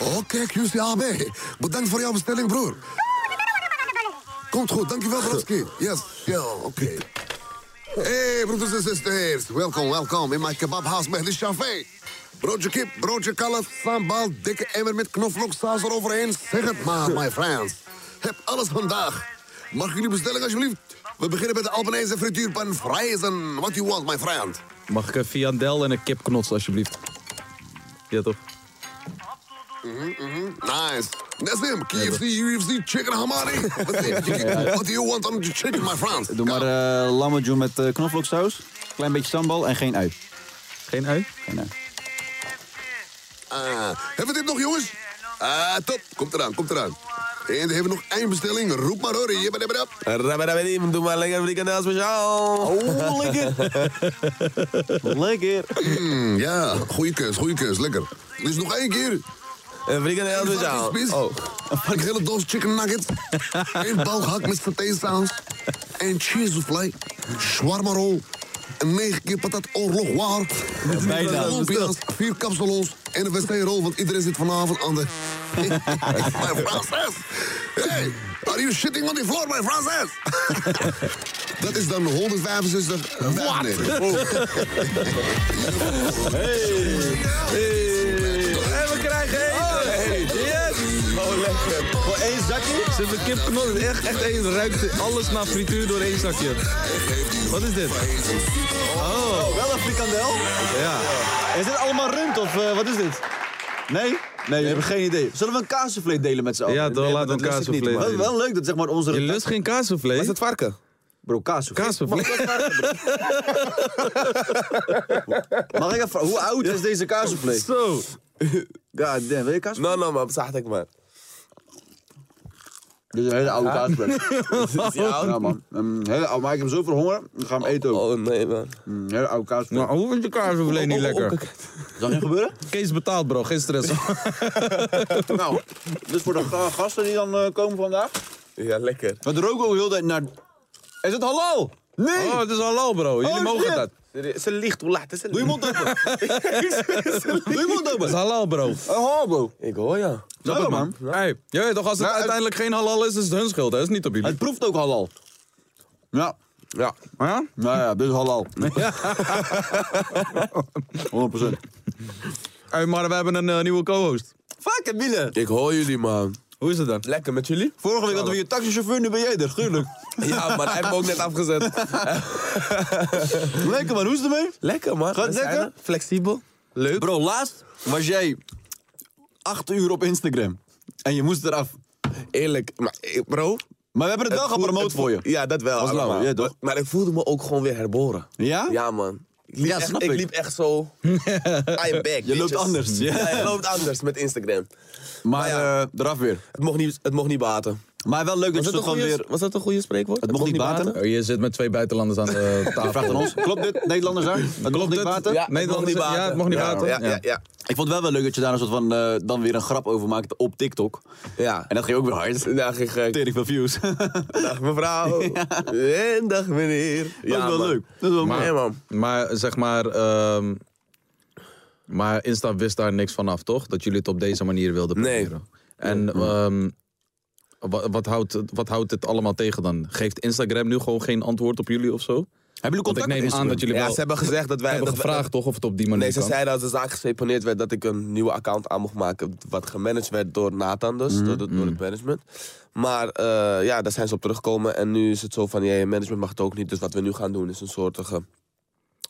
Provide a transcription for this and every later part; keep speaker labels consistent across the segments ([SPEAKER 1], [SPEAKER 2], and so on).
[SPEAKER 1] Oh, kijk, QCAB. Bedankt voor jouw bestelling, broer. Komt goed, dankjewel, Brodsky. Yes, ja, oké. Hey, broeders en zusters. Welkom, welkom in mijn kebabhuis Mehdi Café. Broodje kip, broodje kalf, sambal, dikke emmer met knoflooksaus eroverheen. Zeg het maar, my friends. Heb alles vandaag. Mag jullie bestelling, alsjeblieft? We beginnen met de Albanese frituurpan frijzen. What you want, my friend?
[SPEAKER 2] Mag ik een viandel en een kipknotsel, alsjeblieft? Ja, toch?
[SPEAKER 1] Nice. That's him. KFC, UFC, chicken hamari. Wat denk je? What do you want on the chicken, my friends?
[SPEAKER 3] Doe maar eh lammetjoen met eh, knoflooksaus, klein beetje sambal en geen ui.
[SPEAKER 2] Geen ui?
[SPEAKER 3] Geen ui.
[SPEAKER 1] Ah, hebben we dit nog, jongens? Ah, top. Komt eraan, komt eraan. En we hebben nog eindbestelling. Roep maar hoor. Jibbidibbidup.
[SPEAKER 2] Eh, Rabarabadim, doe maar lekker frikandel speciaal.
[SPEAKER 3] Oh, lekker! lekker!
[SPEAKER 1] Mm, ja, goede keus, goede keus. Lekker. Dus nog één keer.
[SPEAKER 2] Een Eh, frikandel speciaal.
[SPEAKER 1] Varkensspits.
[SPEAKER 2] Oh,
[SPEAKER 1] Een hele doos chicken nuggets. Een balghak met satésaus. Een cheesefly. Shawarma roll. Een negen keer patat oorlog waar.
[SPEAKER 3] bijna.
[SPEAKER 1] Colombiaans, vier kapsalons en een wc-rol, want iedereen zit vanavond aan de... my Frances! Hey, are you shitting on the floor, my Frances? Dat is dan 165... Wat?
[SPEAKER 3] Eh,
[SPEAKER 2] en we krijgen eten. Yes! Oh, lekker. Voor één zakje? Ze hebben kipknotsel. Echt, echt één. Ruikt alles naar frituur door één zakje. Wat is dit?
[SPEAKER 3] Oh, wel een frikandel?
[SPEAKER 2] Ja.
[SPEAKER 3] Is dit allemaal rund of eh, wat is dit? Nee? Nee, we hebben geen idee. Zullen we een kaasvleet delen met z'n allen?
[SPEAKER 2] Ja, dan
[SPEAKER 3] nee,
[SPEAKER 2] laten we
[SPEAKER 3] maar dat
[SPEAKER 2] een
[SPEAKER 3] lust ik niet,
[SPEAKER 2] kaasvleet
[SPEAKER 3] man.
[SPEAKER 2] delen.
[SPEAKER 3] Wel, wel leuk dat zeg maar onze...
[SPEAKER 2] Je lust geen kaassoufflé? Wat is het varken?
[SPEAKER 3] Bro, kaasvleet.
[SPEAKER 2] Kaassoufflé?
[SPEAKER 3] Mag ik even vragen, hoe oud is deze kaasvleet?
[SPEAKER 2] Zo.
[SPEAKER 3] God damn, wil je kaasvleet?
[SPEAKER 4] No, no, maar bezacht ik maar.
[SPEAKER 3] Dit is een hele oude kaasvleet. Ja, nou, man. Een hele oude, maar ik heb zoveel honger, ik ga hem eten ook.
[SPEAKER 4] Oh nee, man.
[SPEAKER 3] Een hele oude kaasvleet.
[SPEAKER 2] Nou, hoe vind je kaassoufflé niet
[SPEAKER 4] Oh, oh,
[SPEAKER 2] lekker?
[SPEAKER 4] kijk.
[SPEAKER 3] Is dat niet gebeuren?
[SPEAKER 2] Kees betaalt, bro. Geen stress.
[SPEAKER 3] Nou, dus voor de eh, gasten die dan eh, komen vandaag.
[SPEAKER 4] Ja, lekker.
[SPEAKER 3] Het rook ook heel de naar. Is het halal? Nee!
[SPEAKER 2] Oh, het is halal, bro. Jullie
[SPEAKER 3] Oh,
[SPEAKER 2] mogen
[SPEAKER 3] shit.
[SPEAKER 2] dat.
[SPEAKER 4] Ze ligt, hoe laat is het?
[SPEAKER 3] Doe je mond open! Doe je mond
[SPEAKER 2] Het
[SPEAKER 3] open!
[SPEAKER 2] is halal, bro.
[SPEAKER 3] Een halbo!
[SPEAKER 4] Ik hoor ja.
[SPEAKER 3] Snap het, man?
[SPEAKER 2] Hey, ja, ja, toch als het
[SPEAKER 3] Nou, het-
[SPEAKER 2] uiteindelijk geen halal is, is het hun schuld. hè? Dat is niet op jullie.
[SPEAKER 3] Het proeft ook halal. Ja.
[SPEAKER 4] Ja.
[SPEAKER 2] Ja?
[SPEAKER 3] Nou ja, dit is halal. 100%.
[SPEAKER 2] Hey, maar we hebben een eh, nieuwe co-host.
[SPEAKER 3] Fuck, Miele!
[SPEAKER 4] Ik hoor jullie, man.
[SPEAKER 2] Hoe is het dan?
[SPEAKER 4] Lekker met jullie?
[SPEAKER 3] Vorige week hadden we je taxichauffeur, nu ben jij er, gruwelijk.
[SPEAKER 4] Ja, man, hij heeft me ook net afgezet.
[SPEAKER 3] Lekker man, hoe is het ermee?
[SPEAKER 4] Lekker, man.
[SPEAKER 3] Gaat
[SPEAKER 4] We zijn
[SPEAKER 3] lekker?
[SPEAKER 4] er. Flexibel. Leuk.
[SPEAKER 3] Bro, laatst was jij 8 uur op Instagram. En je moest eraf.
[SPEAKER 4] Eerlijk, maar, eh, bro.
[SPEAKER 3] Maar we hebben het wel
[SPEAKER 4] voel-
[SPEAKER 3] gepromoot
[SPEAKER 4] het voel-
[SPEAKER 3] voor je.
[SPEAKER 4] Ja, dat wel.
[SPEAKER 3] Was lauw,
[SPEAKER 4] allemaal.
[SPEAKER 3] ja, toch?
[SPEAKER 4] Maar, maar ik voelde me ook gewoon weer herboren.
[SPEAKER 3] Ja?
[SPEAKER 4] Ja, man. Ik liep,
[SPEAKER 3] Ja,
[SPEAKER 4] echt,
[SPEAKER 3] snap
[SPEAKER 4] ik.
[SPEAKER 3] ik.
[SPEAKER 4] liep echt zo. I am back.
[SPEAKER 3] Je loopt anders.
[SPEAKER 4] Ja.
[SPEAKER 3] Ja.
[SPEAKER 4] je loopt anders met Instagram.
[SPEAKER 3] Maar
[SPEAKER 4] ja.
[SPEAKER 3] eh, eraf weer.
[SPEAKER 4] Het mocht niet, het mocht niet baten.
[SPEAKER 3] Maar wel leuk dat
[SPEAKER 4] Was
[SPEAKER 3] je
[SPEAKER 4] dat,
[SPEAKER 3] soort
[SPEAKER 4] een
[SPEAKER 3] van
[SPEAKER 4] goede,
[SPEAKER 3] weer...
[SPEAKER 4] was dat een goede spreekwoord?
[SPEAKER 3] Het mocht niet baten?
[SPEAKER 2] Oh, Je zit met twee buitenlanders aan de tafel.
[SPEAKER 3] Je vraagt aan ons, klopt dit, Nederlanders daar? Het klopt niet
[SPEAKER 2] het?
[SPEAKER 3] water?
[SPEAKER 2] Ja. Nederlanders- ja, het mocht niet baten.
[SPEAKER 4] Ja, ja,
[SPEAKER 2] Ja.
[SPEAKER 4] ja.
[SPEAKER 3] Ik vond het wel wel leuk dat je daar een soort van, eh, dan weer een grap over maakte op TikTok.
[SPEAKER 4] ja.
[SPEAKER 3] En dat ging ook weer hard.
[SPEAKER 4] Dag, ik, eh,
[SPEAKER 3] Tering veel views.
[SPEAKER 4] dag mevrouw. En dag meneer. Dat
[SPEAKER 3] is wel leuk. Dat is wel
[SPEAKER 4] maar,
[SPEAKER 3] mooi.
[SPEAKER 4] Ja, man.
[SPEAKER 2] Maar zeg maar... ehm, maar Insta wist daar niks van af, toch? Dat jullie het op deze manier wilden
[SPEAKER 4] Nee.
[SPEAKER 2] proberen. En ehm, wa- wat, houdt, het- wat houdt het allemaal tegen dan? Geeft Instagram nu gewoon geen antwoord op jullie of zo?
[SPEAKER 4] Hebben jullie
[SPEAKER 1] Want ik
[SPEAKER 4] contact met
[SPEAKER 1] neem aan dat jullie
[SPEAKER 4] Instagram?
[SPEAKER 1] wel- Ja, ze hebben gezegd dat wij-
[SPEAKER 4] Hebben
[SPEAKER 1] dat wij-
[SPEAKER 4] gevraagd toch of het op die manier
[SPEAKER 1] Nee, ze
[SPEAKER 4] kan.
[SPEAKER 1] zeiden als de zaak geseponeerd werd dat ik een nieuwe account aan mocht maken. Wat gemanaged werd door Nathan dus,
[SPEAKER 3] Mhm,
[SPEAKER 1] door, de- door het management. Maar eh, ja, daar zijn ze op teruggekomen. En nu is het zo van, ja, je management mag het ook niet. Dus wat we nu gaan doen is een soortige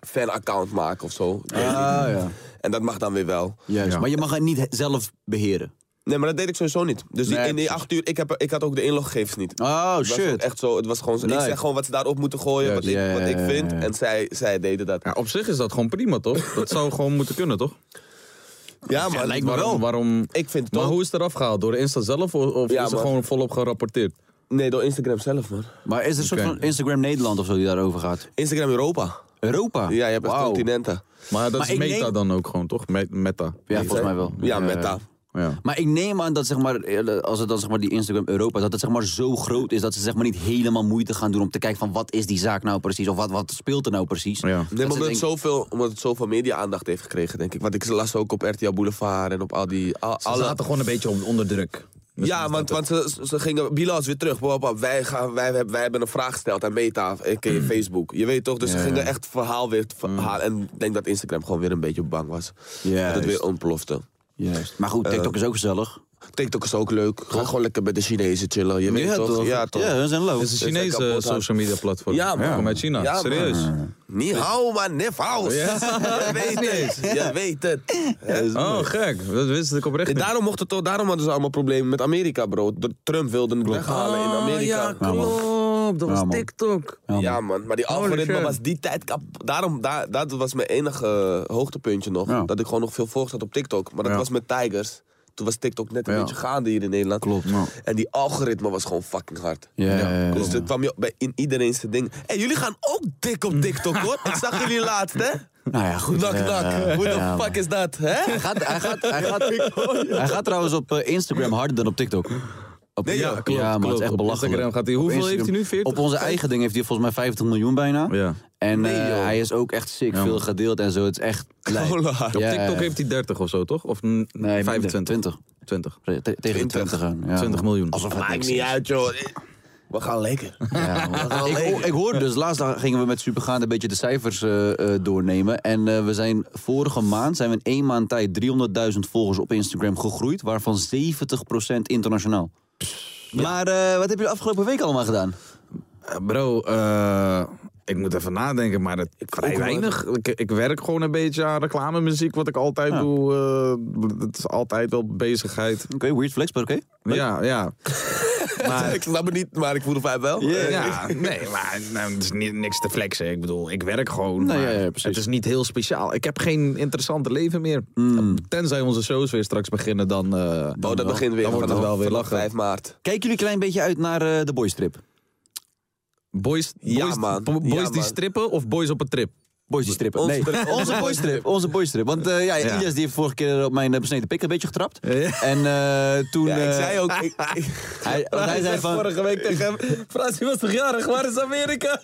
[SPEAKER 1] fan-account maken of zo. Ik weet niet.
[SPEAKER 3] Ah, ja.
[SPEAKER 1] En dat mag dan weer wel.
[SPEAKER 3] Juist. Maar je mag het niet he- zelf beheren.
[SPEAKER 1] Nee, maar dat deed ik sowieso niet. Dus die,
[SPEAKER 3] Nee,
[SPEAKER 1] in die
[SPEAKER 3] precies.
[SPEAKER 1] acht uur, ik, heb, ik had ook de inloggegevens niet.
[SPEAKER 3] Oh,
[SPEAKER 1] Het was ook
[SPEAKER 3] shit.
[SPEAKER 1] echt zo, het was gewoon zo. Ik
[SPEAKER 3] Nee.
[SPEAKER 1] zeg gewoon wat ze daarop moeten gooien,
[SPEAKER 3] Juist.
[SPEAKER 1] wat ik,
[SPEAKER 3] Ja, ja,
[SPEAKER 1] wat ik
[SPEAKER 3] ja,
[SPEAKER 1] vind.
[SPEAKER 3] ja, ja.
[SPEAKER 1] En zij, zij deden dat.
[SPEAKER 4] Ja, op zich is dat gewoon prima, toch? Dat zou gewoon moeten kunnen, toch?
[SPEAKER 1] Ja, maar
[SPEAKER 3] lijkt me
[SPEAKER 4] Waarom?
[SPEAKER 3] wel.
[SPEAKER 4] waarom...
[SPEAKER 1] Ik vind het
[SPEAKER 4] maar
[SPEAKER 1] ook-
[SPEAKER 4] hoe is het eraf gehaald? Door Insta zelf of, of
[SPEAKER 1] Ja,
[SPEAKER 4] is er
[SPEAKER 1] man.
[SPEAKER 4] gewoon volop gerapporteerd?
[SPEAKER 1] Nee, door Instagram zelf, man.
[SPEAKER 3] Maar is er een soort
[SPEAKER 4] Oké.
[SPEAKER 3] van Instagram Nederland of zo die daarover gaat?
[SPEAKER 1] Instagram Europa.
[SPEAKER 3] Europa?
[SPEAKER 1] Ja, je hebt echt
[SPEAKER 3] Wauw.
[SPEAKER 1] continenten.
[SPEAKER 4] Maar dat
[SPEAKER 3] Maar
[SPEAKER 4] is
[SPEAKER 3] ik
[SPEAKER 4] meta
[SPEAKER 3] neem-
[SPEAKER 4] dan ook gewoon, toch? Me- meta.
[SPEAKER 3] Ja, volgens mij wel.
[SPEAKER 1] Ja, meta.
[SPEAKER 4] Ja.
[SPEAKER 3] Maar ik neem aan dat zeg maar, eh, als het dan zeg maar die Instagram Europa is, dat het zeg maar zo groot is dat ze zeg maar niet helemaal moeite gaan doen om te kijken van wat is die zaak nou precies of wat, wat speelt er nou precies.
[SPEAKER 4] Ja. Nee,
[SPEAKER 3] Dat
[SPEAKER 1] Nee,
[SPEAKER 3] ze
[SPEAKER 1] maar omdat,
[SPEAKER 3] denken-
[SPEAKER 1] het zoveel, omdat het zoveel media-aandacht heeft gekregen, denk ik. Want ik las ook op RTL Boulevard en op al die... al-
[SPEAKER 4] Ze
[SPEAKER 1] alle...
[SPEAKER 4] zaten gewoon een beetje on- onder druk.
[SPEAKER 1] Ja, want, want ze, ze gingen Bilas weer terug. Blah, blah, wij, gaan, wij, hebben- wij hebben een vraag gesteld aan Meta, ik Facebook. Je weet toch? Dus ze gingen echt verhaal weer te verhaal. En ik denk dat Instagram gewoon weer een beetje bang was. dat het
[SPEAKER 3] Juist.
[SPEAKER 1] weer ontplofte.
[SPEAKER 3] Juist. Maar goed, TikTok is ook gezellig.
[SPEAKER 1] TikTok is ook leuk. Ga gewoon lekker met de Chinezen chillen. Je weet toch? Ja, toch?
[SPEAKER 3] Ja, dat zijn low.
[SPEAKER 4] Het is een Chinese
[SPEAKER 1] kapot aan.
[SPEAKER 4] social media platform.
[SPEAKER 1] Ja, man.
[SPEAKER 4] Kom uit China.
[SPEAKER 1] Ja, man.
[SPEAKER 4] Serieus. Oh,
[SPEAKER 1] Niet hou, maar nef house.
[SPEAKER 4] Ja.
[SPEAKER 1] Je weet het. Je weet het.
[SPEAKER 4] Oh, gek. Dat wist ik oprecht
[SPEAKER 1] En
[SPEAKER 4] niet.
[SPEAKER 1] daarom, mocht het, ook- daarom hadden ze allemaal problemen met Amerika, bro. De- Trump wilde het weghalen in Amerika.
[SPEAKER 4] Ah, Ja, klopt. Dat was Oh, TikTok.
[SPEAKER 1] Ja, man. Maar die
[SPEAKER 4] Holy
[SPEAKER 1] algoritme
[SPEAKER 4] shit.
[SPEAKER 1] was die tijd kap. Daarom, daar, dat was mijn enige eh, hoogtepuntje nog.
[SPEAKER 3] Ja.
[SPEAKER 1] Dat ik gewoon nog veel volgers had op TikTok. Maar dat
[SPEAKER 4] Ja.
[SPEAKER 1] was met Tigers. Toen was TikTok net een
[SPEAKER 4] Ja.
[SPEAKER 1] beetje gaande hier in Nederland.
[SPEAKER 3] Klopt. Ja.
[SPEAKER 1] En die algoritme was gewoon fucking hard.
[SPEAKER 3] Ja, ja, ja,
[SPEAKER 1] dus
[SPEAKER 3] ja.
[SPEAKER 1] dat kwam je bij in iedereen zijn ding. Hé, jullie gaan ook dik op TikTok, hoor. Ik zag jullie laatst, hè?
[SPEAKER 3] Nou ja, goed.
[SPEAKER 1] Knock,
[SPEAKER 3] eh,
[SPEAKER 1] knock. Hoe
[SPEAKER 3] ja,
[SPEAKER 1] de fuck is dat, hè?
[SPEAKER 3] Hij gaat, hij, gaat, hij, gaat, hij gaat trouwens op eh, Instagram harder dan op TikTok. Op,
[SPEAKER 1] Nee, joh.
[SPEAKER 3] ja, maar het
[SPEAKER 4] klopt.
[SPEAKER 3] is echt
[SPEAKER 4] Op
[SPEAKER 3] belachelijk.
[SPEAKER 4] Instagram gaat hij-
[SPEAKER 3] Op
[SPEAKER 4] hoeveel heeft
[SPEAKER 3] Instagram-
[SPEAKER 4] hij nu? 40?
[SPEAKER 3] Op onze eigen ding heeft hij volgens mij 50 miljoen bijna.
[SPEAKER 4] Ja.
[SPEAKER 3] En eh, hij is ook echt sick veel gedeeld en zo. Het is echt lijp.
[SPEAKER 1] Cola. Op
[SPEAKER 4] Op
[SPEAKER 3] Ja,
[SPEAKER 4] TikTok
[SPEAKER 3] ja.
[SPEAKER 4] heeft hij 30 of zo, toch? Of mm,
[SPEAKER 3] Nee,
[SPEAKER 4] 25?
[SPEAKER 3] 20.
[SPEAKER 4] 20.
[SPEAKER 3] Te- Tegen de 20 aan. Ja,
[SPEAKER 4] 20 miljoen.
[SPEAKER 3] Alsof het
[SPEAKER 1] Maakt
[SPEAKER 3] niks
[SPEAKER 1] niet
[SPEAKER 3] is.
[SPEAKER 1] uit, joh. We gaan lekker.
[SPEAKER 3] Ja, man.
[SPEAKER 1] gaan
[SPEAKER 3] ik,
[SPEAKER 1] lekker.
[SPEAKER 3] ho- ik hoorde dus, laatst dag gingen we met Supergaan een beetje de cijfers eh, eh, doornemen. En eh, we zijn vorige maand, zijn we in één maand tijd 300.000 volgers op Instagram gegroeid. Waarvan 70% internationaal. Maar eh, wat heb je de afgelopen week allemaal gedaan?
[SPEAKER 4] Eh, Bro, eh, ik moet even nadenken, maar het vrij
[SPEAKER 1] ook wel.
[SPEAKER 4] weinig. Ik, ik werk gewoon een beetje aan reclamemuziek, wat ik altijd doe. eh, het is altijd wel bezigheid.
[SPEAKER 3] Oké, weird flex, maar oké.
[SPEAKER 4] Ja, ja. maar,
[SPEAKER 1] Ik snap het niet, maar ik voel het wel.
[SPEAKER 4] ja, Eh, nee, maar nou, het is ni- niks te flexen. Ik bedoel, ik werk gewoon.
[SPEAKER 3] Nee,
[SPEAKER 4] maar
[SPEAKER 3] ja, ja, precies.
[SPEAKER 4] Het is niet heel speciaal. Ik heb geen interessante leven meer. Tenzij onze shows weer straks beginnen, dan. eh,
[SPEAKER 1] Hmm. Oh, dat
[SPEAKER 4] dan-
[SPEAKER 1] begint weer.
[SPEAKER 4] Dan wordt het
[SPEAKER 1] Vanaf-
[SPEAKER 4] wel weer
[SPEAKER 1] vanaf
[SPEAKER 4] lachen.
[SPEAKER 1] 5 maart.
[SPEAKER 3] Kijken jullie een klein beetje uit naar eh, de boys trip?
[SPEAKER 4] Boys, boys,
[SPEAKER 1] Ja, man.
[SPEAKER 4] bo- boys
[SPEAKER 1] Ja,
[SPEAKER 4] die
[SPEAKER 1] man.
[SPEAKER 4] strippen of boys op een trip?
[SPEAKER 3] Boys die strippen.
[SPEAKER 1] Onze
[SPEAKER 3] Nee,
[SPEAKER 1] trip.
[SPEAKER 3] onze boys trip. Onze boys trip. Want eh, ja,
[SPEAKER 4] Ja.
[SPEAKER 3] Ilias die heeft vorige keer op mijn eh, besneden pik een beetje getrapt.
[SPEAKER 4] Ja.
[SPEAKER 3] En eh, toen...
[SPEAKER 1] Ja, ik
[SPEAKER 3] eh,
[SPEAKER 1] zei ook. Ik,
[SPEAKER 3] Hij, want hij zei van...
[SPEAKER 1] week tegen hem: Frans, was toch jarig? Waar is Amerika?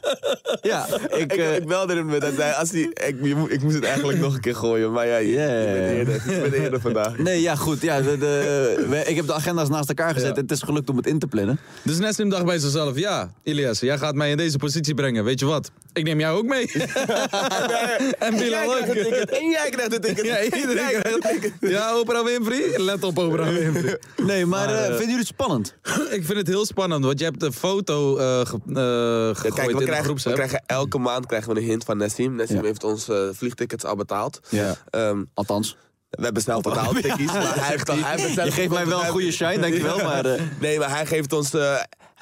[SPEAKER 3] Ja,
[SPEAKER 1] Ik,
[SPEAKER 3] ik... eh,
[SPEAKER 1] ik belde hem met dat hij, als hij, ik, je moet- ik moest het eigenlijk nog een keer gooien, maar ja, je-
[SPEAKER 3] Ja, ja, ja.
[SPEAKER 1] ik ben eerder, ik ben eerder vandaag.
[SPEAKER 3] Nee, ja, goed. Ja, de, de- we- ik heb de agenda's naast elkaar gezet en het is gelukt om het in te plannen.
[SPEAKER 4] Dus Neslim dacht bij zichzelf: Ja, Ilias, jij gaat mij in deze positie brengen. Weet je wat? Ik neem jou ook mee. en Bilal
[SPEAKER 1] Jij krijgt het
[SPEAKER 4] ook.
[SPEAKER 1] ticket en jij krijgt het ticket.
[SPEAKER 4] Ja, iedereen
[SPEAKER 1] Jij
[SPEAKER 4] krijgt
[SPEAKER 1] het ticket.
[SPEAKER 4] Ja, Oprah Winfrey. Let op, Oprah Winfrey.
[SPEAKER 3] Nee, maar, eh, vinden jullie het spannend?
[SPEAKER 4] Ik vind het heel spannend, want je hebt een foto eh ge- eh,
[SPEAKER 1] Ja,
[SPEAKER 4] gegooid
[SPEAKER 1] kijk, we
[SPEAKER 4] in de
[SPEAKER 1] krijgen, we
[SPEAKER 4] groepsapp.
[SPEAKER 1] krijgen elke maand krijgen we een hint van Nessim. Nessim
[SPEAKER 3] Mm. Ja.
[SPEAKER 1] heeft ons eh, vliegtickets al betaald.
[SPEAKER 3] Ja.
[SPEAKER 1] Ehm,
[SPEAKER 3] Althans,
[SPEAKER 1] we hebben zelf betaald, tikkies, maar hij heeft, al- hij heeft het zelf
[SPEAKER 3] je geeft mij wel een goede shine, dankjewel. Maar eh,
[SPEAKER 1] Nee, maar hij geeft ons... eh,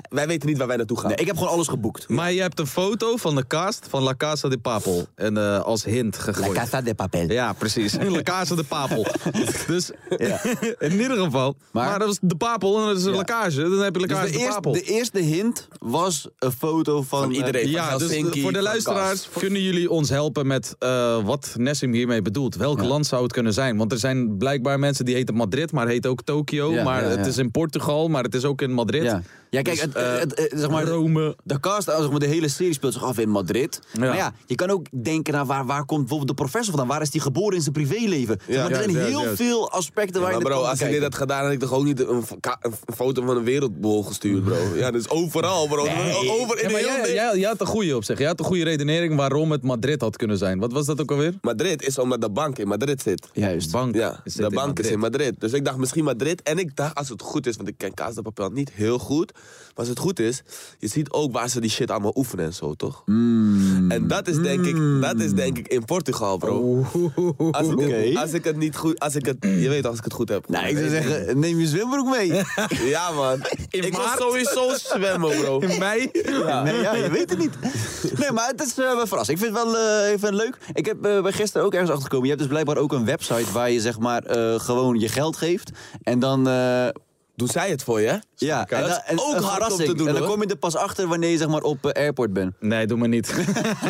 [SPEAKER 1] wij weten niet waar wij naartoe gaan.
[SPEAKER 3] nee, ik heb gewoon alles geboekt.
[SPEAKER 4] Maar je hebt een foto van de cast van La Casa de Papel. En eh, als hint gegooid.
[SPEAKER 3] de Papel.
[SPEAKER 4] Ja, precies. La Casa de Papel. dus
[SPEAKER 3] Ja.
[SPEAKER 4] in ieder geval. Maar,
[SPEAKER 3] Maar-
[SPEAKER 4] dat was de Papel en dat is een lekkage. Dan heb je La
[SPEAKER 3] Dus
[SPEAKER 4] Casa
[SPEAKER 3] de,
[SPEAKER 4] de,
[SPEAKER 3] eerste,
[SPEAKER 4] Papel.
[SPEAKER 3] de eerste hint was een foto van,
[SPEAKER 1] Van iedereen.
[SPEAKER 3] eh,
[SPEAKER 4] Ja,
[SPEAKER 1] Van
[SPEAKER 4] dus
[SPEAKER 1] Helsinki,
[SPEAKER 4] voor de
[SPEAKER 1] van
[SPEAKER 4] luisteraars, kunnen jullie ons helpen met eh, wat Nessim hiermee bedoelt? Welk land zou het kunnen zijn? Want er zijn blijkbaar mensen die heten Madrid, maar heet ook Tokio.
[SPEAKER 3] Ja,
[SPEAKER 4] maar
[SPEAKER 3] ja,
[SPEAKER 4] het
[SPEAKER 3] ja.
[SPEAKER 4] is in Portugal, maar het is ook in Madrid.
[SPEAKER 3] ja. ja, kijk,
[SPEAKER 4] Dus
[SPEAKER 3] het, eh, eh, zeg maar,
[SPEAKER 4] Rome.
[SPEAKER 3] De cast, eh, zeg maar, de hele serie speelt zich af in Madrid.
[SPEAKER 4] Ja.
[SPEAKER 3] Maar ja, je kan ook denken naar waar, waar komt bijvoorbeeld de professor vandaan? Waar is die geboren in zijn privéleven? Zeg maar, er
[SPEAKER 1] juist,
[SPEAKER 3] zijn
[SPEAKER 1] juist,
[SPEAKER 3] heel
[SPEAKER 1] juist.
[SPEAKER 3] veel aspecten waar
[SPEAKER 1] maar
[SPEAKER 3] je naar
[SPEAKER 1] bro,
[SPEAKER 3] kan
[SPEAKER 1] als ik dit
[SPEAKER 3] kijken.
[SPEAKER 1] had gedaan, had ik toch ook niet een, fo- ka- een foto van een wereldbol gestuurd, bro.
[SPEAKER 3] Mm.
[SPEAKER 1] Ja, dus overal, bro. Over in
[SPEAKER 4] Ja,
[SPEAKER 1] de
[SPEAKER 4] maar
[SPEAKER 1] hele
[SPEAKER 4] jij,
[SPEAKER 1] wereld.
[SPEAKER 4] jij, jij had een goede op zich. Jij had een goede redenering waarom het Madrid had kunnen zijn. Wat was dat ook alweer?
[SPEAKER 1] Madrid is omdat de bank in Madrid zit.
[SPEAKER 3] Juist.
[SPEAKER 4] Bank.
[SPEAKER 1] Ja,
[SPEAKER 4] Is dit
[SPEAKER 1] de
[SPEAKER 4] in
[SPEAKER 1] bank is
[SPEAKER 4] Madrid?
[SPEAKER 1] in Madrid. Dus ik dacht misschien Madrid. En ik dacht, als het goed is, want ik ken Kaas de Papel niet heel goed. Maar als het goed is, je ziet ook waar ze die shit allemaal oefenen en zo, toch? En dat is, denk ik, dat is denk ik in Portugal, bro. Als ik, het, als ik het niet goed... Als ik het, je weet als ik het goed heb.
[SPEAKER 3] Nou, ik zou zeggen, neem je zwembroek mee.
[SPEAKER 1] Ja, man. ik wil
[SPEAKER 4] maart?
[SPEAKER 1] sowieso zwemmen, bro.
[SPEAKER 4] In mei?
[SPEAKER 3] Nee, ja, je weet het niet. Nee, maar het is eh, wel verrassend. Ik vind het wel eh, ik vind het leuk. Ik heb eh, bij gisteren ook ergens achtergekomen. Je hebt dus blijkbaar ook een website waar je zeg maar eh, gewoon je geld geeft. En dan... eh,
[SPEAKER 1] Doen zij het voor je, hè?
[SPEAKER 3] ja, en
[SPEAKER 1] dat
[SPEAKER 3] dan,
[SPEAKER 1] is
[SPEAKER 3] en
[SPEAKER 1] ook
[SPEAKER 3] een
[SPEAKER 1] hard om te
[SPEAKER 3] verrassing.
[SPEAKER 1] doen,
[SPEAKER 3] En dan
[SPEAKER 1] hoor.
[SPEAKER 3] kom je er pas achter wanneer je zeg maar op eh, airport bent.
[SPEAKER 4] Nee, doe maar niet.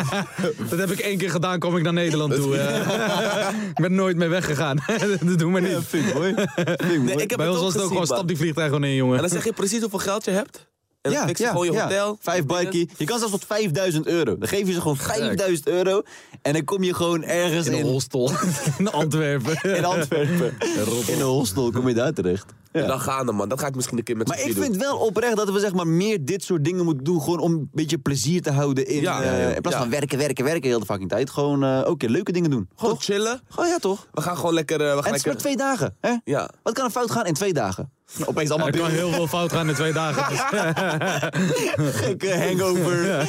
[SPEAKER 4] dat heb ik één keer gedaan, kom ik naar Nederland toe. eh. ik ben nooit meer weggegaan. dat doe maar niet.
[SPEAKER 1] Nee, ik heb
[SPEAKER 4] Bij
[SPEAKER 1] het ook
[SPEAKER 4] ons was het ook
[SPEAKER 1] gezien,
[SPEAKER 4] gewoon,
[SPEAKER 1] man.
[SPEAKER 4] stap die vliegtuig gewoon in,
[SPEAKER 1] En
[SPEAKER 4] jongen.
[SPEAKER 1] dan zeg je precies hoeveel geld je hebt. En dan fix je gewoon je hotel.
[SPEAKER 3] Vijf bikey. Je kan zelfs tot 5000 euro. Dan geef je ze gewoon 5000 euro. En dan kom je gewoon ergens
[SPEAKER 4] In
[SPEAKER 3] in,
[SPEAKER 4] een hostel. in Antwerpen.
[SPEAKER 3] in Antwerpen. In een hostel kom je daar terecht.
[SPEAKER 1] Dan gaande, man. Dat ga ik misschien een keer met
[SPEAKER 3] Maar
[SPEAKER 1] z'n
[SPEAKER 3] ik
[SPEAKER 1] drieën
[SPEAKER 3] vind
[SPEAKER 1] doen.
[SPEAKER 3] wel oprecht dat we zeg maar meer dit soort dingen moeten doen. Gewoon om een beetje plezier te houden. In,
[SPEAKER 1] Ja,
[SPEAKER 3] eh,
[SPEAKER 1] ja, ja.
[SPEAKER 3] in plaats
[SPEAKER 1] Ja.
[SPEAKER 3] van werken, werken, werken heel de fucking tijd. Gewoon, eh, oké, leuke dingen doen.
[SPEAKER 1] Gewoon
[SPEAKER 3] toch?
[SPEAKER 1] chillen.
[SPEAKER 3] Oh ja, toch?
[SPEAKER 1] We gaan gewoon lekker... eh, we
[SPEAKER 3] En
[SPEAKER 1] gaan
[SPEAKER 3] het is maar
[SPEAKER 1] lekker...
[SPEAKER 3] twee dagen. Hè?
[SPEAKER 1] Ja.
[SPEAKER 3] Wat kan er fout gaan in twee dagen? Nou, Opeens allemaal
[SPEAKER 4] Er kan heel veel fout gaan in twee dagen. Dus.
[SPEAKER 3] gekke hangover.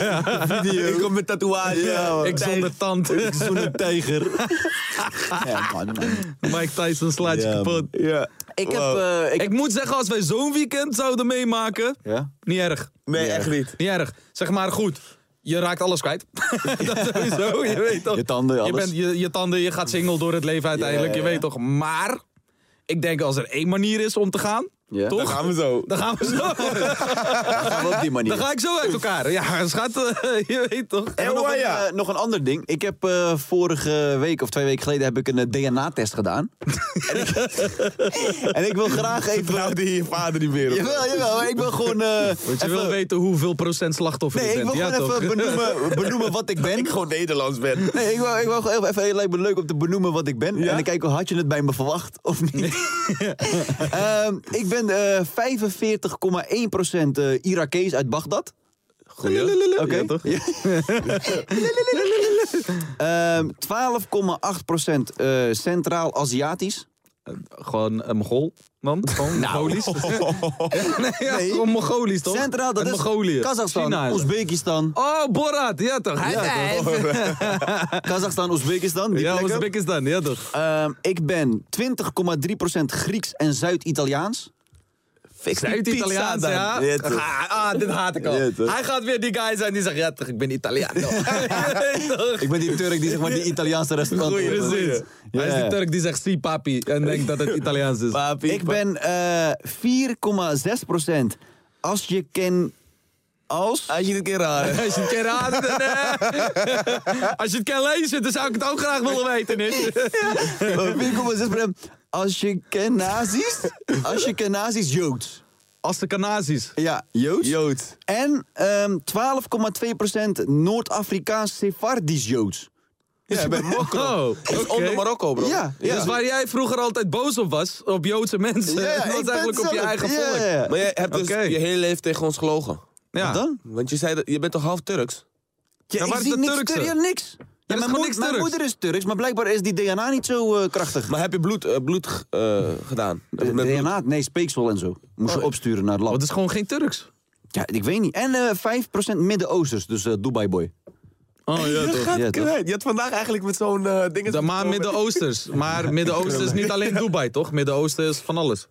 [SPEAKER 3] Video.
[SPEAKER 1] Ik kom met tatoeage.
[SPEAKER 3] Ja, man.
[SPEAKER 4] ik zonder tand.
[SPEAKER 3] Ik zoen een tijger. ja, man, man.
[SPEAKER 4] Mike Tyson slaat je
[SPEAKER 3] Ja,
[SPEAKER 4] kapot.
[SPEAKER 1] Ja.
[SPEAKER 3] Ik heb...
[SPEAKER 1] Wow.
[SPEAKER 3] eh, ik,
[SPEAKER 4] Ik moet zeggen, als wij zo'n weekend zouden meemaken...
[SPEAKER 3] ja?
[SPEAKER 4] Niet erg.
[SPEAKER 1] Nee, echt niet.
[SPEAKER 4] Niet erg. Zeg maar goed. Je raakt alles kwijt. dat sowieso, je weet toch.
[SPEAKER 3] Je tanden,
[SPEAKER 4] Je,
[SPEAKER 3] alles.
[SPEAKER 4] bent, je, je tanden, je gaat single door het leven uiteindelijk,
[SPEAKER 3] ja,
[SPEAKER 4] je
[SPEAKER 3] ja.
[SPEAKER 4] weet toch. Maar, ik denk als er één manier is om te gaan,
[SPEAKER 3] Ja.
[SPEAKER 4] toch?
[SPEAKER 3] Dan
[SPEAKER 1] gaan we zo.
[SPEAKER 4] Dan gaan we zo.
[SPEAKER 3] Gaan we op die manier.
[SPEAKER 4] Dan ga ik zo uit elkaar. Ja, schat, eh, je weet toch.
[SPEAKER 3] En
[SPEAKER 2] Oh,
[SPEAKER 3] nog, een, eh, nog een ander ding. Ik heb eh, vorige week of twee weken geleden heb ik een eh, DNA-test gedaan. en, ik, en ik wil graag even...
[SPEAKER 1] die je vader niet meer.
[SPEAKER 3] Jawel, jawel. maar Ik wil gewoon... eh,
[SPEAKER 4] Want je
[SPEAKER 3] even-
[SPEAKER 4] wil weten hoeveel procent slachtoffer
[SPEAKER 3] Nee,
[SPEAKER 4] je
[SPEAKER 3] ik wil
[SPEAKER 4] bent. Ja,
[SPEAKER 3] gewoon
[SPEAKER 4] toch?
[SPEAKER 3] even benoemen, benoemen wat ik ben.
[SPEAKER 1] Gewoon Nederlands ben.
[SPEAKER 3] Nee, ik wou, ik wou gewoon even, het lijkt me leuk om te benoemen wat ik ben. En dan kijken, had je het bij me verwacht of niet? Ehm, ik ben eh 45,1% eh, Irakees uit Bagdad.
[SPEAKER 1] Goeie.
[SPEAKER 3] Oké.
[SPEAKER 1] Ja, toch?
[SPEAKER 3] Ja. Ehm, 12,8% eh, Centraal-Aziatisch.
[SPEAKER 4] Gewoon een Mogol, man. Gewoon Mongolisch. nee, ja,
[SPEAKER 3] Nee.
[SPEAKER 4] gewoon Mongolisch, toch?
[SPEAKER 3] Centraal, dat
[SPEAKER 4] Uit
[SPEAKER 3] is
[SPEAKER 4] Mongolië. China
[SPEAKER 3] Kazachstan,
[SPEAKER 4] is het.
[SPEAKER 3] Oezbekistan.
[SPEAKER 4] Oh, Borat, ja toch? Hij
[SPEAKER 3] Ja,
[SPEAKER 4] toch?
[SPEAKER 3] Kazachstan, Oezbekistan, die
[SPEAKER 4] Ja,
[SPEAKER 3] plekken.
[SPEAKER 4] Oezbekistan, ja toch?
[SPEAKER 3] Ehm, ik ben 20,3% Grieks en Zuid-Italiaans.
[SPEAKER 4] Zuid-Italiaans,
[SPEAKER 1] pizza
[SPEAKER 4] ja.
[SPEAKER 1] dan. Ja, toch.
[SPEAKER 4] Ah, ah, dit haat ik al.
[SPEAKER 3] Ja, toch.
[SPEAKER 4] Hij gaat weer die guy zijn die zegt, ja toch, ik ben Italiaan. toch? Ja, toch?
[SPEAKER 3] Ik ben die Turk die zeg maar die Italiaanse restaurant
[SPEAKER 4] Goeie
[SPEAKER 3] opent.
[SPEAKER 4] precies.
[SPEAKER 3] Ja.
[SPEAKER 4] Hij is die Turk die zegt, si papi, en denkt dat het Italiaans is.
[SPEAKER 3] Ik ben eh 4,6% als je ken als.
[SPEAKER 4] Ah,
[SPEAKER 1] Als je het keer raar.
[SPEAKER 4] Als je het kan raden, dan, eh, Als je het kan lezen, dan zou ik het ook graag willen weten. Nick.
[SPEAKER 3] 4,6% als je ken nazi's. Als je ken nazi's, Joods.
[SPEAKER 4] Als de Canazis.
[SPEAKER 3] Ja, Joods.
[SPEAKER 1] Jood.
[SPEAKER 3] En ehm 12,2% Noord-Afrikaans Sephardisch Joods.
[SPEAKER 1] Ja, ik ben Marokko.
[SPEAKER 4] Oh, oké.
[SPEAKER 1] Onder Marokko, bro.
[SPEAKER 3] Ja, ja.
[SPEAKER 4] Dus waar jij vroeger altijd boos op was, op Joodse mensen, dat
[SPEAKER 3] ik
[SPEAKER 4] was
[SPEAKER 3] ben
[SPEAKER 4] eigenlijk op je
[SPEAKER 3] zelf-
[SPEAKER 4] eigen
[SPEAKER 3] ja,
[SPEAKER 4] volk.
[SPEAKER 3] ja, ja.
[SPEAKER 1] Maar jij hebt dus
[SPEAKER 4] Oké.
[SPEAKER 1] je hele leven tegen ons gelogen.
[SPEAKER 4] Ja.
[SPEAKER 3] Wat dan?
[SPEAKER 1] Want je zei dat je bent toch half Turks?
[SPEAKER 3] Ja,
[SPEAKER 4] waar
[SPEAKER 3] ik
[SPEAKER 4] is
[SPEAKER 3] zie
[SPEAKER 4] de
[SPEAKER 3] niks
[SPEAKER 4] Turkse?
[SPEAKER 3] Tur- ja, niks. Ja,
[SPEAKER 4] is
[SPEAKER 3] mijn,
[SPEAKER 4] gewoon
[SPEAKER 3] moed-
[SPEAKER 4] niks
[SPEAKER 3] mijn
[SPEAKER 4] Turks.
[SPEAKER 3] moeder is Turks, maar blijkbaar is die DNA niet zo eh, krachtig.
[SPEAKER 1] Maar heb je bloed, eh, bloed g- eh, gedaan? Met bloed?
[SPEAKER 3] DNA? Nee, speeksel en zo. Moest
[SPEAKER 4] Oh.
[SPEAKER 3] je opsturen naar het lab.
[SPEAKER 4] Want het is gewoon geen Turks.
[SPEAKER 3] Ja, ik weet niet. En eh 5% Midden-Oosters, dus eh, Dubai Boy.
[SPEAKER 4] Oh ja,
[SPEAKER 1] Je gaat
[SPEAKER 3] Ja, toch?
[SPEAKER 1] kwijt. Je had vandaag eigenlijk met zo'n eh ding...
[SPEAKER 4] De, maar Midden-Oosters. Maar Midden-Oosten is niet alleen Dubai, toch? Midden-Oosten is van alles.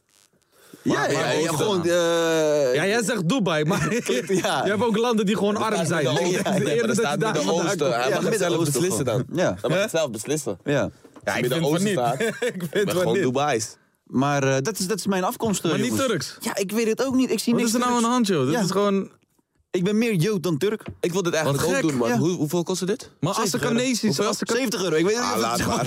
[SPEAKER 3] ja, ja, ja,
[SPEAKER 4] Oosten.
[SPEAKER 3] gewoon. eh,
[SPEAKER 4] Ja, jij zegt Dubai, maar
[SPEAKER 3] ja.
[SPEAKER 4] je hebt ook landen die gewoon arm zijn.
[SPEAKER 1] Ja,
[SPEAKER 4] Eerder
[SPEAKER 1] ja, maar er
[SPEAKER 4] dat je
[SPEAKER 1] staat
[SPEAKER 4] daar vandaan
[SPEAKER 1] Midden-Oosten. Hij
[SPEAKER 4] komt.
[SPEAKER 3] Ja,
[SPEAKER 1] mag het zelf
[SPEAKER 3] Midden-Oosten
[SPEAKER 1] beslissen dan.
[SPEAKER 3] gewoon. Ja.
[SPEAKER 1] Hij mag het zelf beslissen.
[SPEAKER 3] ja.
[SPEAKER 1] Ja, ik
[SPEAKER 4] Midden-Oosten staat.
[SPEAKER 1] ik
[SPEAKER 4] Ik
[SPEAKER 1] vind
[SPEAKER 4] vind
[SPEAKER 1] het
[SPEAKER 4] van
[SPEAKER 1] gewoon
[SPEAKER 4] niet.
[SPEAKER 1] Dubai's.
[SPEAKER 3] Maar eh, dat, is, dat is mijn afkomst. eh,
[SPEAKER 4] Maar niet
[SPEAKER 3] jongens.
[SPEAKER 4] Turks.
[SPEAKER 3] Ja, ik weet het ook niet. Ik zie
[SPEAKER 4] Wat
[SPEAKER 3] niks.
[SPEAKER 4] is er nou aan de
[SPEAKER 3] Turks.
[SPEAKER 4] hand, joh? Dit
[SPEAKER 3] Ja.
[SPEAKER 4] is gewoon...
[SPEAKER 3] Ik ben meer Jood dan Turk.
[SPEAKER 1] Ik wil dit eigenlijk
[SPEAKER 4] Wat
[SPEAKER 1] ook
[SPEAKER 4] gek,
[SPEAKER 1] doen, man.
[SPEAKER 4] ja.
[SPEAKER 1] Hoe, hoeveel kostte dit?
[SPEAKER 4] Maar als de
[SPEAKER 3] 70 euro.
[SPEAKER 4] Canese...
[SPEAKER 3] Hoeveel?
[SPEAKER 4] Als de
[SPEAKER 3] 70 euro. Ik weet niet
[SPEAKER 1] Ah,
[SPEAKER 3] of het
[SPEAKER 1] laat maar.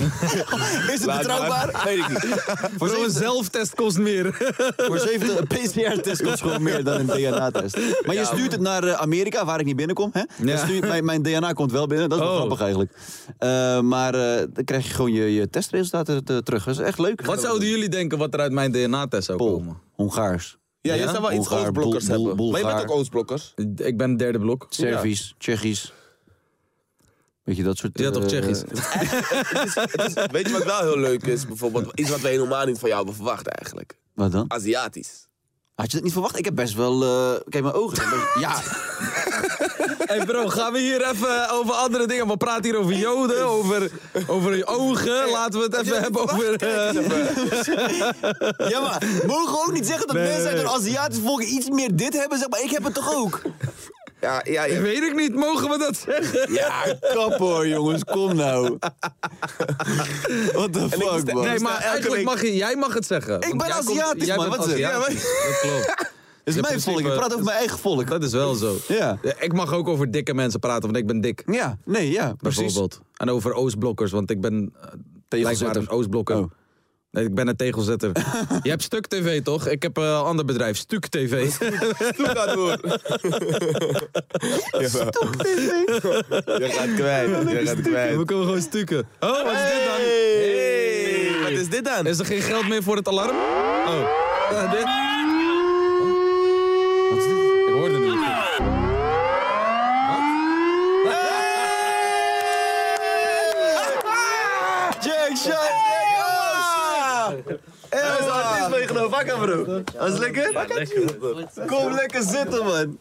[SPEAKER 3] Is het
[SPEAKER 1] Laat
[SPEAKER 3] betrouwbaar?
[SPEAKER 1] maar. Weet ik niet.
[SPEAKER 3] Voor
[SPEAKER 4] Zo'n
[SPEAKER 3] zeven-
[SPEAKER 4] zelftest kost meer.
[SPEAKER 3] Voor 70 een PCR-test kost gewoon meer dan een DNA-test. Maar je stuurt het naar eh, Amerika, waar ik niet binnenkom. Hè? Dan
[SPEAKER 4] Ja.
[SPEAKER 3] stuur je- mijn, mijn DNA komt wel binnen, dat is wel
[SPEAKER 4] Oh.
[SPEAKER 3] grappig eigenlijk. Eh, maar eh, dan krijg je gewoon je, je testresultaten te- terug. Dat is echt leuk.
[SPEAKER 4] Wat zouden jullie denken wat er uit mijn DNA-test zou
[SPEAKER 3] Pool,
[SPEAKER 4] komen?
[SPEAKER 3] Hongaars,
[SPEAKER 1] Ja, je zou wel iets
[SPEAKER 3] Hongaar,
[SPEAKER 1] oostblokkers
[SPEAKER 3] Boel-
[SPEAKER 1] hebben.
[SPEAKER 3] Boel-
[SPEAKER 1] maar je bent ook
[SPEAKER 3] Bulgaar.
[SPEAKER 1] oostblokkers.
[SPEAKER 4] Ik ben derde blok.
[SPEAKER 3] Servisch, Tsjechisch. Weet je, dat soort...
[SPEAKER 4] Ja, toch
[SPEAKER 3] eh,
[SPEAKER 4] Tsjechisch.
[SPEAKER 1] Weet je wat wel heel leuk is? Bijvoorbeeld iets wat wij helemaal niet van jou hebben verwacht eigenlijk.
[SPEAKER 3] Wat dan?
[SPEAKER 1] Aziatisch.
[SPEAKER 3] Had je dat niet verwacht? Ik heb best wel... eh, kijk, mijn ogen. zijn best- Ja,
[SPEAKER 4] Hey bro, gaan we hier even over andere dingen? We praten hier over joden, over, over je ogen. Laten we het even hebben over... eh,
[SPEAKER 3] Ja, maar mogen we ook niet zeggen dat mensen uit een Aziatisch volk iets meer dit hebben? Zeg maar, ik heb het toch ook?
[SPEAKER 1] Ja, ja, ja.
[SPEAKER 4] weet ik niet, mogen we dat zeggen?
[SPEAKER 3] Ja, kap hoor, jongens, kom nou. What the fuck, man?
[SPEAKER 4] Nee, maar
[SPEAKER 1] elke
[SPEAKER 4] eigenlijk
[SPEAKER 1] week-
[SPEAKER 4] mag je, jij mag het zeggen. Ik
[SPEAKER 3] ben Aziatisch, man, wat zeg je?
[SPEAKER 4] Dat klopt.
[SPEAKER 3] Het is
[SPEAKER 4] Ja,
[SPEAKER 3] mijn
[SPEAKER 4] precies,
[SPEAKER 3] volk, ik
[SPEAKER 4] maar-
[SPEAKER 3] praat over mijn eigen volk.
[SPEAKER 4] Dat is wel zo.
[SPEAKER 3] Ja.
[SPEAKER 4] Ik mag ook over dikke mensen praten, want ik ben dik.
[SPEAKER 3] Ja, nee, ja, precies.
[SPEAKER 4] Bijvoorbeeld. En over Oostblokkers, want ik ben eh, blijkbaar een Oostblokker.
[SPEAKER 3] Oh.
[SPEAKER 4] Nee, ik ben een tegelzetter. Je hebt Stuk TV, toch? Ik heb eh, een ander bedrijf, Stuk TV.
[SPEAKER 1] Doe dat door. Je gaat kwijt. Je gaat
[SPEAKER 4] We
[SPEAKER 1] kwijt.
[SPEAKER 4] kunnen gewoon stukken. Oh, wat is dit dan?
[SPEAKER 1] Hey, wat is dit dan?
[SPEAKER 4] Is er geen geld meer voor het alarm? Oh. Eh, dit?
[SPEAKER 3] Wat is dit?
[SPEAKER 4] Ik hoorde hem niet.
[SPEAKER 3] Jack Shine! Hé, we zijn artiest meegenomen. Wakker, bro. Was lekker? Kom lekker zitten, man.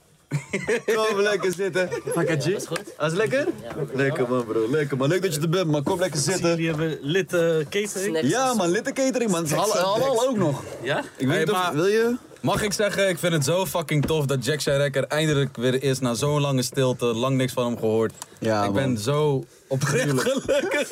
[SPEAKER 3] Kom lekker zitten. Wakker, G? Was lekker? Lekker, man, bro. Lekker, man. Leuk dat je er bent, man. Kom lekker zitten.
[SPEAKER 5] Jullie hebben lid eh, catering.
[SPEAKER 3] Ja, man, lid de catering, man. Het is halal, halal ook nog.
[SPEAKER 5] Ja?
[SPEAKER 3] Ik weet
[SPEAKER 4] Hey,
[SPEAKER 3] niet of-
[SPEAKER 4] maar-
[SPEAKER 3] Wil je?
[SPEAKER 4] Mag ik zeggen, ik vind het zo fucking tof dat Jack Shirek er eindelijk weer is na zo'n lange stilte. Lang niks van hem gehoord.
[SPEAKER 3] Ja,
[SPEAKER 4] ik
[SPEAKER 3] Ah, man.
[SPEAKER 4] ben zo oprecht gelukkig.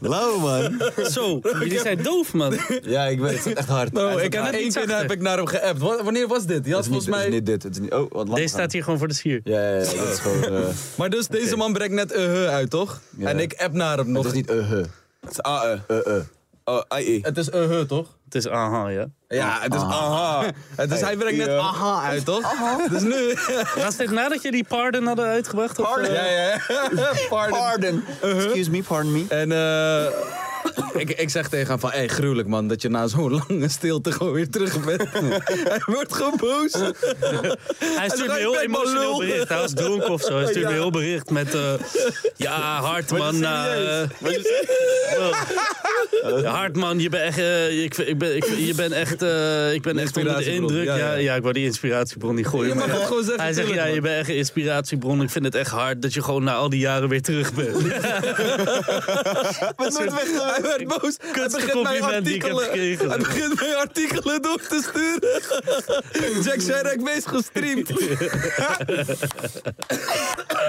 [SPEAKER 3] Lauw, man.
[SPEAKER 5] Zo, jullie zijn doof, man.
[SPEAKER 3] Ja, ik weet het. is echt hard.
[SPEAKER 4] Bro,
[SPEAKER 2] Oh,
[SPEAKER 3] Hij
[SPEAKER 4] ik heb
[SPEAKER 5] net
[SPEAKER 4] "Ah, één
[SPEAKER 5] iets
[SPEAKER 4] keer
[SPEAKER 5] achter.
[SPEAKER 4] heb ik naar hem geappt. Wa- Wanneer was dit? Je had
[SPEAKER 3] is niet,
[SPEAKER 4] volgens
[SPEAKER 3] mij...
[SPEAKER 4] mij...
[SPEAKER 3] is niet dit. Het is niet... Oh, wat lang.
[SPEAKER 5] Deze staat hier gewoon voor de sier.
[SPEAKER 3] Ja, ja, ja. Dat is gewoon... eh,
[SPEAKER 4] Maar dus deze man brengt net eh uit, toch?
[SPEAKER 3] Ja.
[SPEAKER 4] En ik app naar hem nog.
[SPEAKER 3] Het is niet eh eh.
[SPEAKER 1] Het is AE.
[SPEAKER 3] Eh, eh.
[SPEAKER 1] Oh, AE.
[SPEAKER 4] Het is eh toch?
[SPEAKER 5] Het is aha, ja.
[SPEAKER 4] Ja, het is aha. Het is, hij brengt net aha uit, toch? Dus nu...
[SPEAKER 5] Was dit nadat je die pardon hadden uitgebracht? Of, eh,
[SPEAKER 4] Ja, ja, ja. Pardon. Uh-huh.
[SPEAKER 3] Pardon. Excuse me, pardon me.
[SPEAKER 4] En eh, ik, ik zeg tegen hem van, hé, hey, gruwelijk man, dat je na zo'n lange stilte gewoon weer terug bent. Hij wordt gewoon boos.
[SPEAKER 5] Hij stuurt me
[SPEAKER 4] Hij
[SPEAKER 5] heel
[SPEAKER 4] brengt me
[SPEAKER 5] emotioneel
[SPEAKER 4] lul.
[SPEAKER 5] bericht. Hij was dronken of zo. Hij stuurt me heel bericht met... eh, ja, Hartman. eh, Ja, Hartman, je bent echt... eh, ik, ik ben, ik, je bent echt, eh, ik ben echt onder de
[SPEAKER 4] inspiratiebron,
[SPEAKER 5] indruk.
[SPEAKER 4] ja,
[SPEAKER 5] Ja,
[SPEAKER 4] ja.
[SPEAKER 5] ja. ik wou die inspiratiebron niet gooien.
[SPEAKER 4] Je mag
[SPEAKER 5] maar-
[SPEAKER 4] het gewoon zeggen,
[SPEAKER 5] Hij zegt, ja,
[SPEAKER 4] tuurlijk,
[SPEAKER 5] je
[SPEAKER 4] man.
[SPEAKER 5] bent echt een inspiratiebron. Ik vind het echt hard dat je gewoon na al die jaren weer terug bent.
[SPEAKER 4] Hij werd boos. Hij
[SPEAKER 5] Kutste
[SPEAKER 4] begint mijn
[SPEAKER 5] compliment die ik heb
[SPEAKER 4] artikelen,
[SPEAKER 5] gekregen.
[SPEAKER 4] hij begint mijn artikelen door te sturen. Jack Sherrick, wees gestreamd.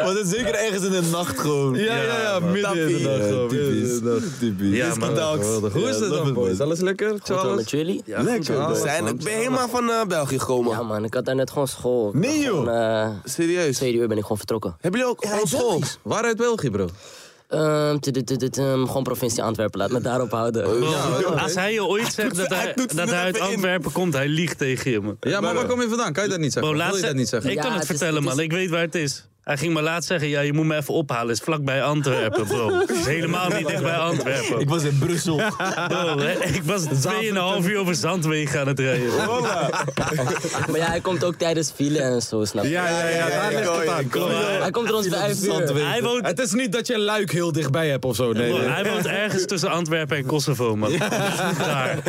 [SPEAKER 3] Want het is zeker ergens in de nacht gewoon.
[SPEAKER 4] Ja, ja, ja, midden in de nacht. gewoon, midden in de nacht.
[SPEAKER 3] Typisch.
[SPEAKER 5] Ja, man.
[SPEAKER 4] Geweldig. Hoe is het dan, boys? Alles lekker? Charles?
[SPEAKER 2] jullie?
[SPEAKER 5] Ja, goed,
[SPEAKER 3] Lekker,
[SPEAKER 5] hoor.
[SPEAKER 3] bro.
[SPEAKER 1] Zijn, ik ben helemaal van eh, België gekomen.
[SPEAKER 2] Ja man, ik had daar net gewoon school. Ik
[SPEAKER 3] Nee,
[SPEAKER 2] had
[SPEAKER 3] joh.
[SPEAKER 2] Gewoon, eh,
[SPEAKER 1] Serieus.
[SPEAKER 2] tweede uur ben ik gewoon vertrokken.
[SPEAKER 1] Hebben jullie ook gewoon school?
[SPEAKER 4] Waar uit België, bro?
[SPEAKER 2] Ehm, tu- tu- tu- tu- tu- gewoon provincie Antwerpen, laat me daarop houden.
[SPEAKER 5] Als hij je ooit zegt dat hij,
[SPEAKER 1] doet ze
[SPEAKER 5] dat
[SPEAKER 1] er
[SPEAKER 5] hij uit
[SPEAKER 1] even in.
[SPEAKER 5] Antwerpen komt, hij liegt tegen je, man.
[SPEAKER 4] Ja, maar waar kom je vandaan? Kan je dat niet zeggen?
[SPEAKER 5] Bro,
[SPEAKER 4] Wil
[SPEAKER 5] laatst
[SPEAKER 4] je dat
[SPEAKER 5] ze-
[SPEAKER 4] niet zeggen?
[SPEAKER 5] Ik
[SPEAKER 2] Ja,
[SPEAKER 5] kan het,
[SPEAKER 2] het is-
[SPEAKER 5] vertellen,
[SPEAKER 2] het is-
[SPEAKER 5] man. Ik weet waar het is. Hij ging maar laatst zeggen, ja, je moet me even ophalen. Het is vlakbij Antwerpen, bro. Het is helemaal niet dicht bij Antwerpen.
[SPEAKER 3] Ik was in Brussel.
[SPEAKER 5] Bro, hè, ik was 2,5 uur over Zandwegen aan het rijden. bro.
[SPEAKER 2] maar ja, hij komt ook tijdens file en zo, snap je?
[SPEAKER 4] Ja, ja, ja, daar ligt het aan. Klopt.
[SPEAKER 2] Hij komt rond vijf uur.
[SPEAKER 5] Hij woont,
[SPEAKER 4] Het is niet dat je luik heel dichtbij hebt of zo. Nee,
[SPEAKER 5] bro,
[SPEAKER 4] nee.
[SPEAKER 5] hij woont ergens tussen Antwerpen en Kosovo, man. Daar.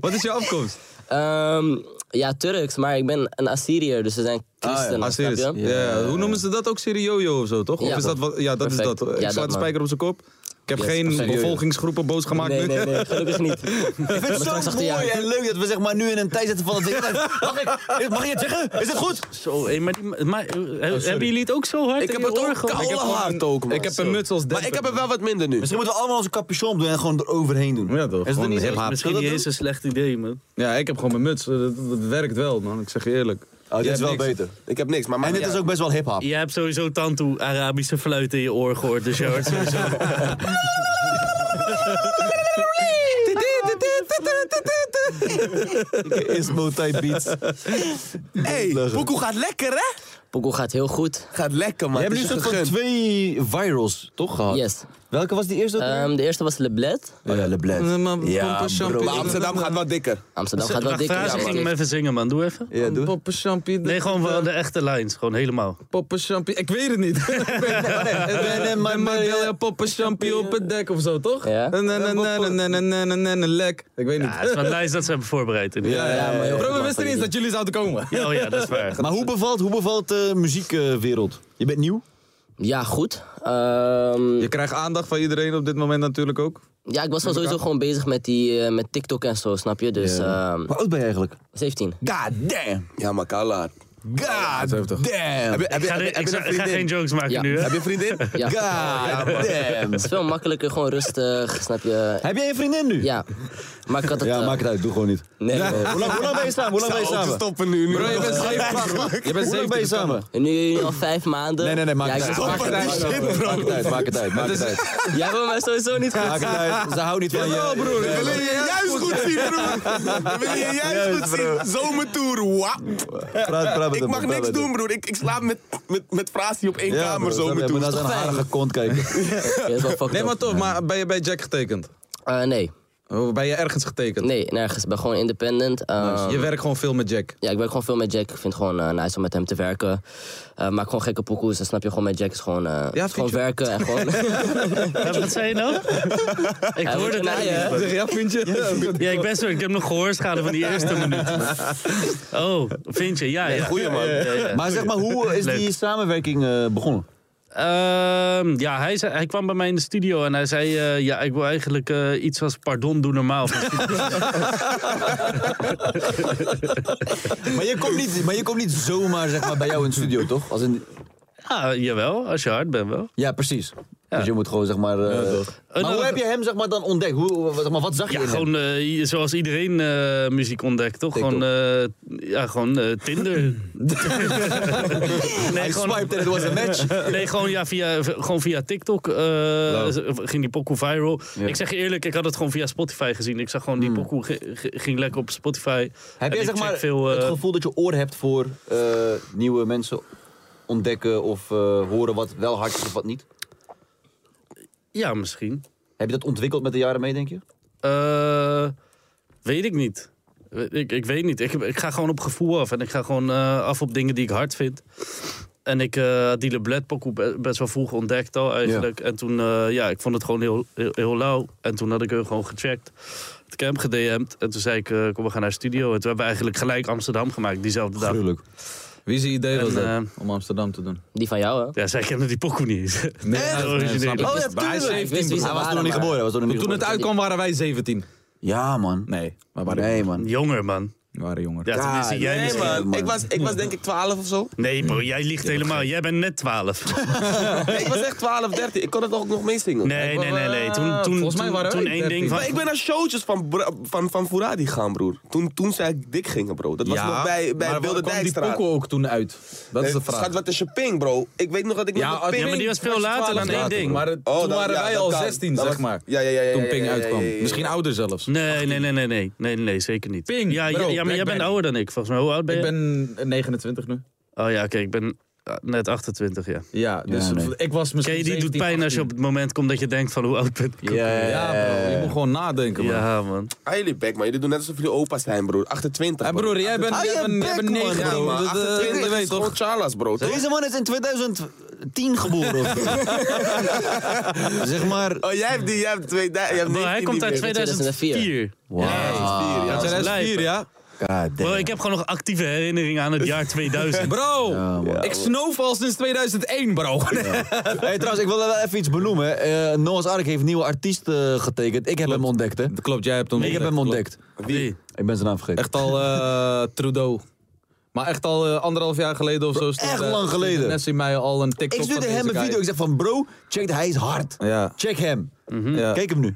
[SPEAKER 4] Wat is je afkomst?
[SPEAKER 2] Ehm, ja, Turks, maar ik ben een Assyriër, dus we zijn christenen, snap
[SPEAKER 4] Ah, serieus.
[SPEAKER 2] je?
[SPEAKER 4] Ja. Hoe noemen ze dat ook? Seriojo of zo, toch?
[SPEAKER 2] Ja,
[SPEAKER 4] of is dat wat, ja, dat
[SPEAKER 2] perfect.
[SPEAKER 4] is dat. Ik
[SPEAKER 2] Ja,
[SPEAKER 4] sla
[SPEAKER 2] dat,
[SPEAKER 4] de
[SPEAKER 2] man.
[SPEAKER 4] spijker op zijn kop. Ik heb
[SPEAKER 2] Yes,
[SPEAKER 4] geen
[SPEAKER 2] serieus.
[SPEAKER 4] bevolkingsgroepen boos gemaakt
[SPEAKER 2] Nee,
[SPEAKER 4] nu.
[SPEAKER 2] nee, nee, gelukkig niet.
[SPEAKER 3] Ik vind
[SPEAKER 2] straks
[SPEAKER 3] het zo
[SPEAKER 2] achter
[SPEAKER 3] mooi
[SPEAKER 2] je uit.
[SPEAKER 3] en leuk dat we zeg maar nu in een tijd zitten van... dat- Mag ik, mag ik het zeggen? Is het goed?
[SPEAKER 5] Zo, hé, maar, die, maar eh, hebben jullie het ook zo hard
[SPEAKER 1] Ik
[SPEAKER 5] in
[SPEAKER 1] heb
[SPEAKER 5] je
[SPEAKER 1] het
[SPEAKER 5] oren
[SPEAKER 1] ook
[SPEAKER 5] gehad?
[SPEAKER 1] koude hard ook, man.
[SPEAKER 4] Ik heb een muts als
[SPEAKER 1] Maar ik heb er wel wat minder nu.
[SPEAKER 3] Misschien moeten we allemaal onze capuchon doen en gewoon eroverheen doen.
[SPEAKER 4] Ja, toch?
[SPEAKER 3] Is dat
[SPEAKER 4] Gewoon
[SPEAKER 3] niet
[SPEAKER 4] hip-hop.
[SPEAKER 3] zo?
[SPEAKER 5] Misschien
[SPEAKER 3] Zullen
[SPEAKER 5] niet
[SPEAKER 3] we dat
[SPEAKER 5] eens een slecht idee, man.
[SPEAKER 4] Ja, ik heb gewoon mijn muts. Dat, dat werkt wel, man. Ik zeg je eerlijk.
[SPEAKER 3] Oh, dit
[SPEAKER 1] Je
[SPEAKER 3] is
[SPEAKER 1] hebt
[SPEAKER 3] wel
[SPEAKER 1] niks.
[SPEAKER 3] beter.
[SPEAKER 1] Ik heb niks, maar
[SPEAKER 3] En dit is ook best wel hip-hop.
[SPEAKER 5] Jij hebt sowieso tantoe Arabische fluit in je oor gehoord, dus je hoort sowieso.
[SPEAKER 3] Is Motai Beats.
[SPEAKER 1] Hey, Poekoe gaat lekker, hè?
[SPEAKER 2] Poco gaat heel goed.
[SPEAKER 1] Gaat lekker, man.
[SPEAKER 3] Je hebt nu
[SPEAKER 1] Het is
[SPEAKER 3] soort
[SPEAKER 1] je
[SPEAKER 3] van
[SPEAKER 1] gegund.
[SPEAKER 3] twee virals, toch? Gehad?
[SPEAKER 2] Yes.
[SPEAKER 3] Welke was die eerste? ook weer?
[SPEAKER 2] Ehm, de eerste was Leblet.
[SPEAKER 3] oh ja, Le Bled.
[SPEAKER 4] Eh, maar
[SPEAKER 3] Ja,
[SPEAKER 4] pompen,
[SPEAKER 3] bro.
[SPEAKER 4] champagne.
[SPEAKER 1] Maar Amsterdam gaat wat dikker.
[SPEAKER 2] Amsterdam gaat wel
[SPEAKER 5] Wacht,
[SPEAKER 2] dikker.
[SPEAKER 5] Frazen
[SPEAKER 2] ja,
[SPEAKER 5] ging
[SPEAKER 2] man.
[SPEAKER 5] hem even zingen, man. Doe even.
[SPEAKER 3] Ja, doe.
[SPEAKER 4] Poppen champie.
[SPEAKER 5] Nee, gewoon van de echte lines. Gewoon helemaal.
[SPEAKER 4] Poppen champie. Ik weet het niet. Ik weet-
[SPEAKER 3] ben in mijn
[SPEAKER 4] En mijn
[SPEAKER 3] Maria.
[SPEAKER 4] Maria poppen champie op het dek of zo, toch?
[SPEAKER 2] Ja.
[SPEAKER 4] Na, na, na, na, na, na, na, na, na, na, Lek. Ik weet niet.
[SPEAKER 5] Ja, het is wel nice dat ze hebben voorbereid. In
[SPEAKER 4] Ja,
[SPEAKER 5] ja.
[SPEAKER 4] ja,
[SPEAKER 2] maar heel
[SPEAKER 4] Bro, we
[SPEAKER 2] goed, man.
[SPEAKER 4] wisten niet eens dat jullie zouden komen.
[SPEAKER 5] Oh ja, dat is waar.
[SPEAKER 3] Maar hoe bevalt, hoe bevalt de muziekwereld? je bent nieuw?
[SPEAKER 2] Ja, goed. Ehm,
[SPEAKER 4] Je krijgt aandacht van iedereen op dit moment natuurlijk ook.
[SPEAKER 2] ja, ik was wel sowieso gewoon bezig met, die, eh, met TikTok en zo, snap je? Dus ehm,
[SPEAKER 3] Hoe oud ben je eigenlijk?
[SPEAKER 2] 17.
[SPEAKER 3] God damn.
[SPEAKER 1] Ja, maar Carla.
[SPEAKER 3] God damn.
[SPEAKER 1] Heb je, heb je,
[SPEAKER 5] Ik ga,
[SPEAKER 1] heb je,
[SPEAKER 5] er-
[SPEAKER 1] heb
[SPEAKER 5] ik
[SPEAKER 1] je
[SPEAKER 5] zou-
[SPEAKER 1] een
[SPEAKER 5] ik ga geen
[SPEAKER 1] vriendin?
[SPEAKER 5] jokes maken
[SPEAKER 2] Ja.
[SPEAKER 5] nu. Hè?
[SPEAKER 1] Heb je een vriendin?
[SPEAKER 2] Ja.
[SPEAKER 3] God damn.
[SPEAKER 2] Het is veel makkelijker, gewoon rustig, snap je?
[SPEAKER 3] Heb jij een vriendin nu?
[SPEAKER 2] Ja. Maar ik had het...
[SPEAKER 3] Ja,
[SPEAKER 2] eh,
[SPEAKER 3] maak het uit. Doe gewoon niet.
[SPEAKER 2] Nee, nee.
[SPEAKER 3] Hoe lang, hoe lang ben je samen? Hoe lang ben je samen?
[SPEAKER 1] stoppen nu. nu.
[SPEAKER 4] Bro, je bent 17. Je bent
[SPEAKER 3] Hoe lang ben je
[SPEAKER 4] 17.
[SPEAKER 3] samen?
[SPEAKER 2] En Nu, nu al vijf maanden.
[SPEAKER 3] Nee, nee, nee, maak
[SPEAKER 2] ja,
[SPEAKER 3] het
[SPEAKER 2] ik-
[SPEAKER 3] uit.
[SPEAKER 2] maak het uit.
[SPEAKER 3] Maak het uit, maak het uit, maak het uit.
[SPEAKER 2] Jij wil mij sowieso niet goed
[SPEAKER 3] Maak het uit. Ze houdt niet van je.
[SPEAKER 4] Jawel, broer.
[SPEAKER 3] Nee,
[SPEAKER 4] Ik wil
[SPEAKER 3] man.
[SPEAKER 4] je juist goed
[SPEAKER 1] zien, broer. Wil je juist goed zien? Zomertour, wap.
[SPEAKER 3] Praat- praat met
[SPEAKER 1] Ik
[SPEAKER 3] hem,
[SPEAKER 1] mag
[SPEAKER 3] praat
[SPEAKER 1] niks
[SPEAKER 3] met hem.
[SPEAKER 1] doen, broer. Ik, ik slaap met, met, met Frasie op één
[SPEAKER 3] Ja,
[SPEAKER 1] kamer
[SPEAKER 3] broer, snap je?
[SPEAKER 1] zomertour.
[SPEAKER 3] Moet naar zijn harige kont kijken.
[SPEAKER 2] Ja, is wel fucked
[SPEAKER 4] Nee,
[SPEAKER 2] up.
[SPEAKER 4] maar toch, maar ben je bij Jack getekend?
[SPEAKER 2] Eh, nee.
[SPEAKER 4] Of Ben je ergens getekend?
[SPEAKER 2] Nee, nergens. Ik ben gewoon independent. Ehm,
[SPEAKER 4] Je werkt gewoon veel met Jack.
[SPEAKER 2] Ja, ik werk gewoon veel met Jack. Ik vind het gewoon eh, nice om met hem te werken. Eh maak gewoon gekke pokoes. Dan snap je gewoon met Jack is gewoon, eh, is gewoon
[SPEAKER 4] feature.
[SPEAKER 2] werken en gewoon.
[SPEAKER 5] Wat wat zei je nou? Ik hoorde het
[SPEAKER 2] wordt
[SPEAKER 5] eigenlijk
[SPEAKER 2] genaaid,
[SPEAKER 5] niet.
[SPEAKER 4] Zeg, ja, vind je?
[SPEAKER 5] Ja, ik ben zo. Ik heb nog gehoorschade van die eerste minuut. Oh, vind je? Ja, ja.
[SPEAKER 3] goeie man.
[SPEAKER 5] Ja, ja.
[SPEAKER 3] Maar zeg maar, hoe is
[SPEAKER 5] Leuk.
[SPEAKER 3] die samenwerking eh, begonnen?
[SPEAKER 5] Ehm, ja, hij, zei, hij kwam bij mij in de studio en hij zei... eh, ja, ik wil eigenlijk eh, iets als pardon doen normaal.
[SPEAKER 3] Maar je komt niet, maar je komt niet zomaar zeg maar, bij jou in de studio, toch? Als in,
[SPEAKER 5] ja, jawel, als je hard bent wel.
[SPEAKER 3] ja, precies. Dus je moet gewoon, zeg maar... eh, maar
[SPEAKER 5] nou,
[SPEAKER 3] hoe heb je hem zeg maar, dan ontdekt? Hoe, zeg maar, wat zag je
[SPEAKER 5] Ja,
[SPEAKER 3] in hem?
[SPEAKER 5] gewoon eh, zoals iedereen eh, muziek ontdekt, toch?
[SPEAKER 3] TikTok.
[SPEAKER 5] Gewoon, eh, ja, gewoon eh, Tinder. nee,
[SPEAKER 3] Hij
[SPEAKER 5] gewoon,
[SPEAKER 3] swiped en het was een match.
[SPEAKER 5] nee, gewoon, ja, via, v- gewoon via TikTok eh, ging die pokoe viral. Ik zeg je eerlijk, ik had het gewoon via Spotify gezien. Ik zag gewoon die pokoe ge- ge- ging lekker op Spotify.
[SPEAKER 3] Hmm. Heb
[SPEAKER 5] En
[SPEAKER 3] jij
[SPEAKER 5] ik
[SPEAKER 3] zeg
[SPEAKER 5] check
[SPEAKER 3] maar,
[SPEAKER 5] veel,
[SPEAKER 3] het
[SPEAKER 5] eh,
[SPEAKER 3] gevoel dat je oor hebt voor eh, nieuwe mensen ontdekken of eh, horen wat wel hard is of wat niet?
[SPEAKER 5] Ja, misschien.
[SPEAKER 3] Heb je dat ontwikkeld met de jaren mee, denk je?
[SPEAKER 5] Eh, weet ik niet. Ik, ik weet niet. Ik, ik ga gewoon op gevoel af. En ik ga gewoon eh, af op dingen die ik hard vind. En ik eh, had die Leblet pokoe be- best wel vroeg ontdekt al eigenlijk. En toen, eh, ja, ik vond het gewoon heel, heel, heel lauw. En toen had ik hem gewoon gecheckt. Het camp gedm'd. En toen zei ik, eh, kom we gaan naar de studio. En toen hebben we eigenlijk gelijk Amsterdam gemaakt, diezelfde dag.
[SPEAKER 3] Gruwelijk.
[SPEAKER 4] Wie zijn idee was
[SPEAKER 5] En,
[SPEAKER 4] dat?
[SPEAKER 5] eh,
[SPEAKER 4] Om Amsterdam te doen.
[SPEAKER 2] Die van jou, hè?
[SPEAKER 5] Ja, zij kende die pokoe niet eens.
[SPEAKER 4] Nee,
[SPEAKER 5] Echt? origineel.
[SPEAKER 2] Oh, ja, tuurlijk.
[SPEAKER 4] Hij
[SPEAKER 2] Ik
[SPEAKER 4] is
[SPEAKER 2] wist
[SPEAKER 4] 17.
[SPEAKER 2] wie ze
[SPEAKER 3] Hij was
[SPEAKER 2] waren,
[SPEAKER 3] nog niet
[SPEAKER 2] maar-
[SPEAKER 3] geboren. Hij was nog niet
[SPEAKER 4] Toen het
[SPEAKER 3] geboren.
[SPEAKER 4] uitkwam waren wij 17.
[SPEAKER 3] Ja, man.
[SPEAKER 4] Nee, we waren,
[SPEAKER 3] Nee, man.
[SPEAKER 5] Jonger, man.
[SPEAKER 4] we waren jonger.
[SPEAKER 5] Ja, tenminste, jij
[SPEAKER 1] Nee,
[SPEAKER 5] misschien.
[SPEAKER 1] man.
[SPEAKER 3] man.
[SPEAKER 1] Ik was, ik was denk ik 12 of zo.
[SPEAKER 5] Nee, bro, jij liegt helemaal. Jij bent net 12.
[SPEAKER 1] Nee, ik was echt 12, 13. Ik kon het ook nog meezingen.
[SPEAKER 5] Nee, nee, nee, nee. Toen, toen,
[SPEAKER 4] Volgens mij
[SPEAKER 5] toen-
[SPEAKER 4] waren wij
[SPEAKER 5] toen één
[SPEAKER 4] 13.
[SPEAKER 5] ding van.
[SPEAKER 1] Maar ik ben naar showtjes van, Bra- van, van Furadi gegaan, broer. Toen, toen zij dik gingen, bro. Dat was nog bij, bij
[SPEAKER 4] maar
[SPEAKER 1] Wilde
[SPEAKER 4] waar kwam die
[SPEAKER 1] Dijkstraat.
[SPEAKER 4] pokoe ook toen uit? Dat is de vraag.
[SPEAKER 1] Schat, wat is je ping, bro? Ik weet nog dat ik
[SPEAKER 4] Ja,
[SPEAKER 1] met de ping...
[SPEAKER 5] ja, maar die was veel later dan één ding.
[SPEAKER 4] Maar het-
[SPEAKER 1] Oh,
[SPEAKER 4] toen
[SPEAKER 1] dat-
[SPEAKER 4] waren
[SPEAKER 1] ja,
[SPEAKER 4] wij
[SPEAKER 1] dat
[SPEAKER 4] al
[SPEAKER 1] kan.
[SPEAKER 4] 16,
[SPEAKER 1] Dat
[SPEAKER 4] zeg
[SPEAKER 1] was-
[SPEAKER 4] maar.
[SPEAKER 1] ja, ja, ja, ja,
[SPEAKER 4] toen
[SPEAKER 1] ja,
[SPEAKER 4] Ping
[SPEAKER 1] ja, ja, ja,
[SPEAKER 4] uitkwam.
[SPEAKER 1] ja, ja.
[SPEAKER 4] Misschien ouder zelfs.
[SPEAKER 5] Nee, nee, nee, nee, nee, nee, nee, zeker niet.
[SPEAKER 4] Ping,
[SPEAKER 5] ja,
[SPEAKER 4] bro,
[SPEAKER 5] ja, ja, maar jij bent
[SPEAKER 4] Blackberry.
[SPEAKER 5] ouder dan ik, volgens mij. Hoe oud ben
[SPEAKER 4] Ik
[SPEAKER 5] je?
[SPEAKER 4] ben 29 nu.
[SPEAKER 5] Oh ja, oké, ik ben eh, net 28, ja.
[SPEAKER 4] Ja, dus
[SPEAKER 3] Ja, nee.
[SPEAKER 4] ik was
[SPEAKER 5] Oké,
[SPEAKER 4] misschien
[SPEAKER 5] die doet
[SPEAKER 4] 17,
[SPEAKER 5] pijn als je op
[SPEAKER 4] 18.
[SPEAKER 5] het moment komt dat je denkt van hoe oud ben ik?
[SPEAKER 3] Ja, ja,
[SPEAKER 4] Ja,
[SPEAKER 3] ja.
[SPEAKER 4] bro, je moet gewoon nadenken, man.
[SPEAKER 5] Ja, man.
[SPEAKER 1] Ah, jullie bek, man. Jullie doen net alsof jullie opa's zijn, broer. 28,
[SPEAKER 4] Hé, broer, jij bent
[SPEAKER 3] Ah, je
[SPEAKER 4] jij bent- jij bent
[SPEAKER 3] bek, man.
[SPEAKER 4] 9
[SPEAKER 1] Ja,
[SPEAKER 4] jaar,
[SPEAKER 1] man.
[SPEAKER 4] man. Dat, eh,
[SPEAKER 1] 28
[SPEAKER 4] Je
[SPEAKER 1] is
[SPEAKER 4] weet
[SPEAKER 1] gewoon
[SPEAKER 4] toch?
[SPEAKER 1] Charles, bro. toch?
[SPEAKER 3] Deze man is in 2010 geboren. of zo. zeg maar...
[SPEAKER 1] Oh, jij hebt die, jij hebt twee... Jij hebt
[SPEAKER 5] Bro, hij
[SPEAKER 1] 19
[SPEAKER 5] komt uit
[SPEAKER 1] die-
[SPEAKER 5] 2004.
[SPEAKER 2] 2004.
[SPEAKER 3] Wauw.
[SPEAKER 1] Ja,
[SPEAKER 5] dat is
[SPEAKER 4] 2004,
[SPEAKER 5] lijp.
[SPEAKER 4] ja?
[SPEAKER 3] God
[SPEAKER 5] Bro,
[SPEAKER 3] damn.
[SPEAKER 5] ik heb gewoon nog actieve herinneringen aan het jaar 2000.
[SPEAKER 4] Bro,
[SPEAKER 3] man.
[SPEAKER 4] ik snoof al sinds 2001, bro.
[SPEAKER 3] Hey, trouwens, ik wil wel even iets benoemen. Eh Noah's Ark heeft een nieuwe artiest eh, getekend. Ik heb hem ontdekt, hè.
[SPEAKER 4] Klopt, jij hebt hem
[SPEAKER 3] Ik heb hem ontdekt.
[SPEAKER 5] Wie?
[SPEAKER 3] Ik ben zijn naam vergeten.
[SPEAKER 4] Echt al eh, Trudeau. Maar echt al eh, anderhalf jaar geleden of zo. stond,
[SPEAKER 3] echt
[SPEAKER 4] eh,
[SPEAKER 3] lang
[SPEAKER 4] stond
[SPEAKER 3] geleden.
[SPEAKER 4] Nessie mij al een TikTok
[SPEAKER 3] Ik
[SPEAKER 4] van
[SPEAKER 3] stuurde
[SPEAKER 4] deze
[SPEAKER 3] hem een
[SPEAKER 4] guy.
[SPEAKER 3] video. Ik zeg van bro, check, hij is hard.
[SPEAKER 4] Ja. Mhm.
[SPEAKER 3] Check hem.
[SPEAKER 4] Ja.
[SPEAKER 3] Kijk hem nu.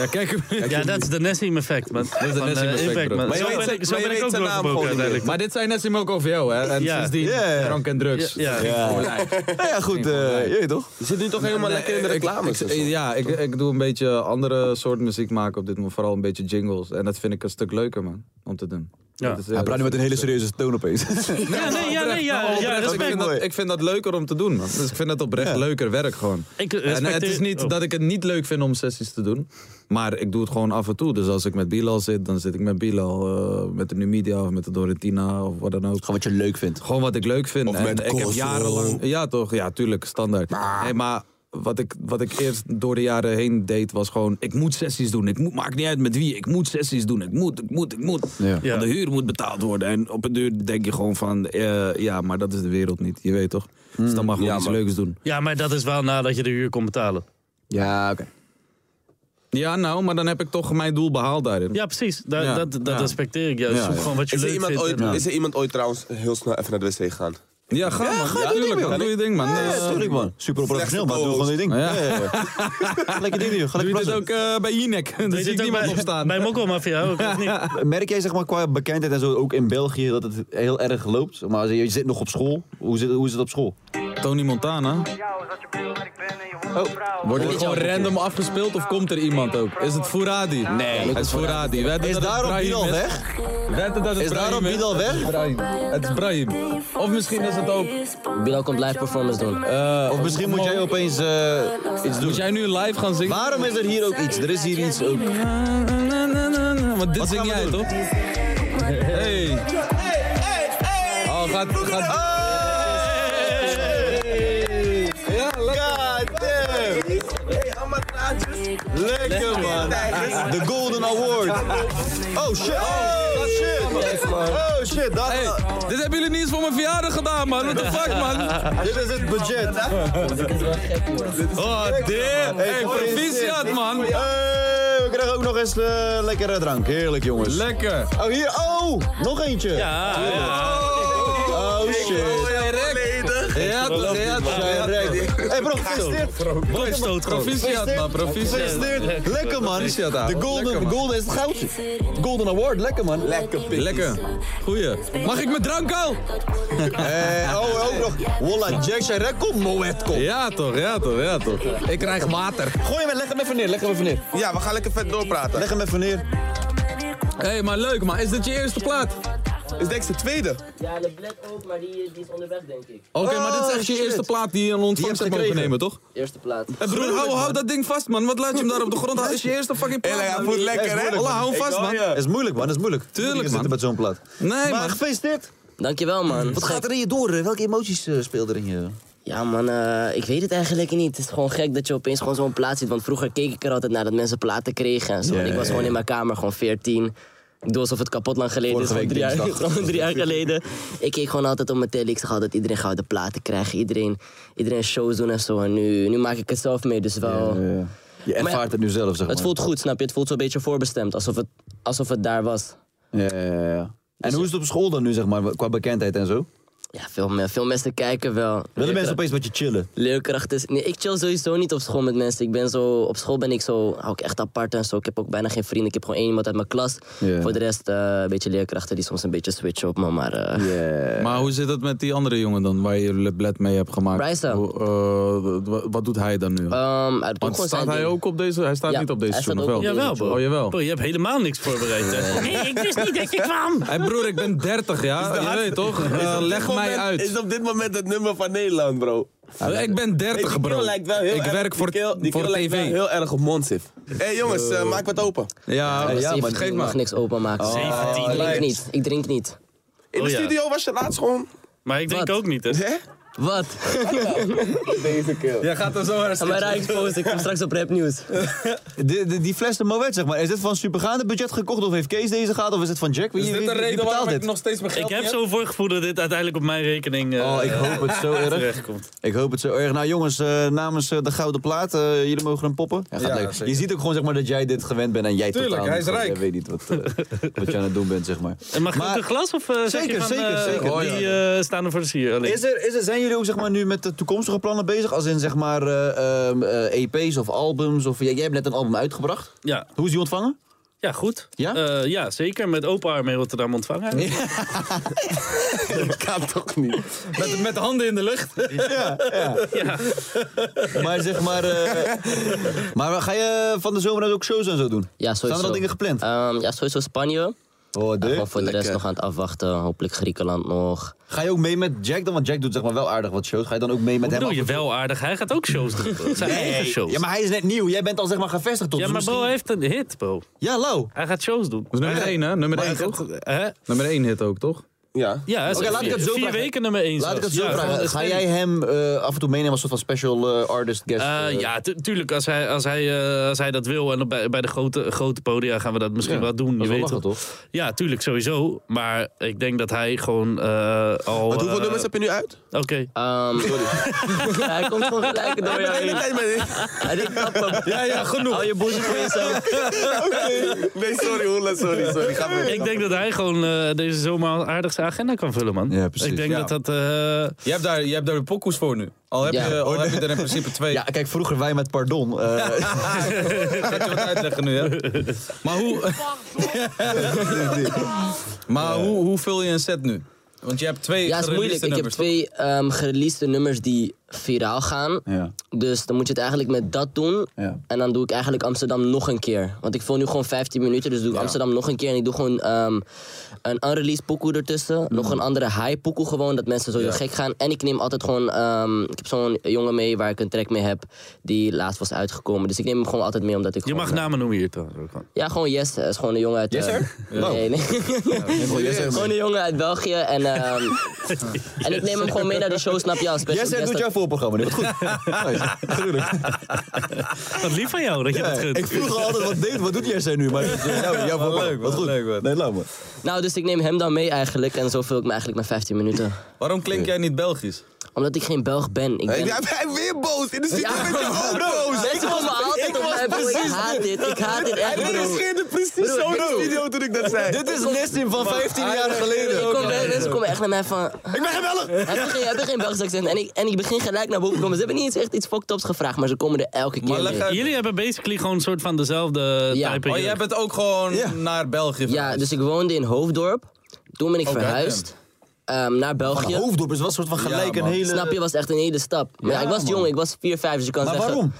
[SPEAKER 4] Ja, kijk hem.
[SPEAKER 5] Ja, dat is de Nessim effect, man. eh, Dat
[SPEAKER 4] is de Nessim effect, bro. Maar
[SPEAKER 5] Zo
[SPEAKER 4] je weet
[SPEAKER 5] ben
[SPEAKER 4] zijn-
[SPEAKER 5] ik, zo
[SPEAKER 4] maar je
[SPEAKER 5] ben ik
[SPEAKER 4] weet
[SPEAKER 5] ook
[SPEAKER 4] zijn naam
[SPEAKER 5] doorgebroken
[SPEAKER 4] gewoon niet.
[SPEAKER 5] uiteindelijk.
[SPEAKER 4] Maar dit zei Nessim ook over jou, hè? En
[SPEAKER 5] Ja.
[SPEAKER 4] sindsdien
[SPEAKER 3] Ja.
[SPEAKER 4] drank en drugs.
[SPEAKER 5] Ja, ja.
[SPEAKER 3] Ja, Nou ja goed. eh, je weet toch?
[SPEAKER 1] Je zit nu toch helemaal
[SPEAKER 4] Nee,
[SPEAKER 1] lekker in de
[SPEAKER 4] ik-
[SPEAKER 1] reclames.
[SPEAKER 4] ik-
[SPEAKER 1] en zo.
[SPEAKER 4] ja, ik, ik doe een beetje andere soort muziek maken op dit moment. Vooral een beetje jingles. En dat vind ik een stuk leuker, man. Om te doen.
[SPEAKER 5] Ja.
[SPEAKER 4] Dat is, eh,
[SPEAKER 3] Hij praat nu met een hele serieuze toon opeens.
[SPEAKER 5] Ja, nee, ja, nee, ja,
[SPEAKER 4] Nou,
[SPEAKER 5] ja,
[SPEAKER 4] oprecht, ik,
[SPEAKER 5] respect.
[SPEAKER 4] vind dat, ik vind dat leuker om te doen, man. Dus ik vind het oprecht leuker werk gewoon.
[SPEAKER 5] Ik
[SPEAKER 4] en eh, het
[SPEAKER 5] respecteer-
[SPEAKER 4] is niet
[SPEAKER 5] oh.
[SPEAKER 4] dat ik het niet leuk vind om sessies te doen. Maar ik doe het gewoon af en toe. Dus als ik met Bilal zit, dan zit ik met Bilal. eh, met de Numidia of met de Dorotina of wat dan ook.
[SPEAKER 3] Gewoon wat je leuk vindt.
[SPEAKER 4] Gewoon wat ik leuk vind.
[SPEAKER 1] Of
[SPEAKER 4] en
[SPEAKER 1] met
[SPEAKER 4] ik heb
[SPEAKER 1] Kosso.
[SPEAKER 4] jarenlang. Ja, toch? Ja, tuurlijk, standaard. Nee, maar wat ik, wat ik eerst door de jaren heen deed, was gewoon: ik moet sessies doen. Ik moet, maakt niet uit met wie. Ik moet sessies doen. Ik moet, ik moet, ik moet.
[SPEAKER 3] Ja.
[SPEAKER 5] Ja.
[SPEAKER 4] Want de huur moet betaald worden. En op een duur denk je gewoon van: eh, ja, maar dat is de wereld niet. Je weet toch? Dus dan mag je
[SPEAKER 1] Ja,
[SPEAKER 4] iets
[SPEAKER 1] man.
[SPEAKER 4] leuks doen.
[SPEAKER 5] Ja, maar dat is wel nadat je de huur kon betalen.
[SPEAKER 3] Ja, oké.
[SPEAKER 4] Ja, nou, maar dan heb ik toch mijn doel behaald daarin.
[SPEAKER 5] Ja, precies. Da-
[SPEAKER 4] Ja.
[SPEAKER 5] Dat, dat
[SPEAKER 4] Ja.
[SPEAKER 5] respecteer ik. Ja,
[SPEAKER 3] Ja,
[SPEAKER 5] zoek
[SPEAKER 3] ja.
[SPEAKER 5] gewoon wat je
[SPEAKER 1] Is er,
[SPEAKER 5] leuk
[SPEAKER 1] iemand
[SPEAKER 5] vindt.
[SPEAKER 1] ooit,
[SPEAKER 5] en-
[SPEAKER 1] is er iemand ooit trouwens heel snel even naar de wc gegaan?
[SPEAKER 4] Ja, ga man. Ja,
[SPEAKER 1] doe
[SPEAKER 4] tuurlijk,
[SPEAKER 1] ding,
[SPEAKER 4] man.
[SPEAKER 1] man.
[SPEAKER 4] Doe je ding, man.
[SPEAKER 3] Ja,
[SPEAKER 4] Eh,
[SPEAKER 3] natuurlijk man. Super professioneel, maar doe gewoon je ding.
[SPEAKER 4] Ja.
[SPEAKER 3] Ja, ja, ja. Lekker ding, joh. Ga
[SPEAKER 4] Doe
[SPEAKER 3] lekker
[SPEAKER 4] je dit
[SPEAKER 3] plassen.
[SPEAKER 4] ook eh, bij Jinek? Dan
[SPEAKER 5] Weet je
[SPEAKER 4] zie ik
[SPEAKER 5] het ook
[SPEAKER 4] niemand
[SPEAKER 5] bij-
[SPEAKER 4] opstaan.
[SPEAKER 5] Bij Mokko Mafia ook, of niet?
[SPEAKER 3] Merk jij zeg maar qua bekendheid en zo ook in België dat het heel erg loopt? Maar als je je zit nog op school. Hoe, zit, hoe is het op
[SPEAKER 4] Oh,
[SPEAKER 3] school?
[SPEAKER 4] Tony Montana.
[SPEAKER 2] Oh,
[SPEAKER 4] Wordt het gewoon random afgespeeld of komt er iemand ook? Is het Fouradi? Nee, het is Fouradi. Wij
[SPEAKER 3] Is
[SPEAKER 4] denken dat het
[SPEAKER 3] daarop
[SPEAKER 4] Brahim
[SPEAKER 3] Bilal weg?
[SPEAKER 4] Wetten dat het
[SPEAKER 3] Is
[SPEAKER 4] Brahim
[SPEAKER 3] daarop Bilal weg?
[SPEAKER 4] Brahim. Het is Brahim. Of misschien is het ook...
[SPEAKER 2] Bilal komt live performance doen.
[SPEAKER 4] eh,
[SPEAKER 3] Of misschien moet jij opeens eh, iets doen.
[SPEAKER 4] Moet jij nu live gaan zingen?
[SPEAKER 3] Waarom is er hier ook iets? Er is hier iets ook.
[SPEAKER 4] Want dit
[SPEAKER 3] Wat
[SPEAKER 4] zing
[SPEAKER 3] gaan we
[SPEAKER 4] jij
[SPEAKER 3] doen?
[SPEAKER 4] toch? Hey. Oh, gaat... gaat...
[SPEAKER 3] Ja, lekker. Lekker man. De Golden Award. Oh shit. Oh shit. Oh shit. Dat,
[SPEAKER 4] Hey, eh, dit hebben jullie niet eens voor mijn verjaardag gedaan, man. What the fuck, man?
[SPEAKER 3] dit is het budget.
[SPEAKER 4] Oh, damn. Hey, proficiat, man.
[SPEAKER 3] Hey, we krijgen ook nog eens eh, lekkere drank. Heerlijk jongens.
[SPEAKER 4] Lekker.
[SPEAKER 3] Oh hier. Oh, nog eentje. Oh shit.
[SPEAKER 4] Ja, toch, ja, toch.
[SPEAKER 3] Zijn rijk. Hey bro, gefeliciteerd.
[SPEAKER 5] Boomstoot gewoon.
[SPEAKER 4] Proficiat, man. Proficiat.
[SPEAKER 3] Gefeliciteerd. Lekker man.
[SPEAKER 4] Proficiat, ouwe.
[SPEAKER 3] De Golden,
[SPEAKER 4] Lekker, man.
[SPEAKER 3] golden is het goudje. Golden Award. Lekker man. Lekker
[SPEAKER 4] Lekker. Goeie. Mag ik mijn drank al?
[SPEAKER 3] Eh, oh, ook nog. Walla, Jack Chirac, kom, Moet, kom.
[SPEAKER 4] Ja toch, ja toch, ja toch. Ik krijg water.
[SPEAKER 3] Gooi hem, leg hem even neer, leg hem even neer.
[SPEAKER 1] Ja, we gaan lekker vet doorpraten.
[SPEAKER 3] Leg hem even neer.
[SPEAKER 4] Hé, hey, maar leuk man. Is dit je eerste plaat?
[SPEAKER 1] Is denk ik de tweede?
[SPEAKER 2] Ja, de bled ook, maar die, die is onderweg, denk ik.
[SPEAKER 4] Oké, maar dit is echt
[SPEAKER 3] Oh,
[SPEAKER 4] je
[SPEAKER 3] shit.
[SPEAKER 4] eerste plaat die je in ontvangst
[SPEAKER 3] hebt
[SPEAKER 4] hebt mogen
[SPEAKER 3] gekregen.
[SPEAKER 4] nemen, toch?
[SPEAKER 2] Eerste plaat.
[SPEAKER 4] Hé broer, hou, hou dat ding vast man. Wat laat je hem daar op de grond? Dat is je eerste fucking plaat.
[SPEAKER 1] Hé, hij
[SPEAKER 4] man.
[SPEAKER 1] voelt lekker,
[SPEAKER 4] Ja,
[SPEAKER 1] hè?
[SPEAKER 4] Wallah, hou hem vast man.
[SPEAKER 3] Dat is moeilijk, man, dat is moeilijk.
[SPEAKER 4] Tuurlijk,
[SPEAKER 3] Moet je
[SPEAKER 4] man.
[SPEAKER 3] zitten met zo'n plaat.
[SPEAKER 4] Nee
[SPEAKER 3] maar
[SPEAKER 4] man.
[SPEAKER 3] gefeliciteerd.
[SPEAKER 2] Dankjewel, man.
[SPEAKER 3] Wat gaat er in je door? hè? Welke emoties eh, speelden er in je?
[SPEAKER 2] Ja, man, eh, ik weet het eigenlijk niet. Het is gewoon gek dat je opeens gewoon zo'n plaat ziet. Want vroeger keek ik er altijd naar dat mensen platen kregen en zo. en ik was gewoon in mijn kamer, gewoon 14. Ik doe alsof het kapot lang geleden
[SPEAKER 3] Vorige
[SPEAKER 2] is. Gewoon
[SPEAKER 3] week
[SPEAKER 2] drie, jaar,
[SPEAKER 3] dinsdag.
[SPEAKER 2] gewoon drie jaar geleden. Ik keek gewoon altijd op mijn tele. Ik zag altijd iedereen gouden platen krijgen. Iedereen, iedereen shows doen en zo. En nu, nu maak ik het zelf mee, dus wel...
[SPEAKER 3] Je
[SPEAKER 2] Maar ja,
[SPEAKER 3] ervaart het nu zelf, zeg maar.
[SPEAKER 2] Het voelt goed, snap je? Het voelt zo'n beetje voorbestemd. Alsof het, alsof het daar was.
[SPEAKER 3] Ja, ja, ja, ja.
[SPEAKER 1] Dus
[SPEAKER 3] En hoe is het op school dan nu, zeg maar, qua bekendheid en zo?
[SPEAKER 2] Ja, veel, me- veel mensen kijken wel.
[SPEAKER 3] Willen mensen opeens wat je chillen?
[SPEAKER 2] Leerkrachten. is- Nee, ik chill sowieso niet op school met mensen. Ik ben zo, op school ben ik zo, hou ik echt apart en zo. Ik heb ook bijna geen vrienden. Ik heb gewoon één iemand uit mijn klas.
[SPEAKER 3] Ja.
[SPEAKER 2] Voor de rest eh, een beetje leerkrachten die soms een beetje switchen op me. Maar eh,
[SPEAKER 3] Yeah.
[SPEAKER 4] Maar hoe zit het met die andere jongen dan, waar je Le bled mee hebt gemaakt?
[SPEAKER 2] Bryson.
[SPEAKER 4] Hoe, eh, wat- wat doet hij dan nu?
[SPEAKER 1] Eh,
[SPEAKER 2] ehm, hij doet ook
[SPEAKER 4] Want
[SPEAKER 2] gewoon
[SPEAKER 4] staat
[SPEAKER 2] zijn
[SPEAKER 4] hij
[SPEAKER 2] ding.
[SPEAKER 4] ook op deze? Hij staat
[SPEAKER 2] Ja,
[SPEAKER 4] niet op deze
[SPEAKER 2] hij staat
[SPEAKER 4] tune, of
[SPEAKER 2] ook
[SPEAKER 4] wel?
[SPEAKER 2] op deze
[SPEAKER 5] Jawel, bro.
[SPEAKER 4] Oh, jawel.
[SPEAKER 5] Bro, je hebt helemaal niks voorbereid. hè. Nee, ik wist niet dat je kwam.
[SPEAKER 4] Hé broer, ik ben 30 jaar. Je weet toch? Eh,
[SPEAKER 1] Is op
[SPEAKER 4] leg
[SPEAKER 1] dit
[SPEAKER 4] mij
[SPEAKER 1] moment-
[SPEAKER 4] uit.
[SPEAKER 1] Is op dit moment het nummer van Nederland, bro.
[SPEAKER 4] ik ben
[SPEAKER 1] Hey,
[SPEAKER 4] 30
[SPEAKER 1] die
[SPEAKER 4] bro.
[SPEAKER 1] kerel lijkt wel heel
[SPEAKER 4] ik
[SPEAKER 1] erg-
[SPEAKER 4] werk
[SPEAKER 1] die
[SPEAKER 4] voor,
[SPEAKER 1] kerel- die
[SPEAKER 4] voor
[SPEAKER 1] kerel lijkt wel
[SPEAKER 4] tv.
[SPEAKER 1] heel erg op Monsif. Hé hey, jongens, eh, maak wat open.
[SPEAKER 2] Ik
[SPEAKER 4] Ja,
[SPEAKER 2] ben
[SPEAKER 4] ja, maar
[SPEAKER 2] 17,
[SPEAKER 4] geef
[SPEAKER 2] ik mag
[SPEAKER 4] maar.
[SPEAKER 2] niks openmaken.
[SPEAKER 5] 17.
[SPEAKER 2] ik drink niet. Ik drink niet.
[SPEAKER 1] Ah, In
[SPEAKER 5] Oh,
[SPEAKER 1] de
[SPEAKER 5] ja.
[SPEAKER 1] studio was je laatst gewoon...
[SPEAKER 5] Maar ik denk
[SPEAKER 2] Wat?
[SPEAKER 5] ook niet, dus. hè.
[SPEAKER 1] Hè?
[SPEAKER 2] Wat?
[SPEAKER 6] Jij gaat er zo hard
[SPEAKER 2] Ga mij raar exposen, ik kom straks op Rap News.
[SPEAKER 3] De, de- die fles de Moet, zeg maar. Is dit van supergaande budget gekocht? Of heeft Kees deze gehad? Of is dit van Jack? Wie,
[SPEAKER 6] Is dit
[SPEAKER 3] wie-
[SPEAKER 6] de
[SPEAKER 3] wie
[SPEAKER 6] reden
[SPEAKER 3] betaalt
[SPEAKER 6] waarom ik
[SPEAKER 3] dit?
[SPEAKER 6] nog steeds mijn
[SPEAKER 5] Ik
[SPEAKER 6] geld
[SPEAKER 5] heb
[SPEAKER 6] niet
[SPEAKER 5] zo'n voorgevoel dat dit uiteindelijk op mijn rekening eh,
[SPEAKER 3] Oh, ik hoop het zo erg.
[SPEAKER 5] terechtkomt.
[SPEAKER 3] Ik hoop het zo erg. Nou jongens, eh, namens eh, de Gouden Plaat, eh, jullie mogen hem poppen. Ja, gaat
[SPEAKER 6] Ja,
[SPEAKER 3] leuk.
[SPEAKER 6] zeker.
[SPEAKER 3] Je ziet ook gewoon zeg maar, dat jij dit gewend bent en jij
[SPEAKER 6] Tuurlijk,
[SPEAKER 3] totaal
[SPEAKER 6] hij
[SPEAKER 3] niet.
[SPEAKER 6] is rijk.
[SPEAKER 3] Ik weet niet wat, eh, wat je aan het doen bent, zeg maar.
[SPEAKER 5] En mag ik ook een glas of eh, zeg
[SPEAKER 3] Zeker,
[SPEAKER 5] je van,
[SPEAKER 3] zeker,
[SPEAKER 5] eh,
[SPEAKER 3] zeker.
[SPEAKER 5] die
[SPEAKER 3] Oh,
[SPEAKER 5] eh, staan er voor de sier alleen?
[SPEAKER 3] Is er, is er, zijn jullie ook zeg maar, nu met de toekomstige plannen bezig? Als in zeg maar eh, ehm, eh, EP's of albums? Of, jij, jij hebt net een album uitgebracht.
[SPEAKER 5] Ja,
[SPEAKER 3] Hoe is die ontvangen?
[SPEAKER 5] ja goed.
[SPEAKER 3] Ja?
[SPEAKER 5] Eh, ja, zeker. Met open armen in Rotterdam ontvangen.
[SPEAKER 1] Dat kan toch niet?
[SPEAKER 6] Met, met de handen in de lucht.
[SPEAKER 3] Maar zeg maar... eh, maar ga je van de zomer uit ook shows en zo doen?
[SPEAKER 2] Ja, sowieso.
[SPEAKER 3] Zijn er al dingen gepland?
[SPEAKER 2] Ehm, ja, sowieso Spanje.
[SPEAKER 3] oh,
[SPEAKER 2] Maar
[SPEAKER 3] de?
[SPEAKER 2] voor de rest nog aan het afwachten. Hopelijk Griekenland nog.
[SPEAKER 3] Ga je ook mee met Jack dan? Want Jack doet zeg maar wel aardig wat shows. Ga je dan ook mee met
[SPEAKER 5] Hoe
[SPEAKER 3] hem?
[SPEAKER 5] bedoel
[SPEAKER 3] af
[SPEAKER 5] je
[SPEAKER 3] en toe?
[SPEAKER 5] wel aardig? Hij gaat ook shows doen. Het Zijn eigen shows.
[SPEAKER 3] Ja, maar hij is net nieuw. Jij bent al zeg maar gevestigd tot
[SPEAKER 5] Ja, maar bro heeft een hit, bro.
[SPEAKER 3] Ja, Lau.
[SPEAKER 5] Hij gaat shows doen.
[SPEAKER 4] Dat is
[SPEAKER 3] nou-
[SPEAKER 4] nummer 1, hè? Nummer
[SPEAKER 5] Hij
[SPEAKER 4] 1
[SPEAKER 5] gaat-
[SPEAKER 4] toch?
[SPEAKER 5] hè?
[SPEAKER 4] Nummer 1 hit ook, toch?
[SPEAKER 1] Ja.
[SPEAKER 5] Ja, hij is
[SPEAKER 3] Oké, laat ik
[SPEAKER 5] vier,
[SPEAKER 3] het zo
[SPEAKER 5] vier
[SPEAKER 3] vragen.
[SPEAKER 5] weken nummer 1
[SPEAKER 3] Laat ik het zo vragen. Ga jij hem eh, af en toe meenemen als een soort van special eh, artist guest? eh?
[SPEAKER 5] ja, tu- tuurlijk. Als hij, als, hij, eh, als hij dat wil en op- bij, bij de grote, grote podia gaan we dat misschien
[SPEAKER 3] Ja,
[SPEAKER 5] wel doen.
[SPEAKER 3] dat
[SPEAKER 5] je
[SPEAKER 3] is wel
[SPEAKER 5] weet
[SPEAKER 3] lachen,
[SPEAKER 5] wel.
[SPEAKER 3] toch?
[SPEAKER 5] Ja, tuurlijk, sowieso. Maar ik denk dat hij gewoon eh, al...
[SPEAKER 1] Want hoeveel
[SPEAKER 5] eh,
[SPEAKER 1] nummers heb je nu uit?
[SPEAKER 5] Oké.
[SPEAKER 2] Ehm, hij komt gewoon gelijk door jou heen. Hij denkt, papa,
[SPEAKER 6] Ja, ja, genoeg.
[SPEAKER 2] hou je boezem voor jezelf.
[SPEAKER 1] Nee, sorry, Hoela, sorry, sorry. Ga maar.
[SPEAKER 5] Ik denk dat hij gewoon eh, deze zomer aardig zijn agenda kan vullen, man.
[SPEAKER 3] Ja, precies.
[SPEAKER 5] Ik denk
[SPEAKER 6] Ja.
[SPEAKER 5] dat dat... eh,
[SPEAKER 6] Je hebt daar, je hebt daar de pokoes voor nu. Al heb,
[SPEAKER 2] Ja.
[SPEAKER 6] je, al heb je er in principe twee.
[SPEAKER 3] Ja, Ah, kijk, vroeger wij met Pardon. eh,
[SPEAKER 6] Gaat je wat uitleggen nu, hè? Maar hoe... maar hoe, hoe vul je een set nu? Want je hebt twee
[SPEAKER 2] Ja, het is moeilijk.
[SPEAKER 6] gereleased
[SPEAKER 2] Ik heb
[SPEAKER 6] nummers,
[SPEAKER 2] twee ehm gereleased nummers die viraal gaan.
[SPEAKER 3] ja.
[SPEAKER 2] Dus dan moet je het eigenlijk met dat doen.
[SPEAKER 3] Ja.
[SPEAKER 2] En dan doe ik eigenlijk Amsterdam nog een keer. Want ik vul nu gewoon 15 minuten, dus doe ik Amsterdam nog een keer. En ik doe gewoon ehm, een unreleased pokoe ertussen.
[SPEAKER 3] Mhm.
[SPEAKER 2] Nog een andere high pokoe gewoon, dat mensen sowieso gek gaan. En ik neem altijd gewoon... ehm, ik heb zo'n jongen mee waar ik een track mee heb, die laatst was uitgekomen. Dus ik neem hem gewoon altijd mee, omdat ik
[SPEAKER 5] je
[SPEAKER 2] gewoon,
[SPEAKER 5] mag
[SPEAKER 2] eh,
[SPEAKER 5] namen noemen hier trouwens. ook gewoon.
[SPEAKER 2] Ja, gewoon Yes. Dat is gewoon een jongen uit...
[SPEAKER 3] Yes,
[SPEAKER 2] eh,
[SPEAKER 3] sir?
[SPEAKER 2] nee, nee. gewoon een jongen uit België. En, ehm, en ik neem hem gewoon mee naar de show, snap je? Als special
[SPEAKER 3] Jij zegt,
[SPEAKER 2] guest
[SPEAKER 3] doet
[SPEAKER 2] dat-
[SPEAKER 3] jouw voorprogramma nu. Wat goed. Nice. Gruwelijk.
[SPEAKER 5] Wat lief van jou dat je
[SPEAKER 3] Ja,
[SPEAKER 5] dat gunt.
[SPEAKER 3] ik vroeg al altijd, wat, deed, wat doet Jesse nu? Maar eh, jou, jouw voorprogramma.
[SPEAKER 6] leuk,
[SPEAKER 3] wat
[SPEAKER 6] wat
[SPEAKER 3] goed.
[SPEAKER 6] leuk, wat.
[SPEAKER 3] Nee, laat me.
[SPEAKER 2] Nou, dus ik neem hem dan mee eigenlijk. En zo vul ik me eigenlijk maar 15 minuten.
[SPEAKER 6] toch? Waarom klink jij niet Belgisch?
[SPEAKER 2] Omdat ik geen Belg ben. Ik
[SPEAKER 1] Jij
[SPEAKER 2] ben...
[SPEAKER 1] bent weer boos. In de studio
[SPEAKER 2] Ja.
[SPEAKER 1] ben je ook boos.
[SPEAKER 2] Mensen komen altijd op mij, bro. Ik haat dit. Ik haat dit echt,
[SPEAKER 1] Hij
[SPEAKER 2] bro.
[SPEAKER 1] reageerde precies zo in de studio toen ik dat zei. Ah,
[SPEAKER 3] Dit is Nestim van 15 jaar geleden.
[SPEAKER 2] Ik kom, mensen komen echt naar mij van... Ik ben geen Belg! Heb je geen, heb je geen Belgisch accent? En ik, en ik begin gelijk naar boven te komen. Ze hebben niet eens echt iets fucked ups gevraagd, maar ze komen er elke keer
[SPEAKER 6] Maar leg
[SPEAKER 2] mee.
[SPEAKER 6] uit.
[SPEAKER 5] Jullie hebben basically gewoon een soort van dezelfde
[SPEAKER 2] Ja.
[SPEAKER 5] type
[SPEAKER 6] Oh, jij
[SPEAKER 5] jeugd.
[SPEAKER 6] bent ook gewoon
[SPEAKER 3] Ja.
[SPEAKER 6] naar België
[SPEAKER 2] Ja,
[SPEAKER 6] verhuisd.
[SPEAKER 2] dus ik woonde in Hoofddorp. Toen ben ik
[SPEAKER 6] Oké,
[SPEAKER 2] verhuisd ehm, naar
[SPEAKER 3] Van
[SPEAKER 2] België.
[SPEAKER 3] Hoofddorp is wat soort van gelijk
[SPEAKER 6] Ja,
[SPEAKER 3] een
[SPEAKER 6] man.
[SPEAKER 3] hele...
[SPEAKER 2] Snap je, was echt een hele stap. Maar ja, ik was jong, ik was 4, 5, dus je kan
[SPEAKER 3] Maar
[SPEAKER 2] zeggen...
[SPEAKER 3] waarom?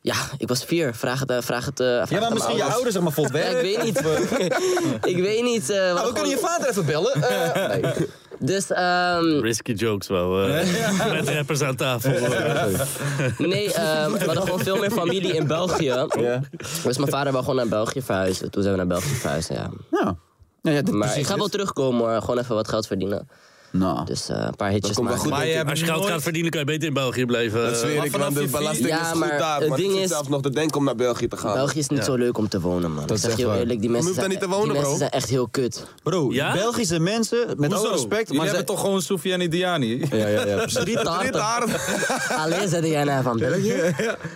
[SPEAKER 2] Ja, ik was vier. Vraag het, eh, vraag het, eh, vraag het
[SPEAKER 3] Ja,
[SPEAKER 2] aan
[SPEAKER 3] maar misschien je
[SPEAKER 2] mijn
[SPEAKER 3] ouders zeg maar vol werk.
[SPEAKER 2] Ja, ik weet niet. ik weet niet. eh, wat
[SPEAKER 3] Nou, we
[SPEAKER 2] gewoon-
[SPEAKER 3] kunnen je vader even bellen. Eh, nee.
[SPEAKER 2] Dus, ehm,
[SPEAKER 5] Risky jokes wel. eh, Met rappers aan tafel.
[SPEAKER 2] nee, ehm, we hadden gewoon veel meer familie in België. Dus mijn vader wou gewoon naar België verhuizen. Toen zijn we naar België verhuisd, ja.
[SPEAKER 3] Nou. Nou ja, dit,
[SPEAKER 2] Maar ik
[SPEAKER 3] precies
[SPEAKER 2] ga wel
[SPEAKER 3] dit.
[SPEAKER 2] terugkomen hoor. Gewoon even wat geld verdienen.
[SPEAKER 3] Nou.
[SPEAKER 2] Dus eh, een paar hitjes maken.
[SPEAKER 6] Maar je hebt
[SPEAKER 5] Als je geld
[SPEAKER 6] nooit-
[SPEAKER 5] gaat verdienen, kan je beter in België blijven.
[SPEAKER 1] Dat
[SPEAKER 5] Eh,
[SPEAKER 1] zweer ik,
[SPEAKER 6] vanaf
[SPEAKER 1] want de
[SPEAKER 6] je vier-
[SPEAKER 1] belasting
[SPEAKER 2] Ja,
[SPEAKER 1] is goed
[SPEAKER 2] maar
[SPEAKER 1] daar.
[SPEAKER 2] het
[SPEAKER 1] maar ik
[SPEAKER 2] ding
[SPEAKER 1] zit
[SPEAKER 2] is-
[SPEAKER 1] zelfs nog te denken om naar België te gaan.
[SPEAKER 2] België is niet zo leuk om te wonen, man. ik zeg je heel eerlijk, die mensen,
[SPEAKER 1] hoeft daar
[SPEAKER 2] zijn,
[SPEAKER 1] niet te wonen,
[SPEAKER 2] die mensen
[SPEAKER 1] bro.
[SPEAKER 2] zijn echt heel kut.
[SPEAKER 3] Bro,
[SPEAKER 5] Ja?
[SPEAKER 3] Belgische mensen, met
[SPEAKER 6] Hoezo?
[SPEAKER 3] alle respect,
[SPEAKER 6] Jullie
[SPEAKER 3] maar
[SPEAKER 6] hebben
[SPEAKER 3] zij...
[SPEAKER 6] toch gewoon Soufiane Diani?
[SPEAKER 3] Ja, ja, ja, precies.
[SPEAKER 2] Drie taarten. Alleen zei jij nou van België.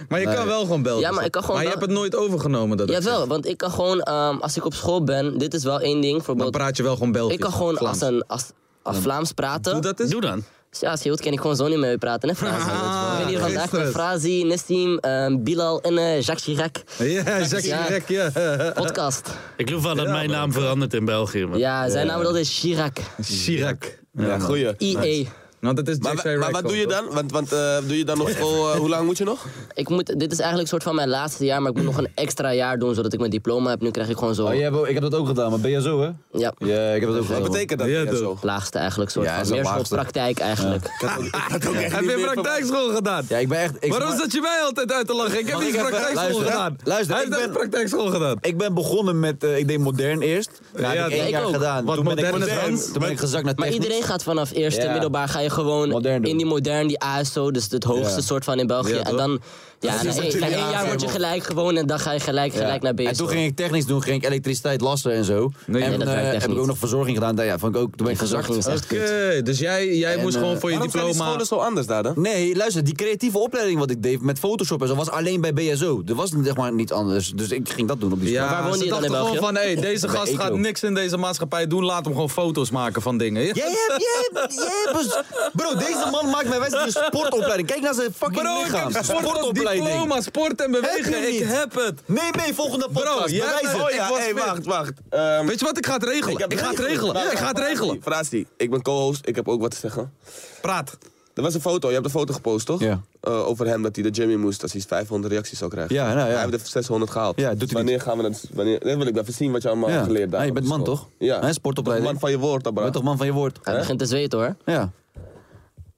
[SPEAKER 6] Maar je kan wel gewoon Belgisch.
[SPEAKER 2] Ja, maar ik kan gewoon
[SPEAKER 6] Maar je
[SPEAKER 2] wel-
[SPEAKER 6] hebt het nooit overgenomen. Dat accent.
[SPEAKER 2] Jawel, want ik kan gewoon, ehm, als ik op school ben, dit is wel één ding.
[SPEAKER 6] Dan
[SPEAKER 2] Bijvoorbeeld,
[SPEAKER 6] praat je wel gewoon Belgisch.
[SPEAKER 2] ik kan gewoon
[SPEAKER 6] Vlaams.
[SPEAKER 2] als een als, als Vlaams praten.
[SPEAKER 6] Doe dat eens.
[SPEAKER 5] Doe dan.
[SPEAKER 2] Dus ja, als je wilt kan ik gewoon zo niet mee praten. Hè, Frazi.
[SPEAKER 6] Ah,
[SPEAKER 2] ik ben hier vandaag met
[SPEAKER 6] gisteren.
[SPEAKER 2] Frazi, Nessim, ehm, Bilal en eh, Jacques Chirac.
[SPEAKER 6] Ja, zeg je
[SPEAKER 2] Ja.
[SPEAKER 6] gek, ja.
[SPEAKER 2] Podcast.
[SPEAKER 5] Ik geloof wel dat mijn naam verandert in België. man.
[SPEAKER 2] Ja, zijn naam wordt altijd E. Chirac.
[SPEAKER 6] Chirac.
[SPEAKER 1] Ja, goeie.
[SPEAKER 2] IE.
[SPEAKER 6] Want dat is
[SPEAKER 1] Maar,
[SPEAKER 6] Jack
[SPEAKER 1] wa- maar wat doe je dan? Want, want eh, doe je dan nog school? eh, hoe lang moet je nog?
[SPEAKER 2] Ik moet, dit is eigenlijk een soort van mijn laatste jaar, maar ik moet nog een extra jaar doen zodat ik mijn diploma heb. Nu krijg ik gewoon zo.
[SPEAKER 3] Oh, jij
[SPEAKER 2] ja.
[SPEAKER 3] hebt ook- ik heb dat ook gedaan, maar ben jij zo, hè? Ja, ik heb dat ook gedaan.
[SPEAKER 1] Wat
[SPEAKER 3] man.
[SPEAKER 1] betekent dat?
[SPEAKER 6] Ja,
[SPEAKER 1] Ja, zo.
[SPEAKER 6] toch.
[SPEAKER 2] Laagste eigenlijk, soort
[SPEAKER 3] Ja, is
[SPEAKER 2] van.
[SPEAKER 3] dat
[SPEAKER 2] Meer zo'n
[SPEAKER 3] laagste.
[SPEAKER 2] praktijk eigenlijk.
[SPEAKER 6] Heb je praktijkschool gedaan?
[SPEAKER 3] Ja, ik ben echt... Ik,
[SPEAKER 6] Waarom
[SPEAKER 3] maar-
[SPEAKER 6] zat je mij altijd uit te lachen? Ik heb
[SPEAKER 3] Mag
[SPEAKER 6] niet
[SPEAKER 3] ik even-
[SPEAKER 6] praktijkschool
[SPEAKER 3] luister,
[SPEAKER 6] gedaan.
[SPEAKER 3] luister,
[SPEAKER 6] Hij
[SPEAKER 3] ik
[SPEAKER 6] heeft echt
[SPEAKER 3] ben-
[SPEAKER 6] praktijkschool gedaan.
[SPEAKER 3] ik ben begonnen met... eh, ik deed modern eerst. Ja,
[SPEAKER 6] Ja,
[SPEAKER 3] heb ik één
[SPEAKER 2] ik
[SPEAKER 3] jaar
[SPEAKER 2] ook.
[SPEAKER 3] gedaan.
[SPEAKER 6] Want
[SPEAKER 3] Toen ben, ik
[SPEAKER 6] modern is
[SPEAKER 3] gezakt,
[SPEAKER 6] dans.
[SPEAKER 3] toen ben ik gezakt naar
[SPEAKER 2] Maar
[SPEAKER 3] technisch.
[SPEAKER 2] iedereen gaat vanaf eerste
[SPEAKER 3] Ja.
[SPEAKER 2] middelbaar ga je je gewoon
[SPEAKER 3] Modern doen.
[SPEAKER 2] in die modern, die ASO, dus het hoogste
[SPEAKER 3] Ja.
[SPEAKER 2] soort van in België.
[SPEAKER 3] Ja,
[SPEAKER 2] en
[SPEAKER 3] toch?
[SPEAKER 2] dan, ja, na
[SPEAKER 3] is
[SPEAKER 2] één, na
[SPEAKER 3] natuurlijk
[SPEAKER 2] één jaar word je
[SPEAKER 3] aangeven.
[SPEAKER 2] gelijk gewoon en dan ga je gelijk, gelijk naar bezig.
[SPEAKER 3] En toen ging ik technisch doen, ging ik elektriciteit lassen en zo. en
[SPEAKER 2] dat
[SPEAKER 3] eh,
[SPEAKER 2] werkt echt
[SPEAKER 3] heb ik
[SPEAKER 2] niet.
[SPEAKER 3] ook nog verzorging gedaan. Daar, ja, vond ik ook, toen ben ik gezakt.
[SPEAKER 2] verzorging is echt
[SPEAKER 4] Oké, dus jij, jij
[SPEAKER 3] En,
[SPEAKER 4] moest
[SPEAKER 3] eh,
[SPEAKER 4] gewoon voor je
[SPEAKER 1] Waarom zijn die
[SPEAKER 4] diploma...
[SPEAKER 1] scholen zo anders daar dan?
[SPEAKER 3] Nee, luister, die creatieve opleiding wat ik deed met Photoshop en zo was alleen bij BSO. Er was zeg maar niet anders. Dus ik ging dat doen op die school.
[SPEAKER 4] Ja,
[SPEAKER 2] Waar woonde
[SPEAKER 4] ze
[SPEAKER 2] je dan in
[SPEAKER 4] dachten gewoon
[SPEAKER 2] België?
[SPEAKER 4] van, hé, deze
[SPEAKER 3] Bij
[SPEAKER 4] gast gaat
[SPEAKER 3] Eco.
[SPEAKER 4] niks in deze maatschappij doen. Laat hem gewoon foto's maken van dingen. Ja,
[SPEAKER 3] Jij hebt, jij hebt, jij hebt een- Bro, deze man maakt mij wijs dat je een sportopleiding. Kijk naar zijn fucking
[SPEAKER 4] Bro, ik
[SPEAKER 3] lichaam.
[SPEAKER 4] heb sport, diploma, sport en bewegen.
[SPEAKER 3] Heb je
[SPEAKER 4] ik
[SPEAKER 3] niet?
[SPEAKER 4] heb het.
[SPEAKER 3] Nee, nee, volgende podcast.
[SPEAKER 4] jij
[SPEAKER 3] Bewijs
[SPEAKER 4] bent-
[SPEAKER 3] het.
[SPEAKER 4] Oh ja,
[SPEAKER 3] Ik was
[SPEAKER 4] hey,
[SPEAKER 3] fit.
[SPEAKER 1] Wacht, wacht. Ehm,
[SPEAKER 4] Weet je wat, ik ga het regelen. Ik,
[SPEAKER 1] heb
[SPEAKER 4] ga het regelen. Ja, ik ga het regelen.
[SPEAKER 1] Frasie, ik ben co-host, ik heb ook wat te zeggen.
[SPEAKER 4] Praat.
[SPEAKER 1] Er was een foto, je hebt de foto gepost, toch?
[SPEAKER 3] Ja.
[SPEAKER 1] Eh, over hem dat hij de Jimmy moest als hij 500 reacties zou krijgen.
[SPEAKER 3] Ja, nou ja.
[SPEAKER 1] Hij heeft er 600 gehaald.
[SPEAKER 3] Ja, doet hij
[SPEAKER 1] wanneer gaan we dat... Wanneer, dan wil ik even zien wat je allemaal
[SPEAKER 3] Ja.
[SPEAKER 1] hebt geleerd daar.
[SPEAKER 3] Ja, je
[SPEAKER 1] op
[SPEAKER 3] bent
[SPEAKER 1] de
[SPEAKER 3] man,
[SPEAKER 1] school.
[SPEAKER 3] toch?
[SPEAKER 1] Ja.
[SPEAKER 3] Hè, sportopleiding.
[SPEAKER 1] Man van je woord,
[SPEAKER 3] Je
[SPEAKER 1] abra.
[SPEAKER 3] bent toch man van je woord?
[SPEAKER 2] Hij begint te zweten hoor.
[SPEAKER 3] Ja.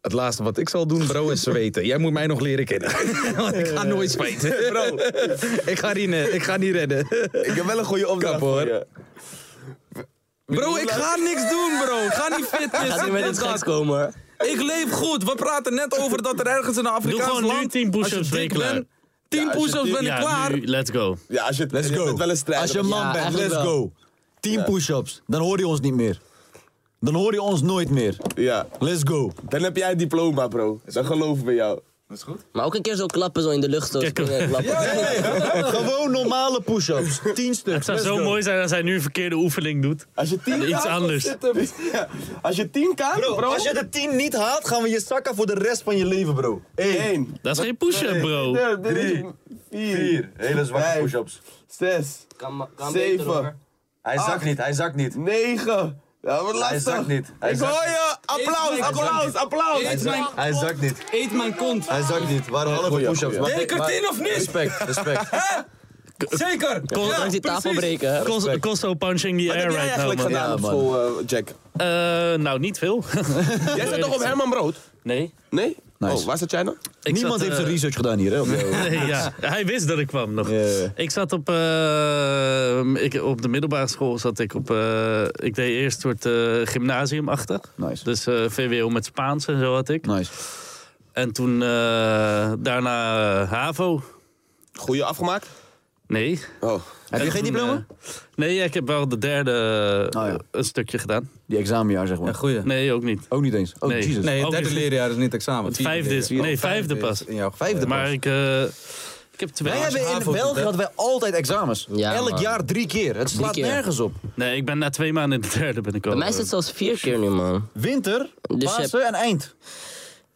[SPEAKER 4] Het laatste wat ik zal doen, bro, is zweten. Jij moet mij nog leren kennen. Want ik ga nooit zweten. Bro. ik, ga niet, eh, ik ga niet redden.
[SPEAKER 1] Ik heb wel een goede opdracht
[SPEAKER 4] Kap, hoor.
[SPEAKER 1] voor je.
[SPEAKER 4] Bro, ik ga niks doen, bro. Ik ga niet fitness.
[SPEAKER 2] Gaat hij met
[SPEAKER 4] Ik
[SPEAKER 2] iets
[SPEAKER 4] ga-
[SPEAKER 2] geks komen hoor.
[SPEAKER 4] Ik leef goed. We praten net over dat er ergens in een Afrikaans
[SPEAKER 5] gewoon nu
[SPEAKER 4] land...
[SPEAKER 5] 10 push-ups,
[SPEAKER 4] als je
[SPEAKER 5] ben je
[SPEAKER 4] dik
[SPEAKER 5] klaar.
[SPEAKER 4] bent,
[SPEAKER 1] als
[SPEAKER 4] 10
[SPEAKER 1] je
[SPEAKER 4] push-ups
[SPEAKER 1] dik-
[SPEAKER 4] ben ik
[SPEAKER 5] Ja,
[SPEAKER 4] klaar.
[SPEAKER 5] nu, let's go.
[SPEAKER 1] Ja, als je,
[SPEAKER 3] Let's
[SPEAKER 1] je
[SPEAKER 3] go.
[SPEAKER 1] bent wel een strijder.
[SPEAKER 3] Als je een man
[SPEAKER 2] Ja,
[SPEAKER 3] bent, let's
[SPEAKER 2] eigenlijk wel.
[SPEAKER 3] go. 10 push-ups, dan hoor je ons niet meer. Dan hoor je ons nooit meer.
[SPEAKER 1] Ja.
[SPEAKER 3] Let's go.
[SPEAKER 1] Dan heb jij een diploma, bro. Dan geloven we jou.
[SPEAKER 2] Maar ook een keer zo klappen, zo in de lucht. Zo springen, klappen.
[SPEAKER 3] Gewoon normale push-ups. 10 stuks.
[SPEAKER 5] Het zou
[SPEAKER 3] let's
[SPEAKER 5] zo
[SPEAKER 3] go.
[SPEAKER 5] mooi zijn als hij nu een verkeerde oefening doet.
[SPEAKER 1] Als je 10
[SPEAKER 5] Iets anders.
[SPEAKER 1] Ja. Als je 10 kan, bro.
[SPEAKER 3] Als je de 10 niet haalt, gaan we je zakken voor de rest van je leven, bro.
[SPEAKER 1] 1,
[SPEAKER 5] Dat is geen push-up, bro.
[SPEAKER 1] 3, 4,
[SPEAKER 3] Hele zwakke push-ups.
[SPEAKER 1] 6,
[SPEAKER 2] Kan, kan beter, hoor.
[SPEAKER 1] 7,
[SPEAKER 3] Hij zakt niet, hij zakt niet.
[SPEAKER 1] 9. Ja, wat lastig.
[SPEAKER 3] zakt niet. Hij
[SPEAKER 1] ik
[SPEAKER 3] zakt
[SPEAKER 1] hoor je. Applaus,
[SPEAKER 4] Hij zakt
[SPEAKER 1] applaus, applaus.
[SPEAKER 4] Eet mijn,
[SPEAKER 3] Hij zakt niet.
[SPEAKER 4] eet mijn kont.
[SPEAKER 3] Hij zakt niet. Het waren halve
[SPEAKER 1] Goeie,
[SPEAKER 3] push-ups.
[SPEAKER 1] goeie.
[SPEAKER 3] maar-
[SPEAKER 4] Deed ik het
[SPEAKER 3] maar-
[SPEAKER 4] in of niet?
[SPEAKER 3] Respect, respect.
[SPEAKER 4] Zeker.
[SPEAKER 5] Kon-
[SPEAKER 4] Ja,
[SPEAKER 2] Langs die tafel
[SPEAKER 4] precies.
[SPEAKER 2] breken. hè.
[SPEAKER 5] Cos- Costo punching the
[SPEAKER 1] Wat
[SPEAKER 5] air
[SPEAKER 1] heb jij
[SPEAKER 5] right now,
[SPEAKER 1] eigenlijk
[SPEAKER 5] man.
[SPEAKER 1] gedaan
[SPEAKER 3] Ja,
[SPEAKER 1] op
[SPEAKER 3] man.
[SPEAKER 1] school, eh, Jack?
[SPEAKER 5] Eh, nou, niet veel.
[SPEAKER 1] Jij zat toch op Herman Brood?
[SPEAKER 5] nee.
[SPEAKER 1] Nee?
[SPEAKER 3] Nice.
[SPEAKER 1] Oh, waar zat jij dan?
[SPEAKER 5] Ik
[SPEAKER 3] Niemand
[SPEAKER 5] zat,
[SPEAKER 3] heeft
[SPEAKER 5] eh,
[SPEAKER 3] zijn research gedaan hier, hè? op jou.
[SPEAKER 5] Nee, ja. Hij wist dat ik kwam nog.
[SPEAKER 3] Ja, ja.
[SPEAKER 5] Ik zat op, eh, ik, op de middelbare school. Zat ik, op, eh, ik deed eerst een soort eh, gymnasiumachtig.
[SPEAKER 3] Nice.
[SPEAKER 5] Dus eh, VWO met Spaans en zo had ik.
[SPEAKER 3] Nice.
[SPEAKER 5] En toen eh, daarna eh, HAVO.
[SPEAKER 1] Goeie afgemaakt?
[SPEAKER 5] Nee.
[SPEAKER 1] Oh.
[SPEAKER 3] Heb je
[SPEAKER 5] En
[SPEAKER 3] geen
[SPEAKER 5] toen,
[SPEAKER 3] diploma?
[SPEAKER 5] eh, nee, ik heb wel de derde eh,
[SPEAKER 3] Oh, ja.
[SPEAKER 5] een stukje gedaan.
[SPEAKER 3] Die examenjaar, zeg
[SPEAKER 4] Ja,
[SPEAKER 3] maar.
[SPEAKER 4] goeie.
[SPEAKER 5] Nee, ook niet.
[SPEAKER 3] Ook niet eens. Oh,
[SPEAKER 5] Nee.
[SPEAKER 3] Jesus.
[SPEAKER 4] Nee,
[SPEAKER 5] Ook
[SPEAKER 4] het derde
[SPEAKER 5] is-
[SPEAKER 4] leerjaar is niet examen.
[SPEAKER 5] Het
[SPEAKER 4] vierde
[SPEAKER 5] vijfde is-
[SPEAKER 4] leerjaar.
[SPEAKER 5] nee,
[SPEAKER 4] Oh,
[SPEAKER 5] vijfde
[SPEAKER 4] is
[SPEAKER 5] pas.
[SPEAKER 4] In jouw geval,
[SPEAKER 3] Vijfde
[SPEAKER 4] ja.
[SPEAKER 5] Maar ik, eh, ik heb twee.
[SPEAKER 3] Wij hebben in
[SPEAKER 4] HAVO doet,
[SPEAKER 3] België
[SPEAKER 4] hè?
[SPEAKER 3] hadden wij altijd examens.
[SPEAKER 2] Ja,
[SPEAKER 3] Elk
[SPEAKER 2] man.
[SPEAKER 3] jaar drie keer. Het slaat
[SPEAKER 2] keer.
[SPEAKER 3] nergens op.
[SPEAKER 5] Nee, ik ben na twee maanden in de derde ben ik al.
[SPEAKER 2] Bij mij is
[SPEAKER 5] eh,
[SPEAKER 2] het zelfs vier keer nu, man.
[SPEAKER 3] Winter,
[SPEAKER 2] je
[SPEAKER 3] Pasen en eind.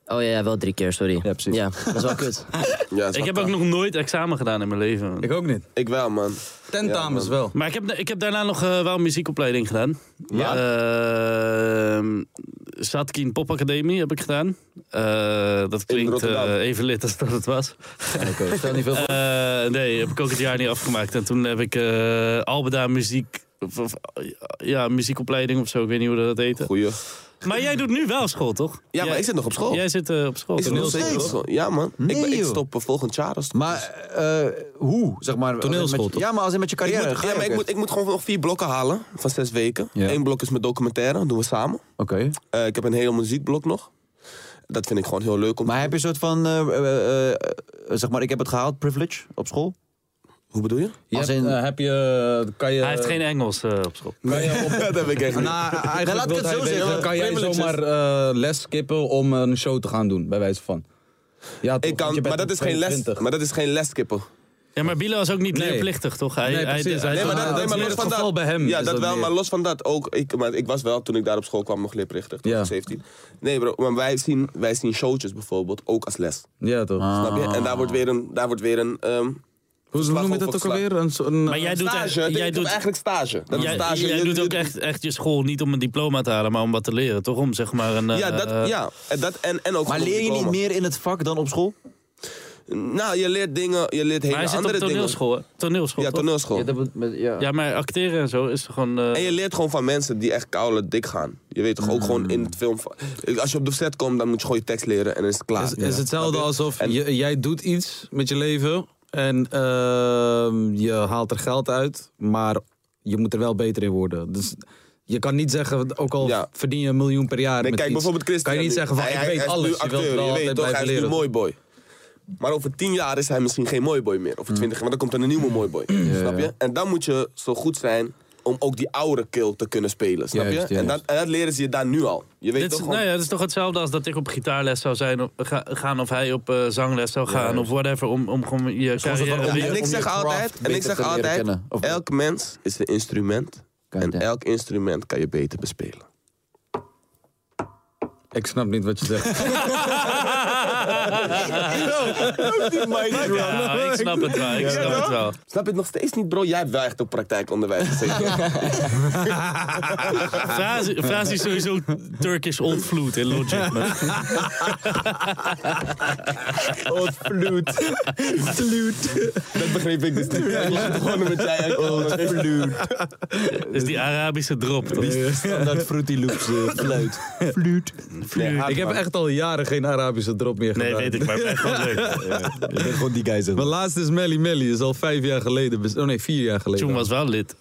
[SPEAKER 2] Oh ja, ja, wel drie keer, sorry.
[SPEAKER 3] Ja, precies.
[SPEAKER 2] Ja, dat is wel kut.
[SPEAKER 1] Ja, is
[SPEAKER 5] Ik heb
[SPEAKER 1] dus wat-
[SPEAKER 5] ook nog nooit examen gedaan in mijn leven.
[SPEAKER 4] Ik ook niet.
[SPEAKER 1] Ik wel, man.
[SPEAKER 4] Tentamens
[SPEAKER 1] Ja,
[SPEAKER 4] wel.
[SPEAKER 5] Maar ik heb, ik heb daarna nog eh, wel een muziekopleiding gedaan.
[SPEAKER 3] Ja?
[SPEAKER 5] Uh, Zatkin Pop Academie heb ik gedaan. Eh, dat klinkt eh,
[SPEAKER 1] Rotterdam.
[SPEAKER 5] even lid als dat het was.
[SPEAKER 3] Oké, stel niet veel voor.
[SPEAKER 5] Eh, nee, heb ik ook het jaar niet afgemaakt. En toen heb ik eh Albeda muziek... Of, of, ja, muziekopleiding of zo. Ik weet niet hoe dat heette.
[SPEAKER 1] Goeie.
[SPEAKER 5] Maar jij doet nu wel school, toch?
[SPEAKER 1] Ja, maar
[SPEAKER 5] Jij-
[SPEAKER 1] ik zit nog op school.
[SPEAKER 5] Jij zit eh, op school.
[SPEAKER 1] Is het nog steeds? Ja, man. ik, ben,
[SPEAKER 3] Nee,
[SPEAKER 1] ik
[SPEAKER 3] joh.
[SPEAKER 1] stop eh, volgend jaar. Als het
[SPEAKER 4] Ah,
[SPEAKER 3] Maar eh, hoe, zeg maar?
[SPEAKER 4] Toneelschool,
[SPEAKER 3] met je-
[SPEAKER 4] toch?
[SPEAKER 3] Ja, maar als in met je
[SPEAKER 1] Ik
[SPEAKER 3] carrière
[SPEAKER 1] moet,
[SPEAKER 3] ga
[SPEAKER 1] ja,
[SPEAKER 3] je
[SPEAKER 1] maar ik
[SPEAKER 3] ook
[SPEAKER 1] moet, ik moet gewoon nog vier blokken halen van zes weken.
[SPEAKER 3] Ja.
[SPEAKER 1] Eén blok is mijn documentaire, dat doen we samen.
[SPEAKER 3] echt. Oké.
[SPEAKER 1] Eh, ik heb een hele muziekblok nog. Dat vind ik gewoon heel leuk. Om...
[SPEAKER 3] Maar heb je een soort van, eh, eh, eh, zeg maar, ik heb het gehaald, privilege op school?
[SPEAKER 1] Hoe bedoel je?
[SPEAKER 4] Je
[SPEAKER 3] Als
[SPEAKER 4] hebt,
[SPEAKER 3] in-
[SPEAKER 4] eh, heb je, kan je...
[SPEAKER 5] Hij heeft geen Engels eh, op school.
[SPEAKER 4] Kan je op,
[SPEAKER 1] dat heb ik echt niet.
[SPEAKER 3] Nou,
[SPEAKER 4] nou,
[SPEAKER 3] laat
[SPEAKER 4] eigenlijk
[SPEAKER 3] ik
[SPEAKER 4] wil
[SPEAKER 3] het
[SPEAKER 4] hij
[SPEAKER 3] zo
[SPEAKER 4] weten,
[SPEAKER 3] zeggen.
[SPEAKER 4] kan jij
[SPEAKER 1] Privileges.
[SPEAKER 4] zomaar eh, les skippen om een show te gaan doen, bij wijze van. Ja, toch,
[SPEAKER 1] Ik
[SPEAKER 4] want je
[SPEAKER 1] kan,
[SPEAKER 4] bent
[SPEAKER 1] maar, dat is geen les,
[SPEAKER 4] 22.
[SPEAKER 1] maar dat is geen leskipper.
[SPEAKER 5] Ja, maar Bilo is ook niet
[SPEAKER 4] Nee.
[SPEAKER 5] leerplichtig, toch? Hij,
[SPEAKER 4] Nee,
[SPEAKER 5] hij-
[SPEAKER 4] precies.
[SPEAKER 5] hij-
[SPEAKER 1] Nee, maar dat,
[SPEAKER 4] Ah, dat
[SPEAKER 1] nee,
[SPEAKER 4] is
[SPEAKER 1] maar
[SPEAKER 4] meer
[SPEAKER 1] los
[SPEAKER 4] het
[SPEAKER 1] van
[SPEAKER 4] geval
[SPEAKER 1] dat.
[SPEAKER 4] bij hem,
[SPEAKER 1] Ja,
[SPEAKER 4] is
[SPEAKER 1] dat
[SPEAKER 4] dat
[SPEAKER 1] wel,
[SPEAKER 4] meer.
[SPEAKER 1] maar los van dat ook. Ik, maar ik was wel, toen ik daar op school kwam, nog leerplichtig. Toen
[SPEAKER 4] Ja.
[SPEAKER 1] was ik 17. Nee, bro, maar wij zien, wij zien showtjes bijvoorbeeld ook als les.
[SPEAKER 4] Ja, toch.
[SPEAKER 1] Snap je? En daar
[SPEAKER 4] Ah.
[SPEAKER 1] wordt weer een. Daar wordt weer een ehm,
[SPEAKER 4] Hoe
[SPEAKER 1] slag
[SPEAKER 4] noem je dat
[SPEAKER 1] over
[SPEAKER 4] ook
[SPEAKER 1] slag.
[SPEAKER 4] alweer? Een, so- een,
[SPEAKER 5] Maar jij doet,
[SPEAKER 1] stage.
[SPEAKER 5] echt-
[SPEAKER 1] Ik
[SPEAKER 5] jij
[SPEAKER 1] doe
[SPEAKER 5] doet,
[SPEAKER 1] eigenlijk stage. Dat is
[SPEAKER 5] jij,
[SPEAKER 1] stage.
[SPEAKER 5] jij
[SPEAKER 1] Je-
[SPEAKER 5] doet
[SPEAKER 1] je-
[SPEAKER 5] ook echt, echt je school niet om een diploma te halen, maar om wat te leren, toch? Om zeg maar een. eh,
[SPEAKER 1] Ja, dat, ja. En dat, en, en ook
[SPEAKER 3] Maar
[SPEAKER 1] gewoon
[SPEAKER 3] leer je niet
[SPEAKER 1] diploma.
[SPEAKER 3] meer in het vak dan op school?
[SPEAKER 1] Nou, je leert dingen, je leert hele
[SPEAKER 5] Maar hij zit op
[SPEAKER 1] andere dingen.
[SPEAKER 5] toneelschool. hè? Toneelschool.
[SPEAKER 1] Ja,
[SPEAKER 5] toch?
[SPEAKER 1] toneelschool.
[SPEAKER 5] Ja, maar acteren en zo is gewoon. eh,
[SPEAKER 1] En je leert gewoon van mensen die echt koude dik gaan. Je weet toch ook gewoon in het film. van- Als je op de set komt, dan moet je gewoon je tekst leren en dan is het klaar.
[SPEAKER 4] is, is
[SPEAKER 1] Ja.
[SPEAKER 4] hetzelfde
[SPEAKER 1] Snap je?
[SPEAKER 4] alsof
[SPEAKER 1] En-
[SPEAKER 4] je- jij doet iets met je leven en ehm, je haalt er geld uit, maar je moet er wel beter in worden. Dus Je kan niet zeggen, ook al
[SPEAKER 1] Ja.
[SPEAKER 4] verdien je een miljoen per jaar
[SPEAKER 1] Nee,
[SPEAKER 4] met
[SPEAKER 1] kijk,
[SPEAKER 4] iets,
[SPEAKER 1] bijvoorbeeld Christian.
[SPEAKER 4] Kan je niet zeggen van,
[SPEAKER 1] Hij-
[SPEAKER 4] ik
[SPEAKER 1] hij-
[SPEAKER 4] weet
[SPEAKER 1] hij is nu
[SPEAKER 4] alles. Je
[SPEAKER 1] acteur,
[SPEAKER 4] wilt wel
[SPEAKER 1] weet
[SPEAKER 4] altijd
[SPEAKER 1] toch,
[SPEAKER 4] blijven
[SPEAKER 1] Hij is nu
[SPEAKER 4] leren.
[SPEAKER 1] mooi boy. Maar over tien jaar is hij misschien geen mooi boy meer. Of
[SPEAKER 4] Mm.
[SPEAKER 1] twintig jaar, want dan komt er een nieuwe mooi boy. Snap je? En dan moet je zo goed zijn om ook die oude kill te kunnen spelen. Snap
[SPEAKER 3] Juist,
[SPEAKER 1] je? En dat,
[SPEAKER 3] juist.
[SPEAKER 1] en dat leren ze je daar nu al. Je weet
[SPEAKER 5] Dit is,
[SPEAKER 1] toch gewoon...
[SPEAKER 5] nou ja, het is toch hetzelfde als dat ik op gitaarles zou zijn, of, ga- gaan of hij op eh, zangles zou gaan of whatever. Om, om gewoon je
[SPEAKER 3] gewoon zo van
[SPEAKER 5] carrière
[SPEAKER 3] om
[SPEAKER 5] weer-
[SPEAKER 1] en ik
[SPEAKER 3] je
[SPEAKER 1] zeg
[SPEAKER 3] craft
[SPEAKER 1] altijd, en
[SPEAKER 3] beter
[SPEAKER 1] ik zeg
[SPEAKER 3] te leren
[SPEAKER 1] altijd
[SPEAKER 3] kennen, of-
[SPEAKER 1] elk mens is een instrument.
[SPEAKER 3] God
[SPEAKER 1] En
[SPEAKER 3] damn.
[SPEAKER 1] elk instrument kan je beter bespelen.
[SPEAKER 4] Ik snap niet wat je zegt.
[SPEAKER 5] Ja, Nou, ik snap het wel. Ik snap het wel.
[SPEAKER 1] Snap je het nog steeds niet, bro? Jij hebt wel echt op praktijkonderwijs gezeten.
[SPEAKER 5] Frazi Frazi is sowieso Turkish old flute in Logic. man.
[SPEAKER 1] Old flute. flute. Dat begreep ik dus niet. Ik was begonnen met jij
[SPEAKER 3] Oh,
[SPEAKER 1] en old flute.
[SPEAKER 5] Dus die Arabische drop. toch?
[SPEAKER 3] Standaard Fruity Loops eh, fluit.
[SPEAKER 4] ik heb echt al jaren geen Arabische drop meer gedaan.
[SPEAKER 5] Nee, weet ik, maar het blijft wel leuk.
[SPEAKER 3] Ik ben gewoon die guy zeg
[SPEAKER 4] Mijn
[SPEAKER 3] maar.
[SPEAKER 4] laatste is Melly Melly. is al vijf jaar geleden. bes- Oh nee, vier jaar geleden.
[SPEAKER 5] Toen was wel lid.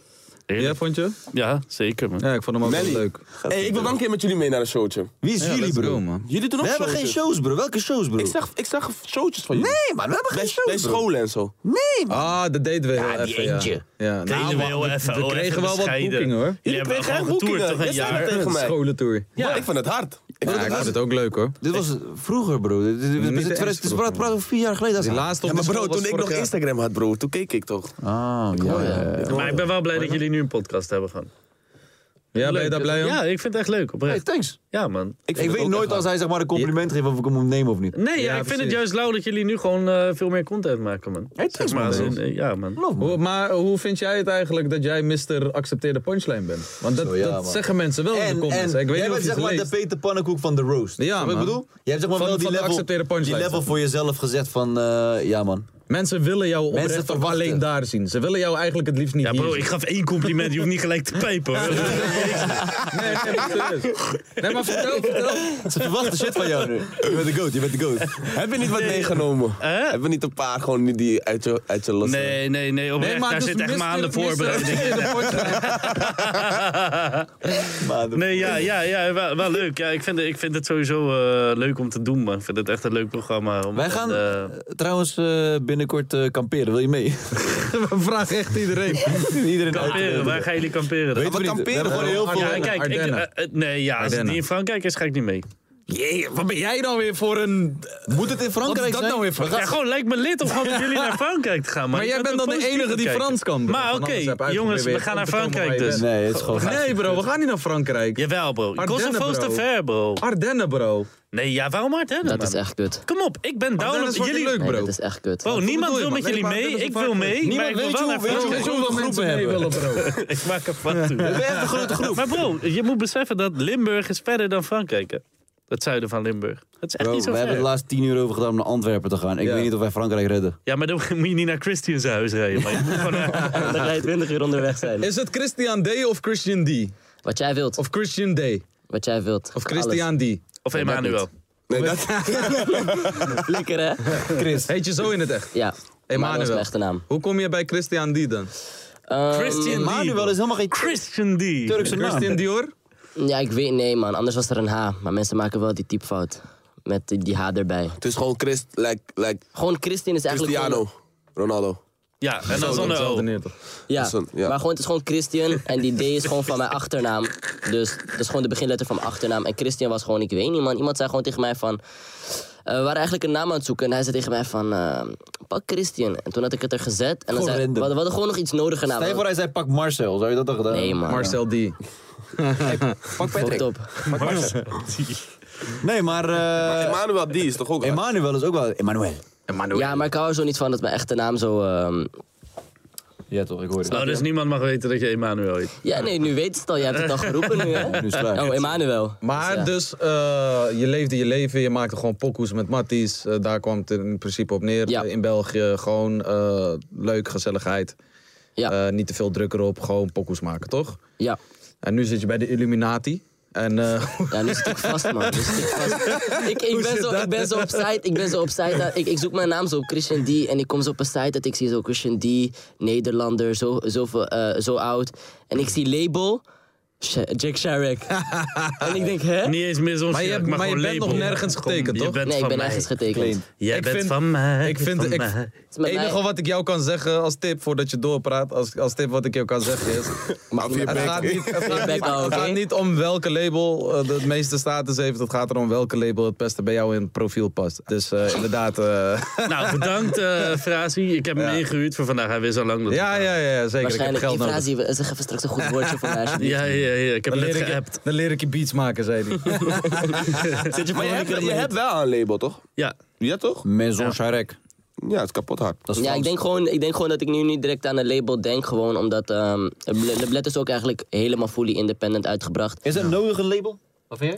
[SPEAKER 4] Ja,
[SPEAKER 5] Heerlijk.
[SPEAKER 4] vond je?
[SPEAKER 5] Ja, zeker man.
[SPEAKER 4] Ja, ik vond hem ook wel
[SPEAKER 1] Melly.
[SPEAKER 4] leuk.
[SPEAKER 1] Hey, ik wil wel een keer met jullie mee naar een showtje.
[SPEAKER 3] Wie is
[SPEAKER 4] Ja,
[SPEAKER 3] jullie
[SPEAKER 4] let's
[SPEAKER 3] bro?
[SPEAKER 4] go, man.
[SPEAKER 1] Jullie doen ook
[SPEAKER 3] We hebben geen
[SPEAKER 1] showtjes.
[SPEAKER 3] shows bro. Welke shows bro?
[SPEAKER 1] Ik zag, ik zag showtjes van jullie.
[SPEAKER 3] Nee man, we hebben geen
[SPEAKER 1] Bij, bij
[SPEAKER 3] shows bro.
[SPEAKER 1] scholen en zo.
[SPEAKER 3] Nee man.
[SPEAKER 4] Ah, dat deden we heel
[SPEAKER 3] die
[SPEAKER 4] even, ja.
[SPEAKER 3] eentje.
[SPEAKER 4] Ja, nou,
[SPEAKER 5] Deden we
[SPEAKER 4] man,
[SPEAKER 5] heel even,
[SPEAKER 4] We
[SPEAKER 5] oh,
[SPEAKER 4] kregen
[SPEAKER 5] even
[SPEAKER 4] wel wat
[SPEAKER 5] bescheiden.
[SPEAKER 4] boeken hoor.
[SPEAKER 5] Jullie hebben wel
[SPEAKER 1] kregen
[SPEAKER 5] gewoon
[SPEAKER 1] echt
[SPEAKER 5] getoerd
[SPEAKER 1] boeken.
[SPEAKER 5] toch
[SPEAKER 1] Jij
[SPEAKER 5] een
[SPEAKER 1] zei
[SPEAKER 5] jaar?
[SPEAKER 1] dat tegen mij.
[SPEAKER 4] Scholentour.
[SPEAKER 1] Ja. Ik vond het hard. Ik vond
[SPEAKER 4] Ja, ik
[SPEAKER 1] het hard.
[SPEAKER 4] vond het ook leuk hoor.
[SPEAKER 3] Dit was vroeger bro. Dit- dit- dit-
[SPEAKER 4] Niet
[SPEAKER 3] dit-
[SPEAKER 4] eens
[SPEAKER 3] Het is- het is
[SPEAKER 4] vroeger.
[SPEAKER 3] praat praat over vier jaar geleden.
[SPEAKER 4] Die
[SPEAKER 3] als-
[SPEAKER 4] laatste
[SPEAKER 1] Ja,
[SPEAKER 4] op de
[SPEAKER 1] maar bro,
[SPEAKER 4] school was
[SPEAKER 1] toen ik
[SPEAKER 4] vorig
[SPEAKER 1] nog
[SPEAKER 4] jaar.
[SPEAKER 1] Instagram had, bro, toen keek ik toch.
[SPEAKER 3] Ah, ja. ja, ja.
[SPEAKER 5] Maar ik ben wel blij dat jullie nu een podcast hebben gewoon.
[SPEAKER 4] Ja, ben je daar blij om?
[SPEAKER 5] Ja, ik vind het echt leuk.
[SPEAKER 3] Hey,
[SPEAKER 5] Oprecht.
[SPEAKER 3] thanks.
[SPEAKER 5] Ja man.
[SPEAKER 3] Ik, weet nooit als hij zeg maar een compliment geeft of ik hem moet nemen of niet.
[SPEAKER 5] Nee,
[SPEAKER 4] Ja,
[SPEAKER 5] ja, ik vind het
[SPEAKER 4] precies.
[SPEAKER 5] juist lauw dat jullie nu gewoon eh, veel meer content maken, man.
[SPEAKER 3] Hey, thanks, man,
[SPEAKER 5] als
[SPEAKER 3] bro.
[SPEAKER 5] in, eh, ja, man.
[SPEAKER 3] Love, man.
[SPEAKER 4] Hoe- maar hoe vind jij het eigenlijk dat jij Mr. Accepteerde Punchline bent? Want dat,
[SPEAKER 3] Zo, ja,
[SPEAKER 4] dat
[SPEAKER 3] man.
[SPEAKER 4] zeggen mensen wel in de
[SPEAKER 3] En, en
[SPEAKER 4] comments. hè. ik weet
[SPEAKER 3] jij
[SPEAKER 4] niet of
[SPEAKER 3] bent
[SPEAKER 4] je
[SPEAKER 3] zeg
[SPEAKER 4] het
[SPEAKER 3] maar de
[SPEAKER 4] leest.
[SPEAKER 3] Peter Pannenkoek van de roast.
[SPEAKER 4] Ja,
[SPEAKER 3] Snap je wat
[SPEAKER 4] man.
[SPEAKER 3] ik bedoel? Jij hebt zeg maar
[SPEAKER 4] Van-
[SPEAKER 3] wel die
[SPEAKER 4] van de
[SPEAKER 3] level,
[SPEAKER 4] accepteren punchline,
[SPEAKER 3] die level
[SPEAKER 4] zeg.
[SPEAKER 3] voor jezelf gezet van, eh, ja man.
[SPEAKER 4] Mensen willen jou
[SPEAKER 3] Mensen
[SPEAKER 4] oprecht ook
[SPEAKER 3] verwachten.
[SPEAKER 4] alleen daar zien. Ze willen jou eigenlijk het liefst niet
[SPEAKER 5] Ja,
[SPEAKER 4] hier
[SPEAKER 5] bro, ik gaf één compliment. Je hoeft niet gelijk te pijpen. hoor.
[SPEAKER 4] zien. Nee, nee, maar serieus. nee, maar vertel, vertel.
[SPEAKER 3] Ze verwachten shit van jou nu. Je bent de goat, je bent de goat.
[SPEAKER 1] Heb je niet wat meegenomen? Heb je niet een paar gewoon die- die uit je, uit je losse...
[SPEAKER 5] Nee, nee, nee. Oprecht,
[SPEAKER 4] Nee, maar
[SPEAKER 5] daar
[SPEAKER 4] dus
[SPEAKER 5] zit echt
[SPEAKER 4] Mr.
[SPEAKER 5] maanden
[SPEAKER 4] Mr.
[SPEAKER 5] voorbereiding.
[SPEAKER 4] Accepteerde Punchline.
[SPEAKER 3] Maar de-
[SPEAKER 5] Nee, ja, ja, ja wel, wel leuk. Ja, ik, vind, het- ik vind het sowieso eh, leuk om te doen, man. Ik vind het echt een leuk programma. om-
[SPEAKER 3] Wij gaan
[SPEAKER 5] en, eh,
[SPEAKER 3] eh, trouwens eh, binnenkort eh, kamperen, wil je mee?
[SPEAKER 4] Vraag echt iedereen.
[SPEAKER 3] Iedereen uit. eh,
[SPEAKER 5] kamperen. Waar gaan jullie kamperen? dan?
[SPEAKER 3] Weet we niet.
[SPEAKER 1] kamperen
[SPEAKER 3] We hebben
[SPEAKER 1] gewoon
[SPEAKER 3] gewoon heel
[SPEAKER 5] Ja,
[SPEAKER 3] veel...
[SPEAKER 5] kijk, ik,
[SPEAKER 4] Ardennen.
[SPEAKER 5] eh, eh, nee, ja, als het
[SPEAKER 4] Ardennen.
[SPEAKER 5] niet in Frankrijk is, ga ik niet mee.
[SPEAKER 4] Jee, wat ben jij dan weer voor een...
[SPEAKER 3] Moet het in
[SPEAKER 4] Wat is
[SPEAKER 3] Frankrijk
[SPEAKER 4] dat
[SPEAKER 3] zijn?
[SPEAKER 4] nou weer voor-
[SPEAKER 3] We gaan-
[SPEAKER 5] Ja, gewoon lijkt me lid om gewoon met jullie naar Frankrijk te gaan.
[SPEAKER 4] Maar jij bent dan de enige die Frans kan. bro.
[SPEAKER 5] Maar
[SPEAKER 4] Want anders
[SPEAKER 5] oké,
[SPEAKER 4] heb je
[SPEAKER 5] jongens, we
[SPEAKER 4] uitgeprobeerd
[SPEAKER 5] gaan naar
[SPEAKER 4] om te komen waar
[SPEAKER 5] Frankrijk
[SPEAKER 4] je
[SPEAKER 5] dus.
[SPEAKER 4] bent.
[SPEAKER 3] Nee, het is gewoon...
[SPEAKER 4] Nee bro, we gaan niet naar Frankrijk.
[SPEAKER 5] Jawel, bro.
[SPEAKER 4] Ardennen,
[SPEAKER 5] Kosovo is te
[SPEAKER 4] bro.
[SPEAKER 5] ver, bro.
[SPEAKER 4] Ardennen bro.
[SPEAKER 5] Nee, ja, waarom Ardennen,
[SPEAKER 2] Dat
[SPEAKER 5] man?
[SPEAKER 2] is echt kut.
[SPEAKER 5] Kom op, ik ben down
[SPEAKER 4] Ardennen
[SPEAKER 5] op
[SPEAKER 4] is fucking
[SPEAKER 5] Nou, jullie...
[SPEAKER 4] leuk
[SPEAKER 2] Nee,
[SPEAKER 4] bro.
[SPEAKER 2] dat is echt kut.
[SPEAKER 5] Bro,
[SPEAKER 4] bedoel
[SPEAKER 5] niemand
[SPEAKER 4] je,
[SPEAKER 5] wil
[SPEAKER 4] man?
[SPEAKER 5] met jullie
[SPEAKER 4] Nee, maar
[SPEAKER 5] mee.
[SPEAKER 4] Ardennen
[SPEAKER 5] Ik
[SPEAKER 4] is een
[SPEAKER 5] wil
[SPEAKER 4] vaak-
[SPEAKER 5] mee, maar ik wil wel naar
[SPEAKER 4] Weet
[SPEAKER 5] Frankrijk.
[SPEAKER 4] je hoeveel mensen mee willen bro?
[SPEAKER 5] Ik maak er van toe.
[SPEAKER 3] We hebben een grote groep.
[SPEAKER 5] Maar bro, je moet beseffen dat Limburg is verder dan Frankrijk, hè. Het zuiden van Limburg. Het is echt
[SPEAKER 3] Bro,
[SPEAKER 5] niet
[SPEAKER 3] we
[SPEAKER 5] zo
[SPEAKER 3] hebben de
[SPEAKER 5] ver.
[SPEAKER 3] laatste 10 uur over gedaan om naar Antwerpen te gaan. Ik
[SPEAKER 4] Ja.
[SPEAKER 3] weet niet of wij Frankrijk redden.
[SPEAKER 5] Ja, maar dan moet je niet naar Christian's huis rijden. Maar je moet gewoon naar-
[SPEAKER 2] Dan ga je 20 uur onderweg zijn.
[SPEAKER 4] Is het Christian D of Christian D?
[SPEAKER 2] Wat jij wilt.
[SPEAKER 4] Of Christian D?
[SPEAKER 2] Wat jij wilt.
[SPEAKER 4] Of Christian D?
[SPEAKER 5] Of Emmanuel.
[SPEAKER 1] Nee, dat...
[SPEAKER 2] Alles. Flikker, hè?
[SPEAKER 4] Chris. Heet je zo in het echt?
[SPEAKER 2] Ja. Emmanuel is
[SPEAKER 4] Emmanuel.
[SPEAKER 2] mijn echte naam.
[SPEAKER 4] Hoe kom je bij Christian D dan?
[SPEAKER 2] Ehm,
[SPEAKER 5] Christian D.
[SPEAKER 3] Manuel
[SPEAKER 5] bro.
[SPEAKER 3] Eh, is helemaal geen
[SPEAKER 5] Christian D.
[SPEAKER 3] Turkse naam.
[SPEAKER 4] Christian Dior?
[SPEAKER 2] ja, ik weet, nee man, anders was er een H. Maar mensen maken wel die typfout. Met die- die H erbij.
[SPEAKER 1] Het is gewoon Christ, like, like
[SPEAKER 2] Gewoon Christian is eigenlijk
[SPEAKER 1] Cristiano Ronaldo.
[SPEAKER 5] Ja, en dan zonder O.
[SPEAKER 4] Hetzelfde neer, toch?
[SPEAKER 2] Ja,
[SPEAKER 1] Dat is een- ja.
[SPEAKER 2] maar gewoon, het is gewoon Christian en die D is gewoon van mijn achternaam. Dus dat is gewoon de beginletter van mijn achternaam. En Christian was gewoon, ik weet niet man, iemand zei gewoon tegen mij van... eh, we waren eigenlijk een naam aan het zoeken en hij zei tegen mij van, eh, pak Christian. En toen had ik het er gezet en dan
[SPEAKER 3] Gewoon
[SPEAKER 2] zei,
[SPEAKER 3] random.
[SPEAKER 2] we, hadden, we hadden gewoon nog iets nodiger naam.
[SPEAKER 3] Stel je voor, hij zei pak Marcel. Zou je dat dan
[SPEAKER 4] Eh,
[SPEAKER 3] gedaan
[SPEAKER 2] Nee
[SPEAKER 3] hebben?
[SPEAKER 2] man,
[SPEAKER 4] Marcel D.
[SPEAKER 3] Pak
[SPEAKER 2] fucked
[SPEAKER 3] Patrick.
[SPEAKER 2] up.
[SPEAKER 3] Nee, maar... eh,
[SPEAKER 1] Emmanuel, die is toch ook hard?
[SPEAKER 3] Emmanuel is ook wel... Emmanuel.
[SPEAKER 2] Ja, maar ik hou er zo niet van dat mijn echte naam zo... ehm,
[SPEAKER 3] Ja toch, ik hoor
[SPEAKER 5] Nou, dus niemand mag weten dat je Emmanuel heet.
[SPEAKER 2] Ja, nee, nu weet je het al. Je hebt het al geroepen nu, hè?
[SPEAKER 3] Nu is het klaar.
[SPEAKER 2] Oh, Emmanuel.
[SPEAKER 4] Maar dus, eh, je leefde je leven, je maakte gewoon pokoes met Matties. eh, daar kwam het in principe op neer.
[SPEAKER 2] Ja.
[SPEAKER 4] Eh, in België gewoon eh, leuk, gezelligheid.
[SPEAKER 2] Ja,
[SPEAKER 4] Eh, niet te veel druk erop, gewoon pokoes maken, toch?
[SPEAKER 2] ja.
[SPEAKER 4] En nu zit je bij de Illuminati. En eh,
[SPEAKER 2] Ja, nu zit ik vast, man. Nu zit ik vast. Ik, ik, ben, zo, ik ben zo op site, ik ben zo op site. dat- Ik, ik zoek mijn naam zo op Christian D. En ik kom zo op een site dat ik zie zo eh, Christian D. Nederlander, zo, zo, zo oud. En ik zie label Sha- Jack Sharek. en ik denk, hè?
[SPEAKER 5] Niet eens meer zo'n
[SPEAKER 4] Maar je
[SPEAKER 5] Sjaak,
[SPEAKER 4] hebt- maar je
[SPEAKER 5] gewoon
[SPEAKER 4] bent nog
[SPEAKER 5] label.
[SPEAKER 4] nergens
[SPEAKER 5] Gewoon,
[SPEAKER 4] getekend,
[SPEAKER 5] je
[SPEAKER 4] toch?
[SPEAKER 5] bent
[SPEAKER 2] nee, ik
[SPEAKER 5] van
[SPEAKER 2] ben
[SPEAKER 5] mij.
[SPEAKER 2] nergens getekend.
[SPEAKER 7] Clean.
[SPEAKER 5] Jij
[SPEAKER 4] Ik
[SPEAKER 5] bent
[SPEAKER 4] vind-
[SPEAKER 5] van mij.
[SPEAKER 4] ik vind-
[SPEAKER 5] van
[SPEAKER 4] ik-
[SPEAKER 5] mij.
[SPEAKER 2] Het is met
[SPEAKER 4] Het
[SPEAKER 2] mij-
[SPEAKER 4] enige wat ik jou kan zeggen als tip voordat je doorpraat, als, als tip wat ik jou kan zeggen is.
[SPEAKER 2] Mag
[SPEAKER 4] het,
[SPEAKER 2] niet meer.
[SPEAKER 4] gaat niet, het, gaat
[SPEAKER 2] Feedback
[SPEAKER 4] niet,
[SPEAKER 2] al,
[SPEAKER 4] het
[SPEAKER 2] oké?
[SPEAKER 4] gaat niet om welke label eh, de het meeste status heeft. Het gaat erom welke label het beste bij jou in het profiel past. Dus eh, inderdaad. eh,
[SPEAKER 5] Nou, bedankt, eh Frazi. Ik heb hem ingehuurd voor vandaag. Hij wist al lang dat
[SPEAKER 4] ja, ja, ja, zeker. Ik heb
[SPEAKER 2] Waarschijnlijk,
[SPEAKER 4] geld nodig.
[SPEAKER 2] inflatie, we- zeg even straks een goed woordje voor mij. alsjeblieft.
[SPEAKER 5] Ja, ja, ja. Ik heb
[SPEAKER 4] Dan
[SPEAKER 5] net
[SPEAKER 4] leer, ik, je-
[SPEAKER 5] geappt.
[SPEAKER 4] dan leer ik je beats maken, zei hij.
[SPEAKER 3] Maar je hebt, je hebt wel een label, toch?
[SPEAKER 5] Ja.
[SPEAKER 3] Ja, toch?
[SPEAKER 7] Maison Charek.
[SPEAKER 3] Ja, het Mm. is kapot hard.
[SPEAKER 7] Dat is
[SPEAKER 2] Ja, ik
[SPEAKER 7] Frans.
[SPEAKER 2] denk, gewoon, ik denk gewoon dat ik nu niet direct aan een label denk. Gewoon omdat ehm Ble- Leblet is ook eigenlijk helemaal fully independent uitgebracht.
[SPEAKER 7] Is dat nodig een label? Of jij?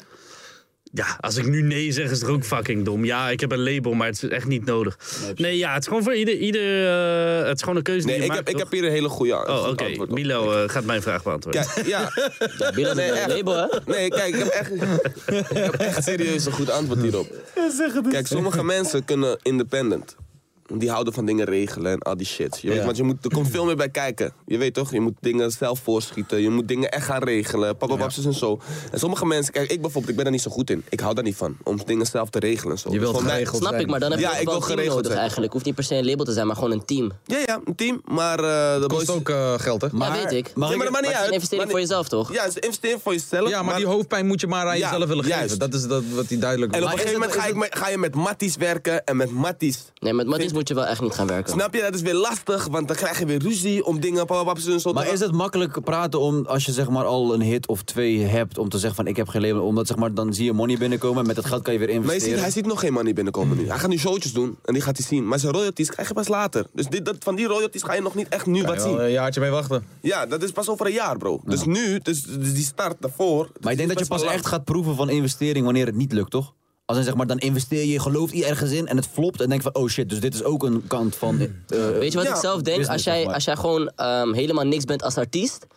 [SPEAKER 5] ja, als ik nu nee zeg, is het ook fucking dom. Ja, ik heb een label, maar het is echt niet nodig. Nee, ja, het is gewoon voor ieder... ieder eh, het is gewoon een keuze
[SPEAKER 3] Nee,
[SPEAKER 5] die je
[SPEAKER 3] ik
[SPEAKER 5] maakt,
[SPEAKER 3] heb, ik
[SPEAKER 5] toch?
[SPEAKER 3] heb hier een hele goede een
[SPEAKER 5] Oh,
[SPEAKER 3] goed
[SPEAKER 5] oké.
[SPEAKER 3] antwoord op.
[SPEAKER 5] Milo eh, gaat mijn vraag beantwoorden.
[SPEAKER 3] Kijk, ja.
[SPEAKER 2] Ja, Bill is
[SPEAKER 3] Nee,
[SPEAKER 2] een
[SPEAKER 3] echt.
[SPEAKER 2] label, hè?
[SPEAKER 3] Nee, kijk, ik heb echt, ik heb echt serieus een goed antwoord hierop. Kijk, sommige mensen kunnen independent. Die houden van dingen regelen en al die shit. Je weet, want je moet, er komt veel meer bij kijken. Je weet toch, je moet dingen zelf voorschieten. Je moet dingen echt gaan regelen. Papa, papjes en zo. En sommige mensen, kijk, ik bijvoorbeeld, ik ben daar niet zo goed in. Ik hou daar niet van. Om dingen zelf te regelen en zo. Dus
[SPEAKER 4] Je wilt
[SPEAKER 3] Voor mij-
[SPEAKER 4] geregeld
[SPEAKER 2] Snap
[SPEAKER 4] zijn.
[SPEAKER 2] ik, maar dan heb je
[SPEAKER 3] Ja,
[SPEAKER 2] ook
[SPEAKER 3] ik
[SPEAKER 2] wel
[SPEAKER 3] wil
[SPEAKER 2] een team
[SPEAKER 3] geregeld
[SPEAKER 2] nodig
[SPEAKER 3] zijn.
[SPEAKER 2] eigenlijk. Hoeft niet per se een label te zijn, maar gewoon een team.
[SPEAKER 3] Ja, ja, een team. Maar eh de boys...
[SPEAKER 4] Kost ook eh, geld, hè?
[SPEAKER 2] ja, weet ik.
[SPEAKER 3] Ja, maar dat maakt niet
[SPEAKER 2] het is
[SPEAKER 3] uit.
[SPEAKER 2] een investering
[SPEAKER 3] Maar-
[SPEAKER 2] voor jezelf, toch?
[SPEAKER 3] Ja, ze investeren voor jezelf.
[SPEAKER 4] Ja, maar, die hoofdpijn moet je maar aan
[SPEAKER 3] Ja,
[SPEAKER 4] jezelf willen
[SPEAKER 3] juist.
[SPEAKER 4] geven. Dat is dat, wat hij duidelijk
[SPEAKER 3] En op
[SPEAKER 4] maakt.
[SPEAKER 3] een gegeven moment ga, ik met- ga je met Matties werken en met Matties.
[SPEAKER 2] Nee, met Matties moet je wel echt niet gaan werken.
[SPEAKER 3] Snap je? Dat is weer lastig, want dan krijg je weer ruzie om dingen, papapaps en zo.
[SPEAKER 7] Maar is het makkelijk praten om, als je zeg maar al een hit of twee hebt, om te zeggen van ik heb geen label, omdat zeg maar dan zie je money binnenkomen en met dat geld kan je weer
[SPEAKER 3] Maar je ziet,
[SPEAKER 7] investeren.
[SPEAKER 3] hij ziet nog geen money binnenkomen nu. Hij gaat nu showtjes doen en die gaat hij zien. Maar zijn royalties krijg je pas later. Dus dit, dat, van die royalties ga je nog niet echt nu
[SPEAKER 4] Kan
[SPEAKER 3] wat
[SPEAKER 4] eh, je wel
[SPEAKER 3] zien.
[SPEAKER 7] eh.
[SPEAKER 4] een jaartje mee wachten.
[SPEAKER 3] Ja, dat is pas over een jaar, bro. Dus nu, dus, dus die start daarvoor.
[SPEAKER 7] Maar ik denk dat je pas echt gaat proeven van investering wanneer het niet lukt, toch? Als in, zeg maar, dan investeer je, je gelooft je ergens in en het flopt en denk van oh shit, dus dit is ook een kant van. eh, eh,
[SPEAKER 2] Weet je wat
[SPEAKER 3] Ja,
[SPEAKER 2] ik zelf denk?
[SPEAKER 7] business,
[SPEAKER 2] Als
[SPEAKER 7] zeg
[SPEAKER 2] jij,
[SPEAKER 7] maar.
[SPEAKER 2] als jij gewoon ehm, helemaal niks bent als artiest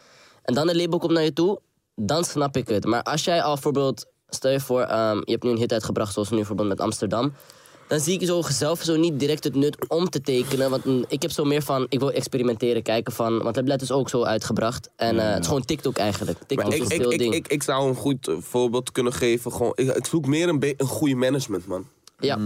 [SPEAKER 2] en dan een label komt naar je toe, dan snap ik het. Maar als jij al bijvoorbeeld, stel je voor, ehm, je hebt nu een hit uitgebracht, zoals nu bijvoorbeeld met Amsterdam. Dan zie ik zo zelf zo niet direct het nut om te tekenen. Want mm, ik heb zo meer van, ik wil experimenteren, kijken van. Want Lablet is ook zo uitgebracht. En eh, het is gewoon TikTok eigenlijk. TikTok
[SPEAKER 3] Maar ik,
[SPEAKER 2] is
[SPEAKER 3] ik,
[SPEAKER 2] veel
[SPEAKER 3] ik,
[SPEAKER 2] ding.
[SPEAKER 3] ik, ik zou een goed eh, voorbeeld kunnen geven. Gewoon, ik, ik zoek meer een, be- een goede management, man.
[SPEAKER 2] ja.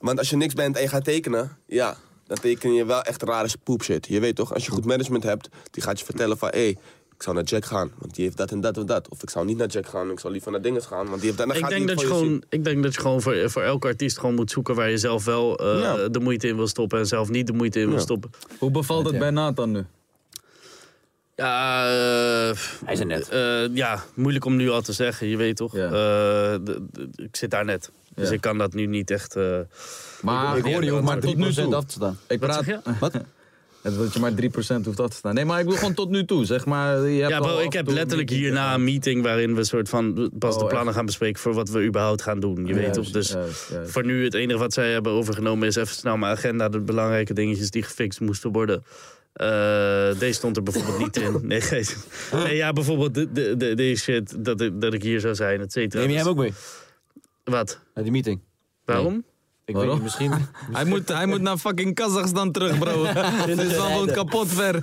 [SPEAKER 3] Want als je niks bent en je gaat tekenen, ja, dan teken je wel echt rare poepshit. Je weet toch, als je goed management hebt, die gaat je vertellen van... hé, hey, ik zou naar Jack gaan, want die heeft dat en dat en dat. Of ik zou niet naar Jack gaan, ik zou liever naar Dinges gaan, want die heeft dat en dat.
[SPEAKER 5] Ik
[SPEAKER 3] gaat
[SPEAKER 5] denk,
[SPEAKER 3] niet
[SPEAKER 5] dat je
[SPEAKER 3] voor
[SPEAKER 5] gewoon, ik denk dat je gewoon voor, voor elke artiest gewoon moet zoeken waar je zelf wel eh,
[SPEAKER 3] Ja.
[SPEAKER 5] de moeite in wil stoppen en zelf niet de moeite in wil stoppen.
[SPEAKER 4] Hoe bevalt het bij Nathan nu?
[SPEAKER 5] Ja, eh,
[SPEAKER 7] Hij is er net.
[SPEAKER 5] eh, ja, moeilijk om nu al te zeggen, je weet toch?
[SPEAKER 4] Ja.
[SPEAKER 5] Eh, d- d- ik zit daar net. Dus
[SPEAKER 4] Ja.
[SPEAKER 5] ik kan dat nu niet echt. eh,
[SPEAKER 4] Maar ik hoor je ook maar tot nu
[SPEAKER 7] 3%
[SPEAKER 4] toe.
[SPEAKER 7] af te staan.
[SPEAKER 4] Ik
[SPEAKER 5] Wat
[SPEAKER 4] praat.
[SPEAKER 5] zeg
[SPEAKER 7] Wat?
[SPEAKER 4] Het dat je maar 3% hoeft af te staan. Nee, maar ik wil gewoon tot nu toe. Zeg maar, je hebt
[SPEAKER 5] Ja,
[SPEAKER 4] al
[SPEAKER 5] bro,
[SPEAKER 4] af
[SPEAKER 5] ik
[SPEAKER 4] en
[SPEAKER 5] heb
[SPEAKER 4] toe
[SPEAKER 5] letterlijk
[SPEAKER 4] een meeting
[SPEAKER 5] hierna een
[SPEAKER 4] gedaan.
[SPEAKER 5] meeting waarin we soort van pas
[SPEAKER 4] Oh,
[SPEAKER 5] de plannen
[SPEAKER 4] echt?
[SPEAKER 5] gaan bespreken voor wat we überhaupt gaan doen. Je weet
[SPEAKER 4] Juist,
[SPEAKER 5] toch? Dus
[SPEAKER 4] juist, juist.
[SPEAKER 5] voor nu het enige wat zij hebben overgenomen is even snel mijn agenda, de belangrijke dingetjes die gefixt moesten worden. Eh, deze stond er bijvoorbeeld niet in. Nee, geest. nee ja, bijvoorbeeld de, de, de, deze shit, dat ik, dat ik hier zou zijn, et cetera. Dus
[SPEAKER 7] Neem jij hem ook mee?
[SPEAKER 5] Wat?
[SPEAKER 7] Naar die meeting.
[SPEAKER 5] Waarom?
[SPEAKER 7] Ik
[SPEAKER 4] Waarom?
[SPEAKER 7] weet niet, misschien.
[SPEAKER 4] Hij moet, hij moet naar fucking Kazachstan terug, bro. Dit is wel gewoon kapot ver.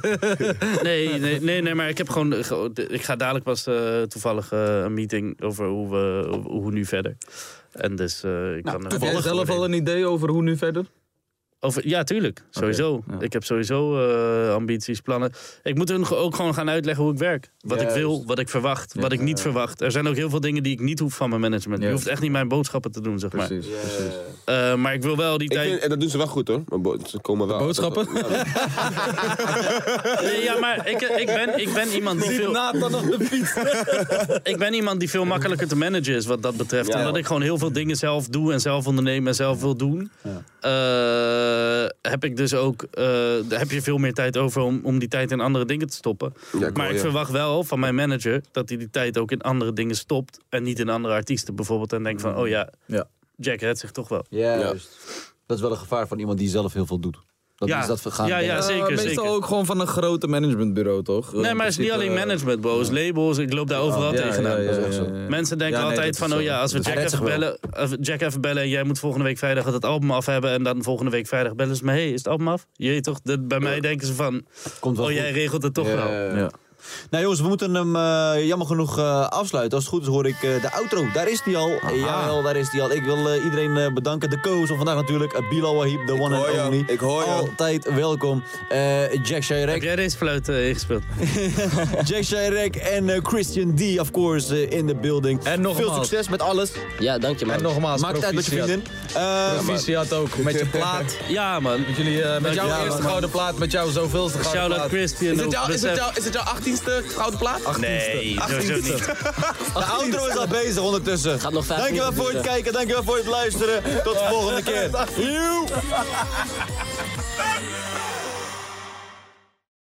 [SPEAKER 5] Nee, nee, nee, nee, maar ik heb gewoon. ge- Ik ga dadelijk pas eh, toevallig eh, een meeting over hoe we hoe, hoe nu verder. En dus eh, ik kan er-
[SPEAKER 4] Heb jij zelf al een idee over hoe nu verder?
[SPEAKER 5] Over, ja, tuurlijk. Sowieso. Ik heb sowieso eh, ambities, plannen. Ik moet hun ge- ook gewoon gaan uitleggen hoe ik werk. Wat ik wil, wat ik verwacht, wat ik niet verwacht. Er zijn ook heel veel dingen die ik niet hoef van mijn management. Je
[SPEAKER 4] Juist.
[SPEAKER 5] hoeft echt niet mijn boodschappen te doen, zeg maar.
[SPEAKER 4] Precies, precies.
[SPEAKER 5] Eh, maar ik wil wel die
[SPEAKER 3] Ik
[SPEAKER 5] tijd...
[SPEAKER 3] vind, en dat doen ze wel goed hoor. Maar bo- ze komen wel.
[SPEAKER 4] Boodschappen?
[SPEAKER 5] Nee, ja, maar ik, ik, ben, ik ben iemand die veel...
[SPEAKER 4] Nathan op de fiets.
[SPEAKER 5] ik ben iemand die veel makkelijker te managen is wat dat betreft.
[SPEAKER 3] Ja,
[SPEAKER 5] Omdat
[SPEAKER 3] ja.
[SPEAKER 5] ik gewoon heel veel dingen zelf doe en zelf onderneem en zelf wil doen. eh, heb ik dus ook eh, heb je veel meer tijd over om, om die tijd in andere dingen te stoppen.
[SPEAKER 3] Ja, ik
[SPEAKER 5] maar
[SPEAKER 3] hoor
[SPEAKER 5] ik
[SPEAKER 3] je.
[SPEAKER 5] verwacht wel van mijn manager dat hij die tijd ook in andere dingen stopt. En niet in andere artiesten bijvoorbeeld. En denkt van, oh ja,
[SPEAKER 4] Ja.
[SPEAKER 5] Jack redt zich toch wel.
[SPEAKER 7] Juist. Dat is wel een gevaar van iemand die zelf heel veel doet. Dat
[SPEAKER 5] Ja.
[SPEAKER 7] is dat vergaan.
[SPEAKER 5] Ja, ja,
[SPEAKER 7] denken.
[SPEAKER 5] zeker,
[SPEAKER 4] meestal
[SPEAKER 5] zeker.
[SPEAKER 4] ook gewoon van een grote managementbureau, toch?
[SPEAKER 5] Nee, maar het is niet alleen
[SPEAKER 4] eh,
[SPEAKER 5] management, bro. Het is labels. Ik loop daar overal tegenaan. Mensen denken altijd van, oh ja, als we Jack
[SPEAKER 7] redt
[SPEAKER 5] even,
[SPEAKER 7] zich wel.
[SPEAKER 5] bellen, als we Jack even bellen en jij moet volgende week vrijdag het album af hebben en dan volgende week vrijdag bellen ze me, hey, is het album af? Jeet toch, dat- bij mij denken ze van,
[SPEAKER 7] Komt wel
[SPEAKER 5] oh jij
[SPEAKER 7] goed.
[SPEAKER 5] regelt het toch wel.
[SPEAKER 4] Ja.
[SPEAKER 2] Nou jongens, we moeten hem eh, jammer genoeg eh, afsluiten. Als het goed is hoor ik eh, de outro. Daar is die al. Ja, Jawel, daar is die al. Ik wil eh, iedereen eh, bedanken. De co van vandaag natuurlijk. eh, Bilal Wahib, the one
[SPEAKER 3] hoor je.
[SPEAKER 2] and only.
[SPEAKER 3] Ik hoor je.
[SPEAKER 2] Altijd welkom. Eh, Jack
[SPEAKER 5] Heb
[SPEAKER 2] Shayrek.
[SPEAKER 5] jij racefluit eh, ingespeeld?
[SPEAKER 2] Jack Shayrek en eh, Christian D, of course, eh, in the building.
[SPEAKER 4] En nogmaals.
[SPEAKER 2] Veel succes met alles.
[SPEAKER 8] Ja, dank je man.
[SPEAKER 4] En nogmaals,
[SPEAKER 2] Maak het uit met je
[SPEAKER 4] proficiat.
[SPEAKER 2] vriendin. Eh,
[SPEAKER 4] Proficiat ook, met je plaat.
[SPEAKER 5] Ja, man.
[SPEAKER 4] Met, jullie, eh, met jouw
[SPEAKER 5] Ja,
[SPEAKER 4] eerste
[SPEAKER 5] man.
[SPEAKER 4] gouden plaat, met jouw zoveelste gouden
[SPEAKER 5] Shout-out
[SPEAKER 4] plaat.
[SPEAKER 5] Christian.
[SPEAKER 3] Is het, jou, is, het
[SPEAKER 5] Besef-
[SPEAKER 3] jou, is het jouw achttienste gouden plaat?
[SPEAKER 5] Nee, sowieso niet.
[SPEAKER 2] de outro is al bezig ondertussen.
[SPEAKER 8] Gaat nog vijf
[SPEAKER 2] Dankjewel
[SPEAKER 8] minuten
[SPEAKER 2] voor het kijken, dankjewel voor het luisteren. Tot de volgende keer. Joe!